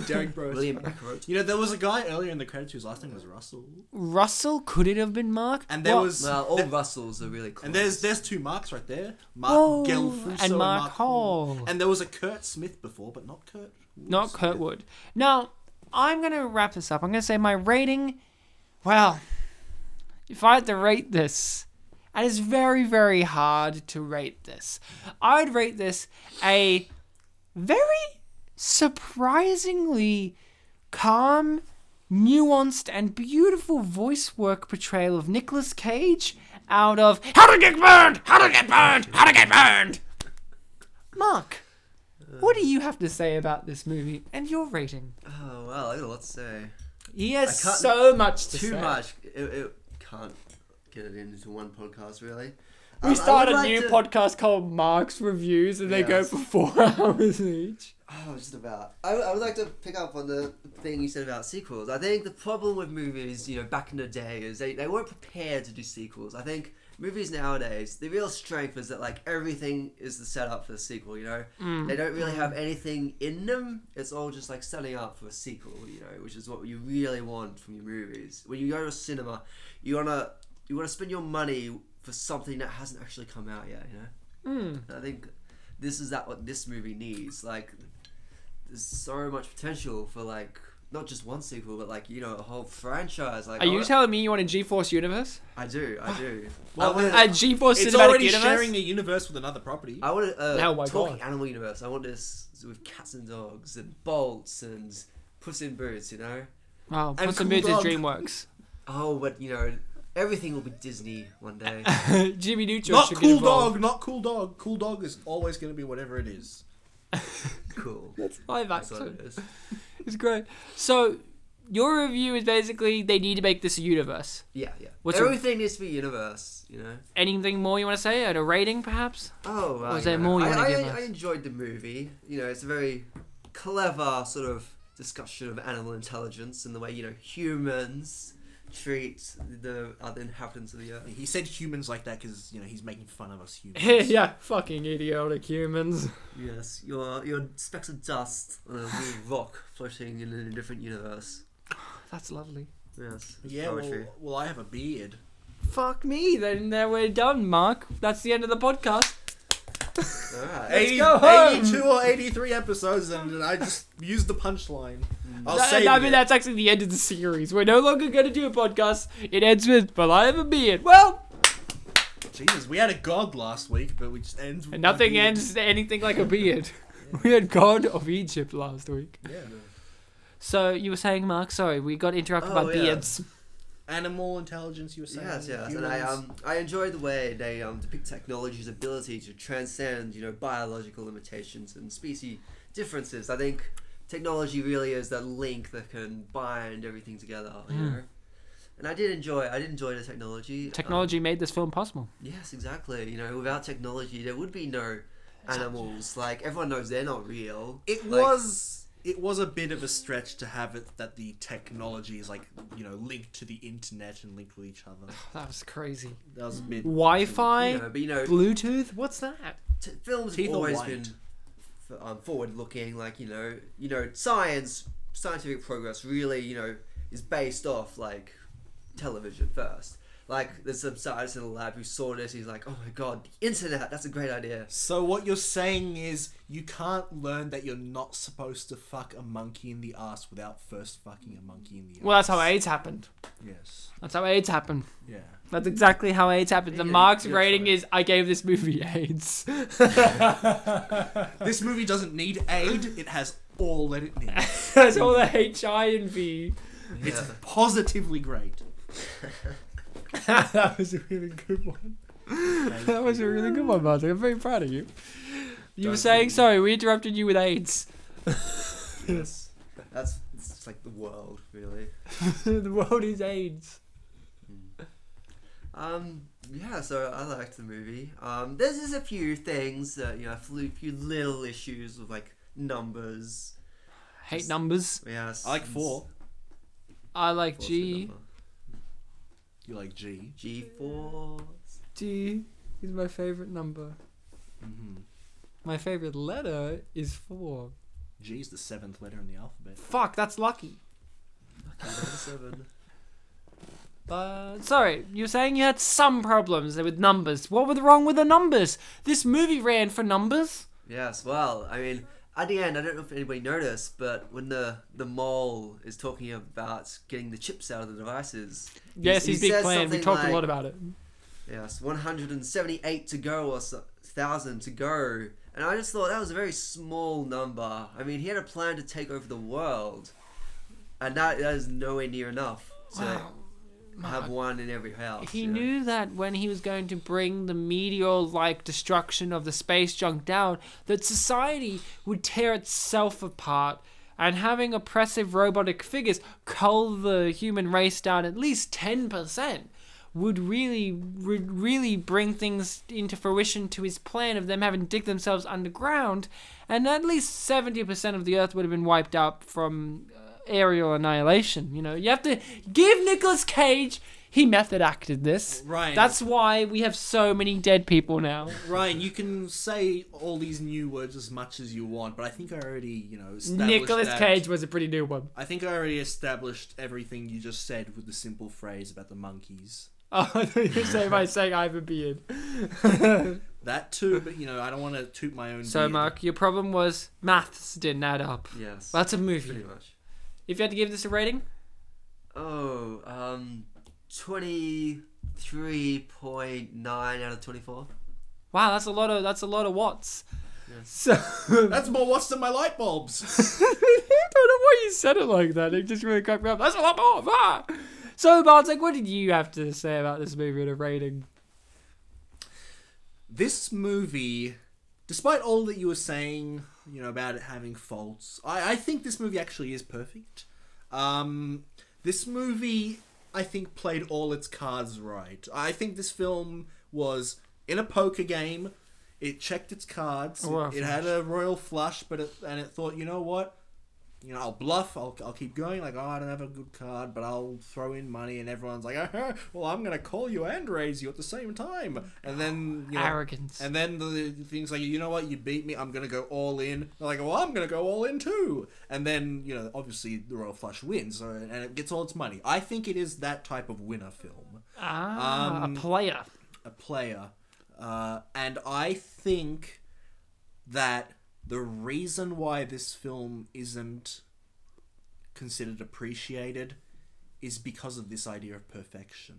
S2: Derek Bros.
S3: William Eckroat.
S2: You know, there was a guy earlier in the credits whose last name was Russell,
S1: Russell, could it have been Mark?
S2: and there
S1: Well,
S2: was
S3: Well, all
S2: there-
S3: Russells are really close.
S2: and there's there's two marks right there, Mark
S1: Oh,
S2: Gelfuso
S1: and Mark Hall.
S2: and there was a Kurt Smith before, but not Kurt.
S1: Not
S2: Smith.
S1: Kurtwood. Now, I'm going to wrap this up. I'm going to say my rating. Well, if I had to rate this, and it's very, very hard to rate this, I'd rate this a very surprisingly calm, nuanced, and beautiful voice work portrayal of Nicolas Cage out of How to Get Burned! How to Get Burned! How to Get Burned! Mark, what do you have to say about this movie and your rating?
S3: Oh well, I got a lot to say.
S1: He
S3: I
S1: has
S3: can't-
S1: so much to
S3: Too
S1: say.
S3: much. It, it can't get it into one podcast really.
S1: We
S3: Um, I
S1: start a
S3: would like
S1: new
S3: to-
S1: podcast called Mark's Reviews, and they go
S3: Yes.
S1: for four hours each.
S3: Oh, just about. I, I would like to pick up on the thing you said about sequels. I think the problem with movies, you know, back in the day, is they, they weren't prepared to do sequels. I think movies nowadays, the real strength is that, like, everything is the setup for the sequel, you know? They don't really have anything in them. It's all just, like, setting up for a sequel, you know, which is what you really want from your movies. When you go to a cinema, you want to you wanna spend your money for something that hasn't actually come out yet, you know? I think this is that what this movie needs. Like, there's so much potential for like not just one sequel, but like you know a whole franchise. Like,
S1: Are
S3: I
S1: you
S3: wa-
S1: telling me you want a GeForce universe?
S3: I do, I do.
S2: Well,
S3: I want.
S1: A GeForce
S2: It's
S1: cinematic
S2: already
S1: universe?
S2: sharing the universe with another property.
S3: I want uh,
S1: Oh my
S3: talking
S1: God.
S3: animal universe. I want this with cats and dogs and bolts and puss in boots. You know.
S1: Oh,
S3: And
S1: put some
S3: Cool
S1: bits of
S3: Dog.
S1: DreamWorks.
S3: Oh, but you know everything will be Disney one day.
S1: Jimmy Neutron
S2: Not
S1: should
S2: cool
S1: get involved.
S2: dog, not cool dog. Cool dog is always going to be whatever it is.
S3: cool.
S1: Live
S3: That's what
S1: action.
S3: it is.
S1: It's great. So, your review is basically they need to make this a universe.
S3: Yeah, yeah.
S1: What's your-
S3: everything needs to be universe. You know.
S1: Anything more you want to say? At a rating, perhaps?
S3: Oh, well,
S1: is
S3: you
S1: there
S3: know,
S1: more you
S3: I,
S1: wanna
S3: I,
S1: give
S3: I
S1: us?
S3: enjoyed the movie. You know, it's a very clever sort of discussion of animal intelligence and the way you know humans treat the other inhabitants of the earth.
S2: He said humans like that because you know he's making fun of us humans.
S1: yeah, fucking idiotic humans.
S3: Yes, you're you're specks of dust on a little rock floating in a different universe.
S1: That's lovely.
S3: Yes, it's
S2: yeah. Well,
S3: poetry.
S2: well, I have a beard.
S1: Fuck me. Then there we're done, Mark. That's the end of the podcast.
S3: All
S1: Hey,
S3: right.
S1: Let's
S2: 80
S1: go home.
S2: 82 or 83 episodes and I just used the punchline.
S1: Mm.
S2: I'll
S1: That-
S2: save
S1: I mean,
S2: it.
S1: that's actually the end of the series. We're no longer going to do a podcast. It ends with, but I have a beard. Well,
S2: Jesus, we had a god last week, but we just end.
S1: and nothing ends anything like a beard. We had God of Egypt last week.
S2: Yeah.
S1: So you were saying, Mark? Sorry, we got interrupted
S3: Oh,
S1: by
S3: yeah.
S1: beards.
S2: Animal intelligence, you were saying.
S3: Yes, yes,
S2: humans.
S3: and I um I enjoy the way they um depict technology's ability to transcend you know biological limitations and species differences. I think technology really is that link that can bind everything together. You
S2: Hmm.
S3: know, and I did enjoy I did enjoy the technology. um,
S1: Technology made this film possible.
S3: yes, exactly. You know, without technology, there would be no animals. Like everyone knows they're not real.
S2: It
S3: Like,
S2: was. It was a bit of a stretch to have it that the technology is like you know linked to the internet and linked with each other.
S1: That was crazy.
S2: That was a bit.
S1: Wi-Fi,
S3: you know, but you know,
S1: Bluetooth. What's that?
S3: t- films
S2: Teeth
S3: have
S2: are
S3: always
S2: white.
S3: been f- um, forward looking like you know you know science scientific progress really you know is based off like television first like there's some scientist in the lab who saw this he's like oh my god the internet that's a great idea
S2: So what you're saying is you can't learn that you're not supposed to fuck a monkey in the ass without first fucking a monkey in the ass.
S1: Well, that's how AIDS happened.
S2: Yes.
S1: That's how AIDS happened.
S2: Yeah.
S1: That's exactly how AIDS happened. The
S3: Yeah,
S1: Mark's
S3: yeah,
S1: rating
S3: sorry.
S1: is I gave this movie AIDS.
S2: This movie doesn't need aid. It has all that it needs.
S1: That's all the HI and V.
S2: It's
S3: Yeah.
S2: positively great.
S1: that was a really good one. That was a really good one, Martin. I'm very proud of you. You were
S2: Don't
S1: saying
S2: be-
S1: sorry. We interrupted you with AIDS.
S3: yes that's it's like the world really
S1: the world is AIDS.
S3: Um, yeah, so I liked the movie. Um, there's just a few things that, you know, a few few little issues with, like, numbers.
S1: Hate numbers.
S3: Yes.
S2: I like four.
S1: I like
S3: Four's a good
S1: G.
S3: number.
S2: You like G.
S3: G4.
S1: G is my favorite number.
S2: Mm-hmm.
S1: My favorite letter is four.
S2: G is the seventh letter in the alphabet.
S1: Fuck, that's lucky.
S3: Seven.
S1: But sorry, you were saying you had some problems with numbers. What was wrong with the numbers? This movie ran for numbers.
S3: Yes, well, I mean, at the end, I don't know if anybody noticed, but when the the mole is talking about getting the chips out of the devices,
S1: Yes,
S3: he
S1: his big
S3: says
S1: plan. We
S3: something
S1: talked a
S3: like-
S1: lot about it.
S3: yes, 178 to go or so, 1,000 to go, and I just thought that was a very small number. I mean, he had a plan to take over the world, and that, that is nowhere near enough to have one in every house.
S1: He
S3: you know?
S1: knew that when he was going to bring the meteor like destruction of the space junk down, that society would tear itself apart. And having oppressive robotic figures cull the human race down at least 10%. would really would really bring things into fruition to his plan of them having to dig themselves underground, and at least 70% of the earth would have been wiped out from uh, aerial annihilation. You know, you have to give Nicolas Cage. He method acted this.
S2: Right.
S1: That's why we have so many dead people now.
S2: Ryan, you can say all these new words as much as you want, but I think I already, you know, established
S1: Nicolas
S2: that-
S1: Cage was a pretty new one.
S2: I think I already established everything you just said with the simple phrase about the monkeys.
S1: Oh, I thought you were saying by saying I have a beard.
S2: That too, but you know, I don't want to toot my own.
S1: So,
S2: beard.
S1: Mark, your problem was maths didn't add up.
S3: Yes.
S1: Well, that's a
S3: pretty
S1: movie.
S3: much.
S1: If you had to give this a rating,
S3: Oh, um, 23.9 out of 24.
S1: wow, that's a lot of that's a lot of watts. So
S2: that's more watts than my light bulbs.
S1: I don't know why you said it like that. It just really cracked me up. That's a lot more. Ah! So, Bartek, what did you have to say about this movie and a rating?
S2: this movie, despite all that you were saying, you know, about it having faults, I, I think this movie actually is perfect. Um, this movie, I think, played all its cards right. I think this film was in a poker game. It checked its cards.
S1: A royal
S2: it had a royal flush, but it, and it thought, you know what? You know, I'll bluff. I'll, I'll keep going. Like, oh, I don't have a good card, but I'll throw in money, and everyone's like, well, I'm gonna call you and raise you at the same time. And then, you know,
S1: Arrogance.
S2: and then the the things like, you know what, you beat me, I'm gonna go all in. They're like, well, I'm gonna go all in too. And then, you know, obviously the Royal Flush wins, so, and it gets all its money. I think it is that type of winner film,
S1: Ah, a player.
S2: a player, uh, and I think that the reason why this film isn't considered appreciated is because of this idea of perfection.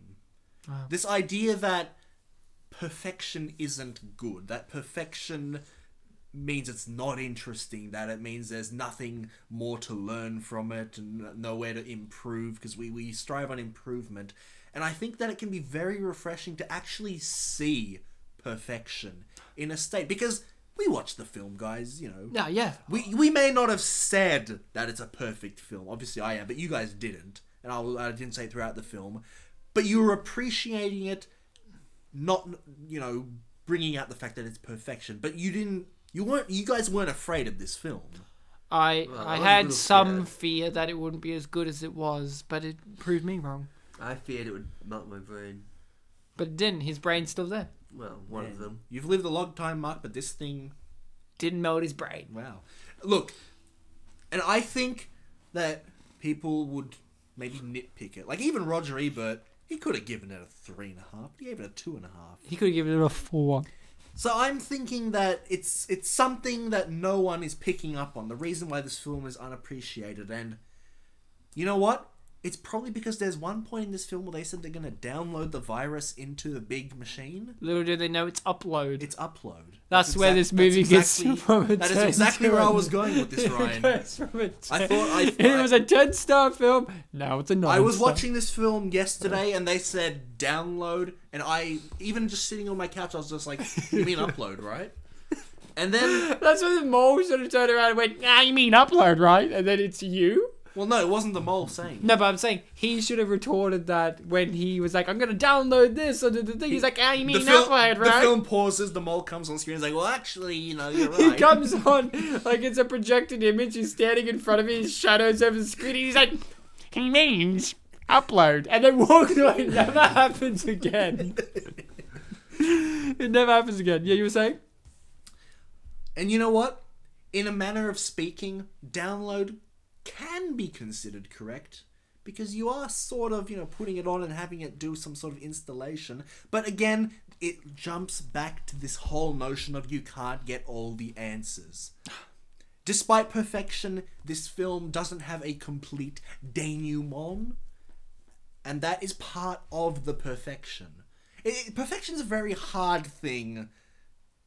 S2: This idea that perfection isn't good, that perfection means it's not interesting, that it means there's nothing more to learn from it and nowhere to improve because we, we strive on improvement. And I think that it can be very refreshing to actually see perfection in a state because we watch the film, guys, you know.
S1: Yeah, yeah.
S2: We we may not have said that it's a perfect film. Obviously, I am, but you guys didn't, and I, I didn't say it throughout the film. But you were appreciating it, not you know bringing out the fact that it's perfection. But you didn't. You weren't. You guys weren't afraid of this film.
S1: I
S3: Well,
S1: I
S3: I was a
S1: had
S3: little
S1: some
S3: scared.
S1: fear that it wouldn't be as good as it was, but it proved me wrong.
S3: I feared it would melt my brain.
S1: But it didn't. His brain's still there.
S3: Well, one of
S2: And
S3: them.
S2: You've lived a long time, Mark, but this thing
S1: Didn't melt his brain.
S2: Wow. Look, and I think that people would maybe nitpick it. Like even Roger Ebert, he could have given it a three and a half, but he gave it a two and a half.
S1: He could have given it a four.
S2: So I'm thinking that it's it's something that no one is picking up on. The reason why this film is unappreciated, and you know what? It's probably because there's one point in this film where they said they're gonna download the virus into the big machine.
S1: Little do they know it's upload.
S2: It's upload.
S1: That's where this movie gets from a
S2: That is
S1: 10
S2: exactly
S1: to
S2: where I
S1: a-
S2: was going with this, Ryan.
S1: Goes from a
S2: I
S1: 10
S2: thought- I
S1: it
S2: thought-
S1: was a ten star film. Now it's a nine.
S2: I was
S1: star.
S2: watching this film yesterday and they said download and I even just sitting on my couch I was just like you mean upload right? And then
S1: That's when the mole sort of turned around and went, "Nah, you mean upload, right?" And then it's you.
S2: well no it wasn't the mole saying.
S1: No, but I'm saying he should have retorted that when he was like, "I'm gonna download this," or the, the thing. He's like, "Ah, you mean
S2: the, film,
S1: upload,
S2: the
S1: right?"
S2: film pauses the mole comes on screen and is like well actually you know you're
S1: He
S2: right.
S1: comes on like it's a projected image. He's standing in front of me. His shadows over the screen. He's like, "He means upload," and then walked away. It never happens again. it never happens again. Yeah, you were saying.
S2: and you know what? In a manner of speaking, download can be considered correct because you are sort of, you know, putting it on and having it do some sort of installation. But again, it jumps back to this whole notion of you can't get all the answers. Despite perfection, this film doesn't have a complete denouement, and that is part of the perfection. It, it- perfection's a very hard thing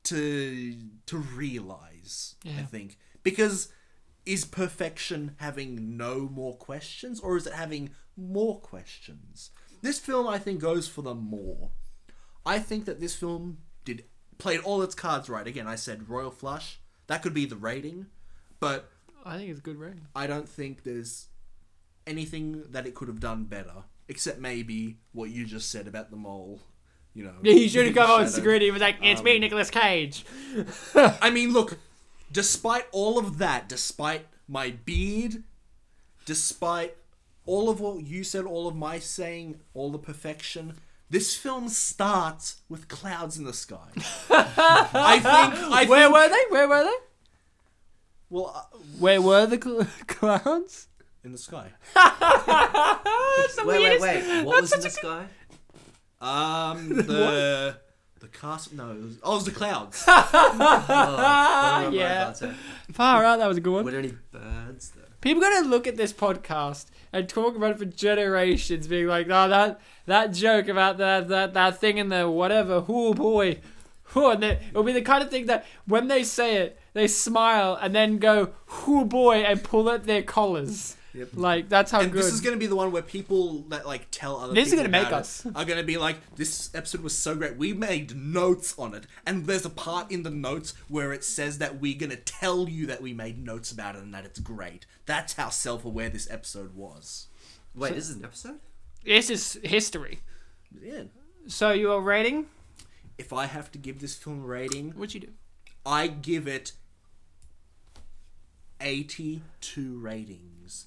S2: to to realize. I
S1: Yeah.
S2: think because is perfection having no more questions, or is it having more questions? This film, I think, goes for the more. I think that this film did played all its cards right. Again, I said royal flush. That could be the rating, but
S1: I think it's a good rating.
S2: I don't think there's anything that it could have done better. except maybe what you just said about the mole. You know,
S1: He should have come on
S2: Shadow.
S1: security and was like, it's me,
S2: Um,
S1: Nicolas Cage.
S2: I mean, look, despite all of that, despite my beard, despite all of what you said, all of my saying, all the perfection, this film starts with clouds in the sky. I think. I
S1: Where
S2: think,
S1: were they? Where were they?
S2: Well, uh,
S1: Where were the cl- clowns?
S2: in the sky.
S1: That's the
S3: Wait,
S1: weirdest-
S3: wait, wait. What
S1: that's
S3: was in
S1: such
S3: the
S1: a good-
S3: sky?
S2: Um, the the cast. No, it was, oh, it was the clouds.
S3: Ah,
S1: yeah. Far out, that was a good one.
S3: Were there any birds though?
S1: People gotta look at this podcast and talk about it for generations, being like, "Oh, that that joke about that that that thing in the whatever." Oh boy, oh, and it- it'll be the kind of thing that when they say it, they smile and then go, "Oh boy," and pull up their collars.
S2: Yep.
S1: Like that's how
S2: And
S1: good.
S2: this is going to be the one where people that like tell other
S1: This is
S2: people
S1: gonna make
S2: about
S1: us.
S2: it are going to be like this episode was so great we made notes on it and there's a part in the notes where it says that we're going to tell you that we made notes about it and that it's great that's how self-aware this episode was
S3: Wait, this is an episode?
S1: this is history.
S2: yeah
S1: So you are rating?
S2: if I have to give this film a rating
S1: What'd you do?
S2: I give it 82 ratings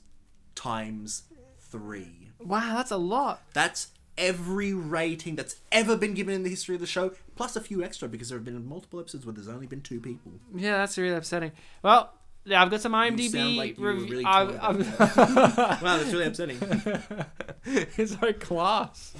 S2: times 3
S1: Wow, that's a lot.
S2: That's every rating that's ever been given in the history of the show, plus a few extra because there have been multiple episodes where there's only been two people.
S1: Yeah, that's really upsetting. Well, yeah, I've got some IMDb.
S2: sound like you were
S1: rev-
S2: really
S1: I've-
S2: torn
S1: I've-
S2: Wow, that's really upsetting.
S1: it's like class.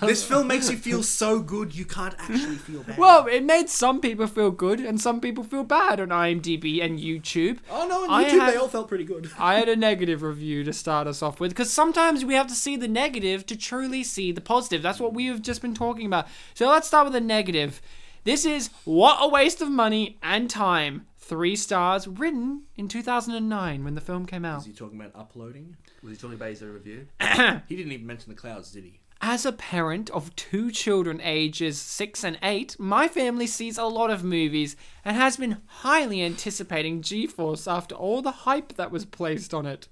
S2: this film makes you feel so good you can't actually feel bad.
S1: Well, it made some people feel good and some people feel bad on IMDb and YouTube.
S2: oh no, on
S1: I
S2: YouTube
S1: have-
S2: they all felt pretty good.
S1: I had a negative review to start us off with because sometimes we have to see the negative to truly see the positive. That's what we have just been talking about. So let's start with the negative. This is What a Waste of Money and Time. Three stars, written in 2009 when the film came out.
S2: Is he talking about uploading?
S3: Was he talking about his own review?
S2: He didn't even mention the clouds, did he?
S1: As a parent of two children ages 6 and 8, my family sees a lot of movies and has been highly anticipating GeForce after all the hype that was placed on it.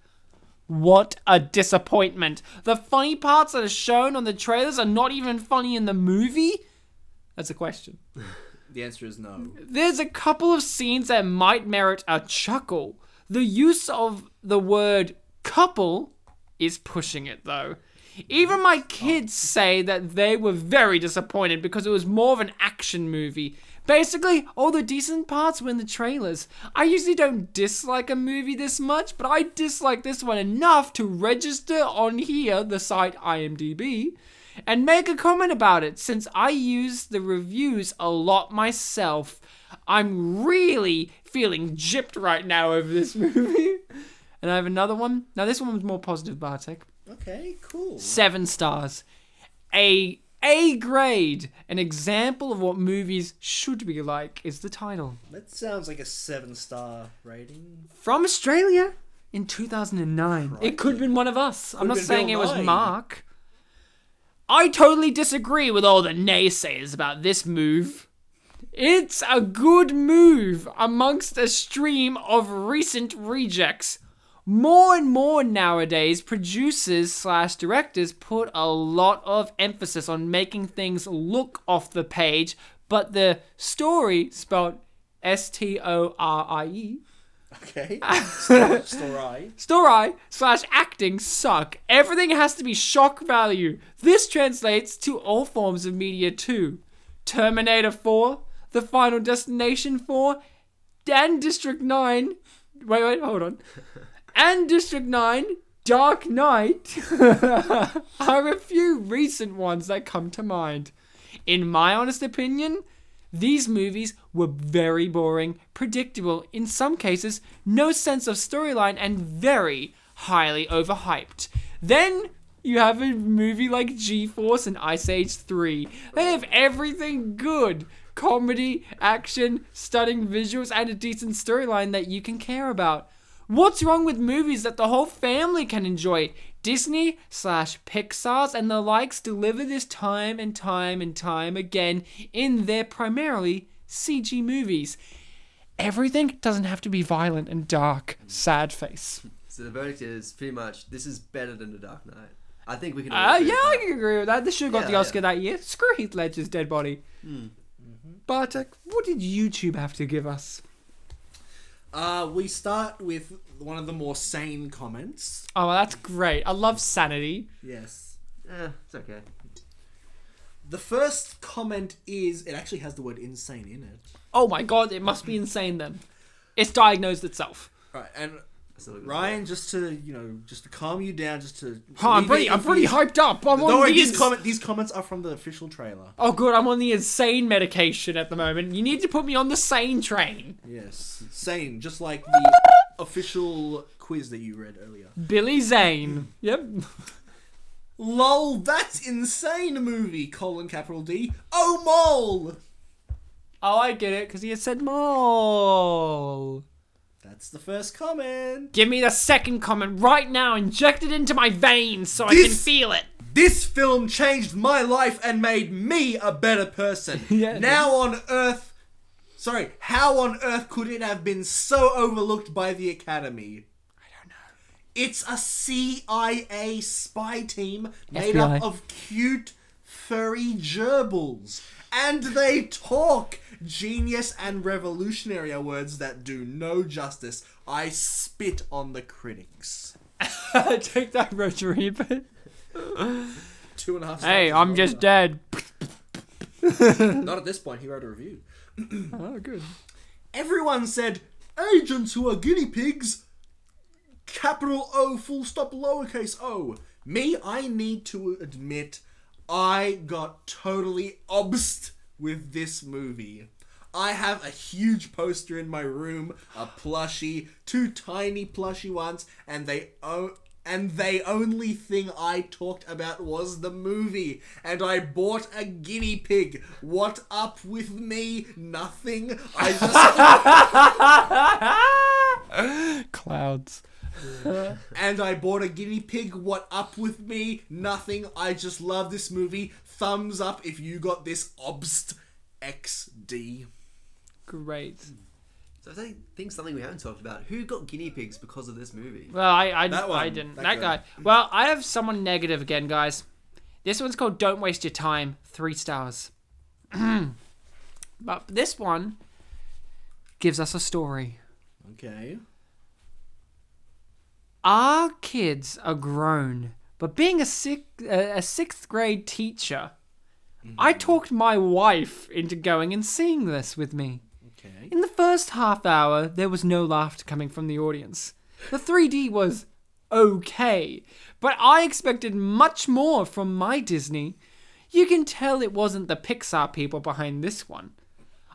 S1: What a disappointment! The funny parts that are shown on the trailers are not even funny in the movie? That's a question.
S2: The answer is no.
S1: There's a couple of scenes that might merit a chuckle. The use of the word couple is pushing it though. Even my kids say that they were very disappointed because it was more of an action movie. Basically, all the decent parts were in the trailers. I usually don't dislike a movie this much, but I dislike this one enough to register on here, the site IMDb, and make a comment about it since I use the reviews a lot myself. I'm really feeling gypped right now over this movie. And I have another one. Now, this one was more positive, Bartek.
S2: Okay, cool.
S1: Seven stars. A A grade. An example of what movies should be like is the title.
S2: That sounds like a seven star rating.
S1: From Australia in 2009. It could have been one of us. I'm not
S2: been
S1: saying
S2: Bill
S1: it was
S2: Nye.
S1: Mark. I totally disagree with all the naysayers about this move. It's a good move amongst a stream of recent rejects. More and more nowadays, producers slash directors put a lot of emphasis on making things look off the page, but the story, spelled S T O R I E,
S2: Okay. Star- Story.
S1: Story slash acting suck. Everything has to be shock value. This translates to all forms of media too. Terminator 4, The Final Destination 4, and District 9. Wait, wait, hold on. And District 9, Dark Knight are a few recent ones that come to mind. In my honest opinion, these movies were very boring, predictable, in some cases, no sense of storyline, and very highly overhyped. Then you have a movie like G Force and Ice Age 3. They have everything good comedy, action, stunning visuals, and a decent storyline that you can care about. What's wrong with movies that the whole family can enjoy? Disney slash Pixar's and the likes deliver this time and time and time again in their primarily CG movies. Everything doesn't have to be violent and dark, sad face.
S3: So the verdict is pretty much this is better than The Dark Knight. I think we can. all
S1: Uh, yeah,
S3: agree with
S1: I
S3: that.
S1: can agree with that. This should have got
S3: Yeah,
S1: the Oscar that year. Screw Heath Ledger's dead body.
S2: Hmm.
S1: Bartek, what did YouTube have to give us?
S2: Uh, we start with one of the more sane comments.
S1: Oh, well, that's great. I love sanity.
S2: Yes.
S3: Eh, it's okay.
S2: The first comment is it actually has the word insane in it.
S1: Oh my god, it must be insane then. It's diagnosed itself.
S2: Right, and
S3: That's not a good
S2: Ryan, just to you know, just to calm you down, just to.
S1: Oh, I'm
S2: alleviate
S1: pretty,
S2: your
S1: I'm pretty
S2: fears.
S1: hyped up. I'm
S2: Don't
S1: on
S2: worry,
S1: the
S2: these,
S1: ins-
S2: comment, these comments are from the official trailer.
S1: Oh, good. I'm on the insane medication at the moment. You need to put me on the sane train.
S2: Yes, sane, just like the official quiz that you read earlier.
S1: Billy
S2: Hmm.
S1: Zane. Yep.
S2: Lol, that's insane movie. Colon capital D. Oh mole.
S1: Oh, I get it because he had said mole.
S2: That's the first comment.
S1: Give me the second comment right now. Inject it into my veins so I
S2: This-
S1: can feel it.
S2: This film changed my life and made me a better person.
S1: Yeah.
S2: Now on Earth. Sorry, how on earth could it have been so overlooked by the Academy? It's a CIA spy team made
S1: FBI.
S2: up of cute, furry gerbils. And they talk! Genius and revolutionary are words that do no justice. I spit on the critics.
S1: Take that, Roger Ebert.
S2: Two and a half
S1: Hey,
S2: stars
S1: I'm
S2: is
S1: just dead.
S2: not- Not at this point, he wrote a review.
S1: Oh, good.
S2: Everyone said, agents who are guinea pigs, capital O, full stop, lowercase o. Me, I need to admit, I got totally obsessed with this movie. I have a huge poster in my room, a plushie, two tiny plushie ones, and they o- and they only thing I talked about was the movie. And I bought a guinea pig. What up with me? Nothing. I just
S1: Clouds.
S2: and I bought a guinea pig. What up with me? Nothing. I just love this movie. Thumbs up if you got this obst XD.
S1: Great.
S3: So I think, think something we haven't talked about. Who got guinea pigs because of this movie?
S1: Well, I I,
S2: That one.
S1: I didn't.
S2: That
S1: That,
S2: guy.
S1: guy. Well, I have someone negative again, guys. This one's called "Don't Waste Your Time." Three stars. but this one gives us a story.
S2: Okay.
S1: Our kids are grown, but being a sixth uh, a sixth grade teacher, I talked my wife into going and seeing this with me.
S2: Okay.
S1: In the first half hour, there was no laughter coming from the audience. The 3D was okay, but I expected much more from my Disney. You can tell it wasn't the Pixar people behind this one.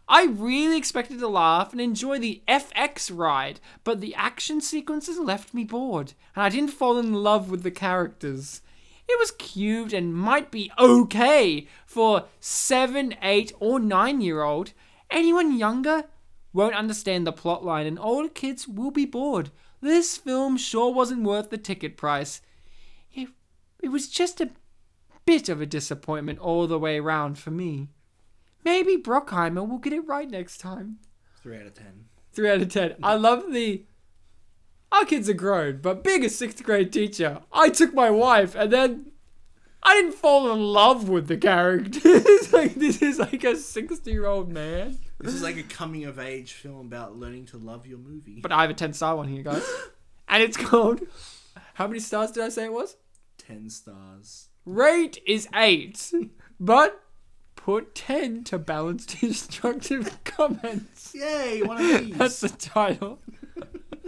S1: I really expected to laugh and enjoy the FX ride, but the action sequences left me bored, and I didn't fall in love with the characters. It was cute and might be okay for 7, 8, or 9 year old. Anyone younger won't understand the plotline, and older kids will be bored. This film sure wasn't worth the ticket price. It, it was just a bit of a disappointment all the way around for me. Maybe Brockheimer will get it right next time.
S2: Three out of ten.
S1: Three out of ten. I love the. Our kids are grown, but being a sixth grade teacher, I took my wife, and then I didn't fall in love with the characters. like this is like a sixty-year-old man.
S2: This is like a coming of age film about learning to love your movie.
S1: But I have a ten-star one here, guys, and it's called. How many stars did I say it was?
S2: ten stars.
S1: Rate is eight, but put ten to balance destructive comments.
S2: Yay, one of these.
S1: That's the title.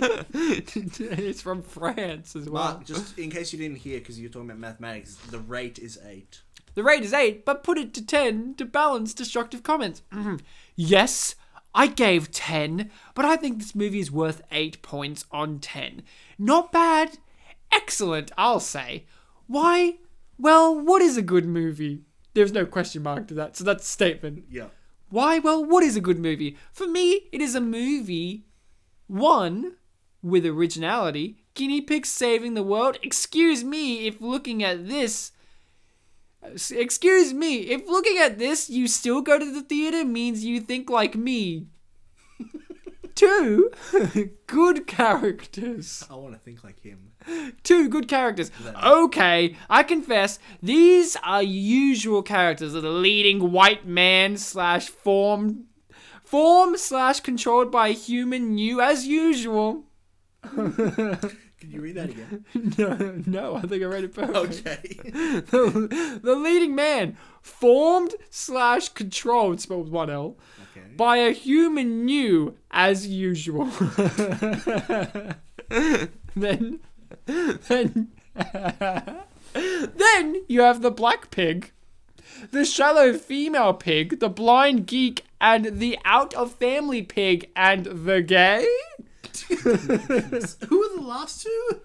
S1: it's from France as well.
S2: Mark, just in case you didn't hear, because you're talking about mathematics, the rate is eight.
S1: The rate is 8, but put it to 10 to balance destructive comments. Mhm. yes, I gave 10, but I think this movie is worth 8 points on 10. Not bad. Excellent, I'll say. Why? Well, what is a good movie? There's no question mark to that, so that's a statement.
S2: Yeah.
S1: Why? Well, what is a good movie? For me, it is a movie, one, with originality, guinea pigs saving the world. Excuse me if looking at this. uh, Excuse me, if looking at this, you still go to the theater means you think like me. Two good characters.
S2: I want to think like him.
S1: Two good characters. Okay, I confess, these are usual characters of the leading white man slash form form slash controlled by human you as usual.
S2: Can you read that again?
S1: No, no, I think I read it perfect.
S2: Okay.
S1: the, the leading man formed slash controlled spelled with one L
S2: Okay.
S1: by a human new as usual. then, then, then you have the black pig, the shallow female pig, the blind geek, and the out of family pig, and the gay.
S2: Who are the last two?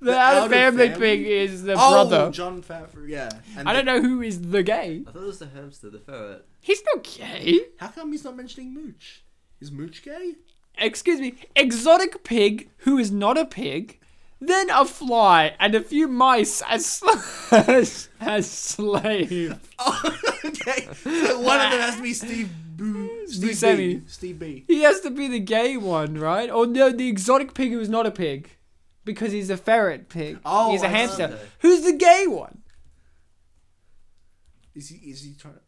S1: The, out of family,
S2: family?
S1: pig is the
S2: Oh,
S1: brother.
S2: John Favreau. Yeah. And
S1: I don't
S2: the-
S1: know who is the gay.
S3: I thought it was the hamster, the ferret.
S1: He's not gay.
S2: How come he's not mentioning Mooch? Is Mooch gay?
S1: excuse me, exotic pig who is not a pig, then a fly and a few mice as sl- as, as slave.
S2: Oh, okay. So one of them has to be Steve Boo. Steve B.
S1: Buscemi.
S2: Steve B.
S1: He has to be the gay one, right? Or no, the exotic pig who is not a pig, because he's a ferret pig.
S2: Oh,
S1: he's a
S2: I
S1: hamster.
S3: see.
S1: Who's the gay one?
S2: Is he? Is he trying? to-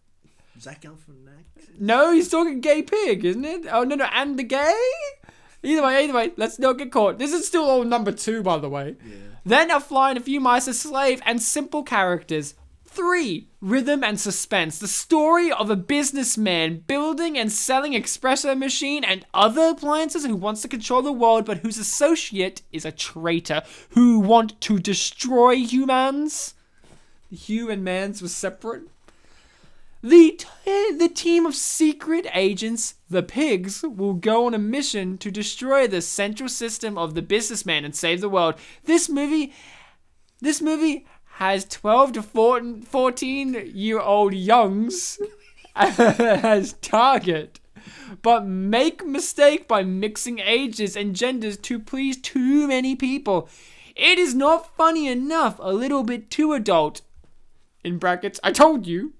S2: Zach Galifianakis.
S1: No, he's talking gay pig, isn't it? Oh no, no, and the gay. Either way, either way, let's not get caught. This is still all number two, by the way.
S2: Yeah.
S1: Then a fly and a few mice, a slave, and simple characters. Three, rhythm and suspense. The story of a businessman building and selling espresso machine and other appliances who wants to control the world but whose associate is a traitor who want to destroy humans. The human mans was separate. The, t- the team of secret agents, the pigs, will go on a mission to destroy the central system of the businessman and save the world. This movie, this movie has 12 to 14, 14 year old youngs as target. But make mistake by mixing ages and genders to please too many people. It is not funny enough, a little bit too adult. In brackets, I told you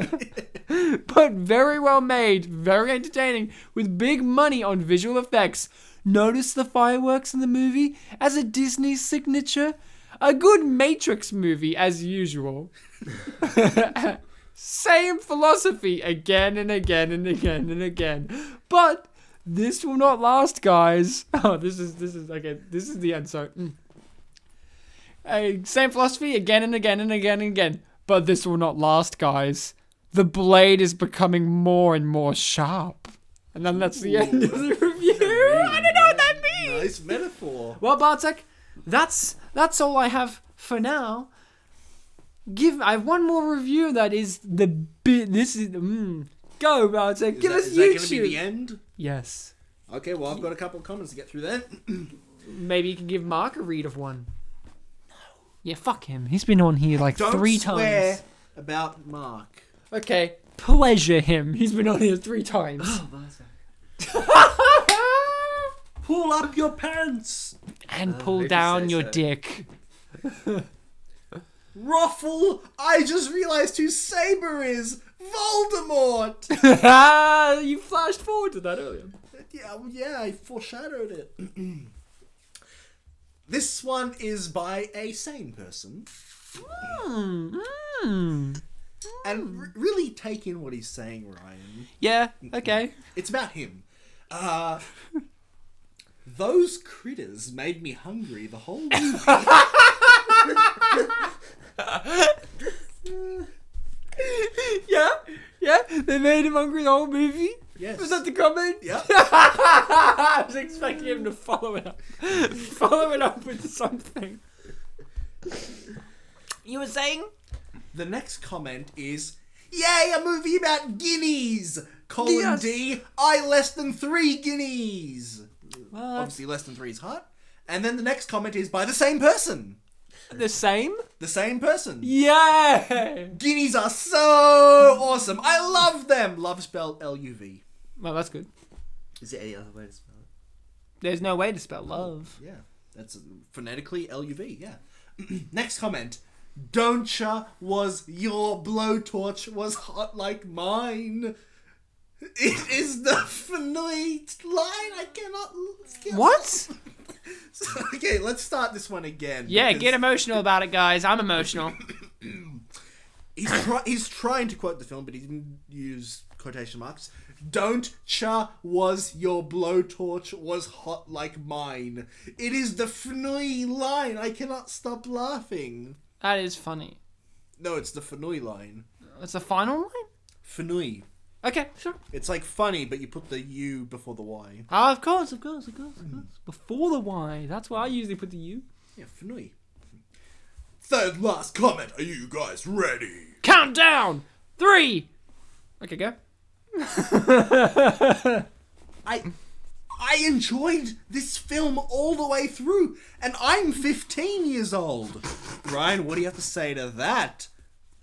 S1: but very well made, very entertaining, with big money on visual effects. Notice the fireworks in the movie as a Disney signature? A good Matrix movie, as usual. Same philosophy again and again and again and again. But this will not last, guys. Oh, this is this is okay. This is the end. Sorry. Mm. Uh, same philosophy again and again and again and again. But this will not last, guys. The blade is becoming more and more sharp. And then that's the end of the review. I don't know what that means.
S2: Nice metaphor.
S1: Well, Bartek, that's that's all I have for now. Give I have one more review that is the bit. This is mm, go Bartek.
S2: Is
S1: give
S2: that-
S1: us
S2: is that
S1: YouTube.
S2: gonna be the end?
S1: yes,
S2: Okay. Well, I've got a couple of comments to get through then.
S1: maybe you can give Mark a read of one. Yeah, fuck him. He's been on here like
S2: Don't
S1: three
S2: swear
S1: times.
S2: about Mark.
S1: Okay, pleasure him. He's been on here three times.
S3: Oh, Marta.
S2: Pull up your pants.
S1: and
S3: Oh,
S1: pull
S3: if you
S1: down
S3: say
S1: your
S3: so.
S1: dick.
S2: Ruffle. I just realized who Saber is. Voldemort.
S1: you flashed forward to that earlier.
S2: Yeah, well, yeah, I foreshadowed it. this one is by a sane person,
S1: Hmm. hmm.
S2: and r- really take in what he's saying, Ryan.
S1: Yeah. Okay.
S2: It's about him. Uh, those critters made me hungry the whole week.
S1: yeah, yeah. They made him hungry the whole movie.
S2: Yes.
S1: Was that the comment? Ah, I
S2: Yeah.
S1: was expecting him to follow it up. follow it up with something. You were saying?
S2: the next comment is, "Yay, a movie about guineas." Colin
S1: Yes.
S2: D, I less than three guineas.
S1: What?
S2: Obviously, less than three is hot. And then the next comment is by the same person.
S1: The same?
S2: The same person.
S1: Yeah.
S2: Guineas are so awesome. I love them. Love spelled L U V.
S1: Well, that's good.
S3: Is there any other way to spell it?
S1: There's no way to spell love.
S2: Yeah, that's phonetically L U V. Yeah. Next comment. Don'tcha was your blowtorch was hot like mine. It is the finite line. I cannot. skip.
S1: What?
S2: So, okay, let's start this one again.
S1: Yeah,
S2: because
S1: get emotional about it, guys. I'm emotional.
S2: He's try- he's trying to quote the film, but he didn't use quotation marks. Don't cha was your blowtorch was hot like mine. It is the Fnui line. I cannot stop laughing.
S1: That is funny.
S2: No, it's the Fnui line.
S1: That's the final line?
S2: Fnui.
S1: Okay, sure.
S2: It's like funny, but you put the U before the Y.
S1: Ah, of course, of course, of course, of course. Before the Y. That's where I usually put the U.
S2: Yeah, Fnui. Third last comment. Are you guys ready?
S1: Countdown! Three! Okay, go.
S2: I I enjoyed this film all the way through, and I'm 15 years old. Ryan, what do you have to say to that?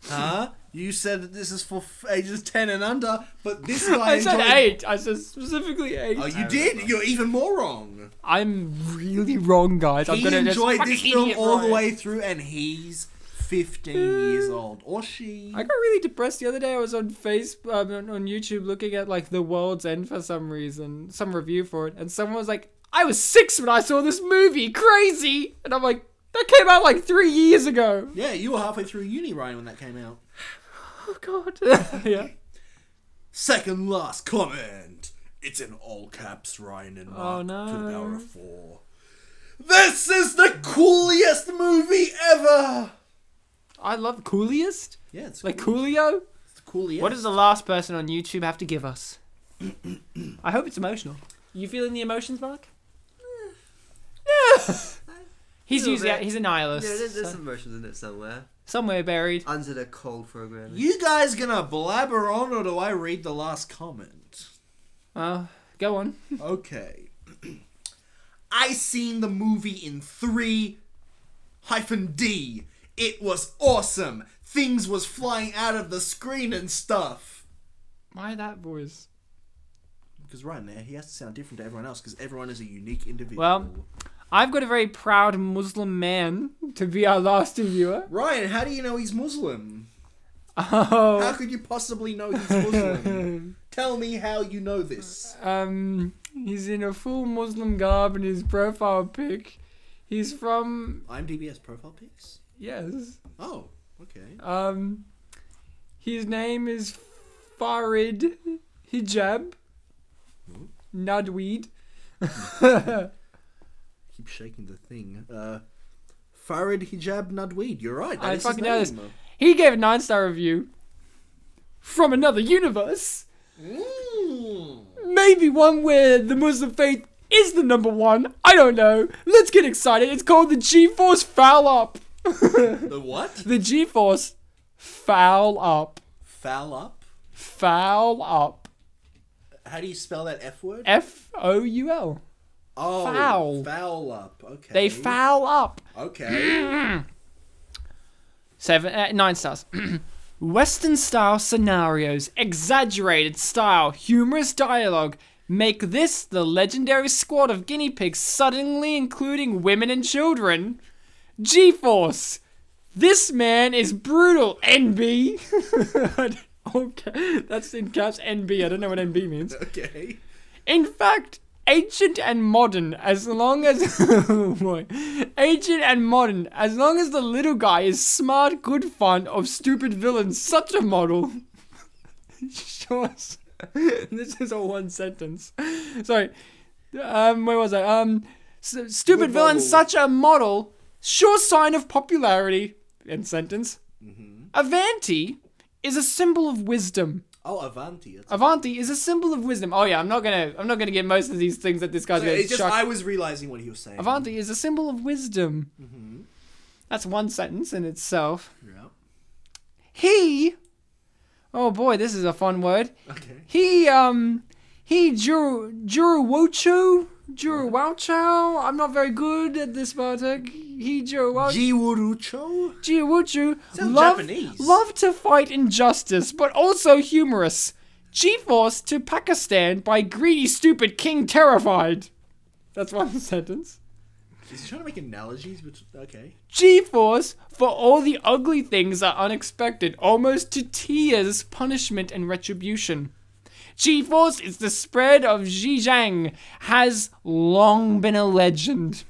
S2: Huh? You said that this is for f- ages 10 and under, but this guy
S1: I said
S2: enjoyed-
S1: eight. I said specifically eight.
S2: Oh, you did. You're even more wrong.
S1: I'm really wrong, guys. I'm
S2: he
S1: gonna
S2: enjoyed
S1: just
S2: this
S1: fucking
S2: film
S1: idiot,
S2: all the
S1: Ryan.
S2: way through, and he's 15 years old, or she.
S1: I got really depressed the other day. I was on Facebook, um, on- on YouTube, looking at like The World's End for some reason, some review for it, and someone was like, "I was six when I saw this movie, crazy," and I'm like, "That came out like three years ago."
S2: Yeah, you were halfway through uni, Ryan, when that came out.
S1: Oh god. yeah.
S2: Second last comment. It's in all caps, Ryan and Mark,
S1: Oh, no.
S2: to the power of four. This is the coolest movie ever.
S1: I love coolest,
S2: Yeah, it's
S1: like
S2: cool.
S1: Coolio.
S2: It's coolest.
S1: What does the last person on YouTube have to give us? I hope it's emotional. You feeling the emotions, Mark? Yeah. He's
S3: Little
S1: usually
S3: bit.
S1: he's a nihilist.
S3: Yeah, there's, there's
S1: so-
S3: some emotions in it somewhere.
S1: somewhere buried.
S3: Under the cold programming.
S2: You guys gonna blabber on, or do I read the last comment?
S1: Uh, go on.
S2: Okay. I seen the movie in three hyphen D. It was awesome. Things was flying out of the screen and stuff.
S1: Why that voice?
S2: Because Ryan there, he has to sound different to everyone else because everyone is a unique individual.
S1: Well- I've got a very proud Muslim man to be our last reviewer.
S2: Ryan, how do you know he's Muslim? How
S1: Oh,
S2: could you possibly know he's Muslim? Tell me how you know this.
S1: um, he's in a full Muslim garb in his profile pic. He's from
S2: I'm DBS profile pics.
S1: yes.
S2: Oh, okay.
S1: Um, his name is Farid Hijab Nadweed.
S2: Keep shaking the thing. Uh, Farid Hijab Nadweed. You're right. That
S1: I
S2: is his
S1: fucking know this.
S2: name.
S1: He gave a nine star review from another universe.
S2: Mm.
S1: Maybe one where the Muslim faith is the number one. I don't know. Let's get excited. It's called the G Force Foul Up. the
S2: The what?
S1: G Force Foul Up.
S2: Foul up.
S1: Foul Up.
S2: How do you spell that F word?
S1: F O U L.
S2: oh,
S1: foul.
S2: Foul up. Okay.
S1: They foul up.
S2: Okay.
S1: Seven, uh, nine stars. Western style scenarios, exaggerated style, humorous dialogue make this the legendary squad of guinea pigs, suddenly including women and children. G Force. This man is brutal, NB. okay, that's in caps NB. I don't know what NB means.
S2: okay.
S1: In fact, ancient and modern, as long as oh boy, ancient and modern, as long as the little guy is smart, good fun of stupid villains, such a model. sure. this is all one sentence. Sorry. Um, where was I? Um, s- stupid
S2: Good
S1: villain,
S2: model.
S1: such a model, sure sign of popularity. End sentence.
S2: Mm-hmm.
S1: Avanti is a symbol of wisdom.
S2: Oh, Avanti. That's
S1: Avanti is a symbol of wisdom. Oh yeah, I'm not gonna I'm not gonna get most of these things that this guy's
S2: So
S1: gonna
S2: it's just
S1: chuck.
S2: I was realizing what he was saying.
S1: Avanti is a symbol of wisdom.
S2: Mm-hmm.
S1: That's one sentence in itself.
S2: Yeah.
S1: He, oh boy, this is a fun word.
S2: Okay.
S1: He um he Juru Juruwochu Juruwochow. I'm not very good at this Bartek. He Juruwochu
S2: Jiwurucho?
S1: Juruwochu
S2: Sounds
S1: love
S2: Japanese.
S1: love to fight injustice, but also humorous. G-force to Pakistan by greedy stupid king terrified. That's one sentence.
S2: Is he trying to make analogies? But okay.
S1: G-force for all the ugly things are unexpected, almost to tears, punishment and retribution. G-force is the spread of Zhejiang has long been a legend.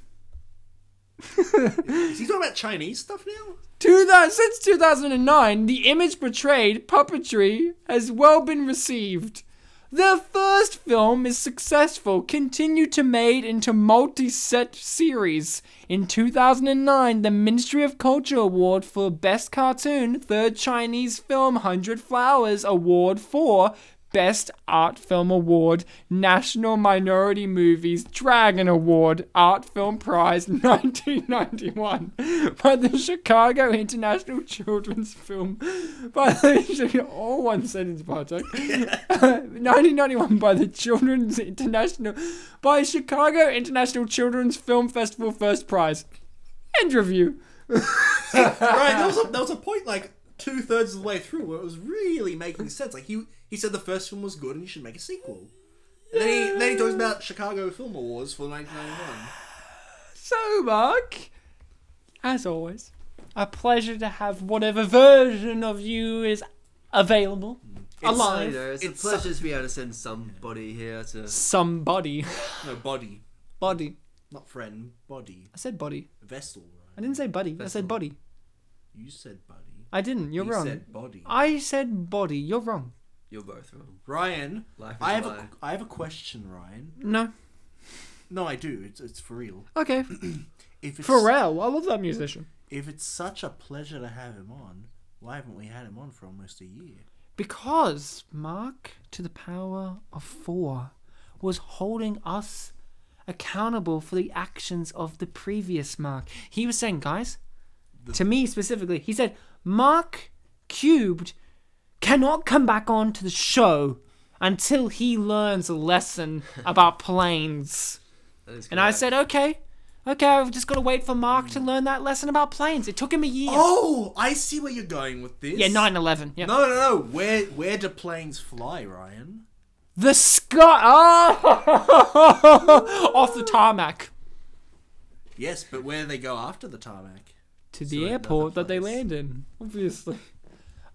S2: Is he talking about Chinese stuff now?
S1: 2000, since 2009, the image portrayed, puppetry, has well been received. Their first film is successful, continued to made into multi-set series. In 2009, the Ministry of Culture Award for Best Cartoon, Third Chinese Film 100 Flowers Award for Best Art Film Award, National Minority Movies Dragon Award, Art Film Prize 1991, by the Chicago International Children's Film, by the all one sentence project, 1991 by the Children's International, by Chicago International Children's Film Festival First Prize. End review.
S2: right, there was a, there was a point like two thirds of the way through where it was really making sense. Like he he said the first film was good and he should make a sequel. And then he then he talks about Chicago Film Awards for 1991.
S1: So, Mark, as always, a pleasure to have whatever version of you is available.
S3: You
S1: Alive.
S3: know, it's,
S2: It's
S3: a pleasure to be able to send somebody here to.
S1: Somebody.
S2: No body,
S1: Body.
S2: not friend, body
S1: I said body.
S2: vessel. Right?
S1: I didn't say buddy. I said
S3: Vessel.
S1: body.
S2: You said buddy.
S1: I didn't. You're
S2: you
S1: wrong.
S2: said body.
S1: I said body. You're wrong.
S3: You're both wrong.
S2: Ryan,
S3: Life is
S2: I have
S3: a
S2: a
S3: lie.
S2: I have a question, Ryan.
S1: No.
S2: No, I do. It's it's for real.
S1: Okay.
S2: If it's
S1: Pharrell. I love that musician.
S2: if it's such a pleasure to have him on, why haven't we had him on for almost a year?
S1: Because Mark to the power of four was holding us accountable for the actions of the previous Mark. He was saying, guys, to me specifically, he said, Mark cubed cannot come back on to the show until he learns a lesson about planes.
S3: That is
S1: And I
S3: correct.
S1: said, okay, okay, I've just got to wait for Mark to learn that lesson about planes. It took him a year.
S2: Oh, I see where you're going with this.
S1: Yeah, 9 11. Yeah.
S2: No, no, no. Where where do planes fly, Ryan?
S1: The sky. Oh! Off the tarmac.
S2: Yes, but where do they go after the tarmac?
S1: To
S3: So
S1: the
S3: another
S1: airport that they
S3: place.
S1: land in, obviously.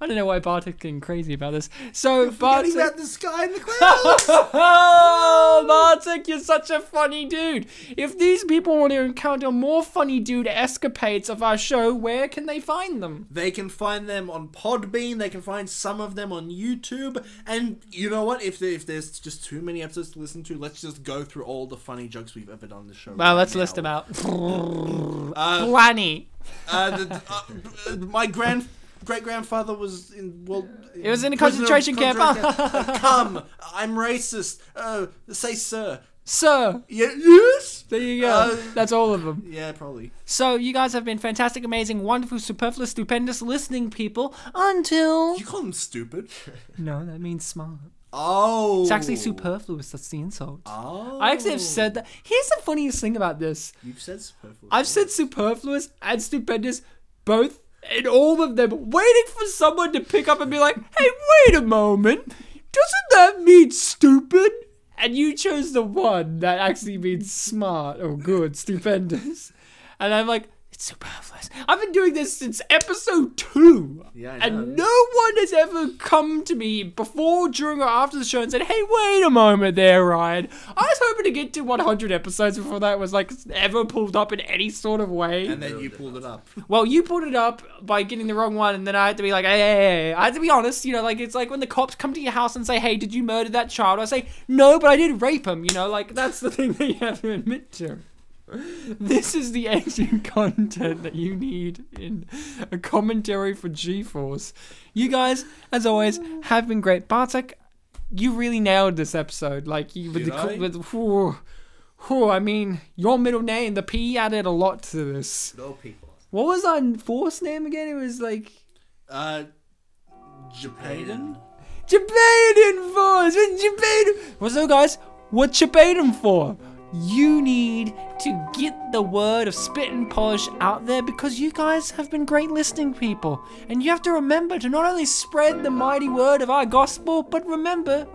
S1: I don't know why Bartek's getting crazy about this. So, Bartek.
S2: Forgetting about the sky and the clouds.
S1: oh, Bartek, you're such a funny dude. If these people want to encounter more funny dude escapades of our show, where can they find them?
S2: they can find them on Podbean. They can find some of them on YouTube. And you know what? If there, if there's just too many episodes to listen to, let's just go through all the funny jokes we've ever done on the show.
S1: Well,
S2: right
S1: let's
S2: now.
S1: list them out.
S2: Uh,
S1: Blanny.
S2: Uh, the, the- uh, uh, my grand great grandfather was in well. It
S1: was in a concentration camp.
S2: Come, I'm racist. Uh, say sir.
S1: Sir.
S2: Yeah, yes.
S1: There you go.
S2: Uh,
S1: That's all of them.
S2: Yeah, probably.
S1: So you guys have been fantastic, amazing, wonderful, superfluous, stupendous listening people. Until
S2: You call him stupid.
S1: no, that means smart.
S2: Oh,
S1: It's actually superfluous. That's the insult.
S2: Oh,
S1: I actually have said that. Here's the funniest thing about this.
S2: You've said superfluous.
S1: I've said superfluous and stupendous both, and all of them, waiting for someone to pick up and be like, "Hey, wait a moment, doesn't that mean stupid?" And you chose the one that actually means smart or good, stupendous. And I'm like, it's superfluous. I've been doing this since episode two.
S2: Yeah, I
S1: And
S2: know.
S1: no one has ever come to me before, during, or after the show and said, hey, wait a moment there, Ryan. I was hoping to get to 100 episodes before that was like ever pulled up in any sort of way.
S2: And then you pulled it up.
S1: Well, you pulled it up by getting the wrong one, and then I had to be like, hey, hey, hey. I had to be honest, you know, like it's like when the cops come to your house and say, hey, did you murder that child? I say, no, but I did rape him, you know, like that's the thing that you have to admit to. This is the ancient content that you need in a commentary for G-Force. You guys, as always, have been great. Bartek, you really nailed this episode. Like, you, with
S2: Did
S1: the...
S2: I?
S1: With, whew, whew, I mean, your middle name, the P added a lot to this.
S3: No people.
S1: What was our force name again? It was like
S2: Uh, Japaden.
S1: Jabaden Force. It's Jabaden. What's up, guys? What's Jabaden for? You need to get the word of spit and polish out there because you guys have been great listening people. And you have to remember to not only spread the mighty word of our gospel, but remember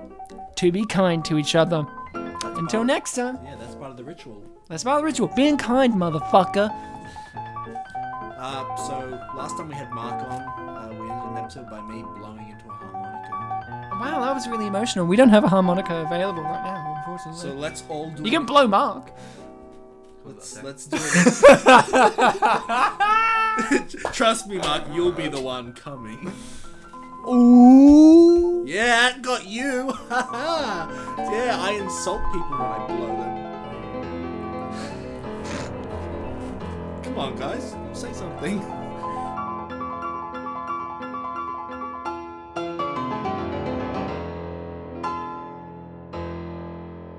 S1: to be kind to each other. Until next time,
S2: Yeah, that's part of the ritual.
S1: that's about the ritual. Being kind, motherfucker.
S2: Uh, so last time we had Mark on, uh, we ended an episode by me blowing into a harmonica.
S1: Wow, that was really emotional. We don't have a harmonica available right now, unfortunately.
S2: So let's all do.
S1: you can blow Mark.
S2: Let's
S3: Okay.
S2: let's do it. Trust me, Mark. You'll be the one coming.
S1: Ooh.
S2: Yeah, that got you. yeah, I insult people when I blow them. Come on, guys, say something.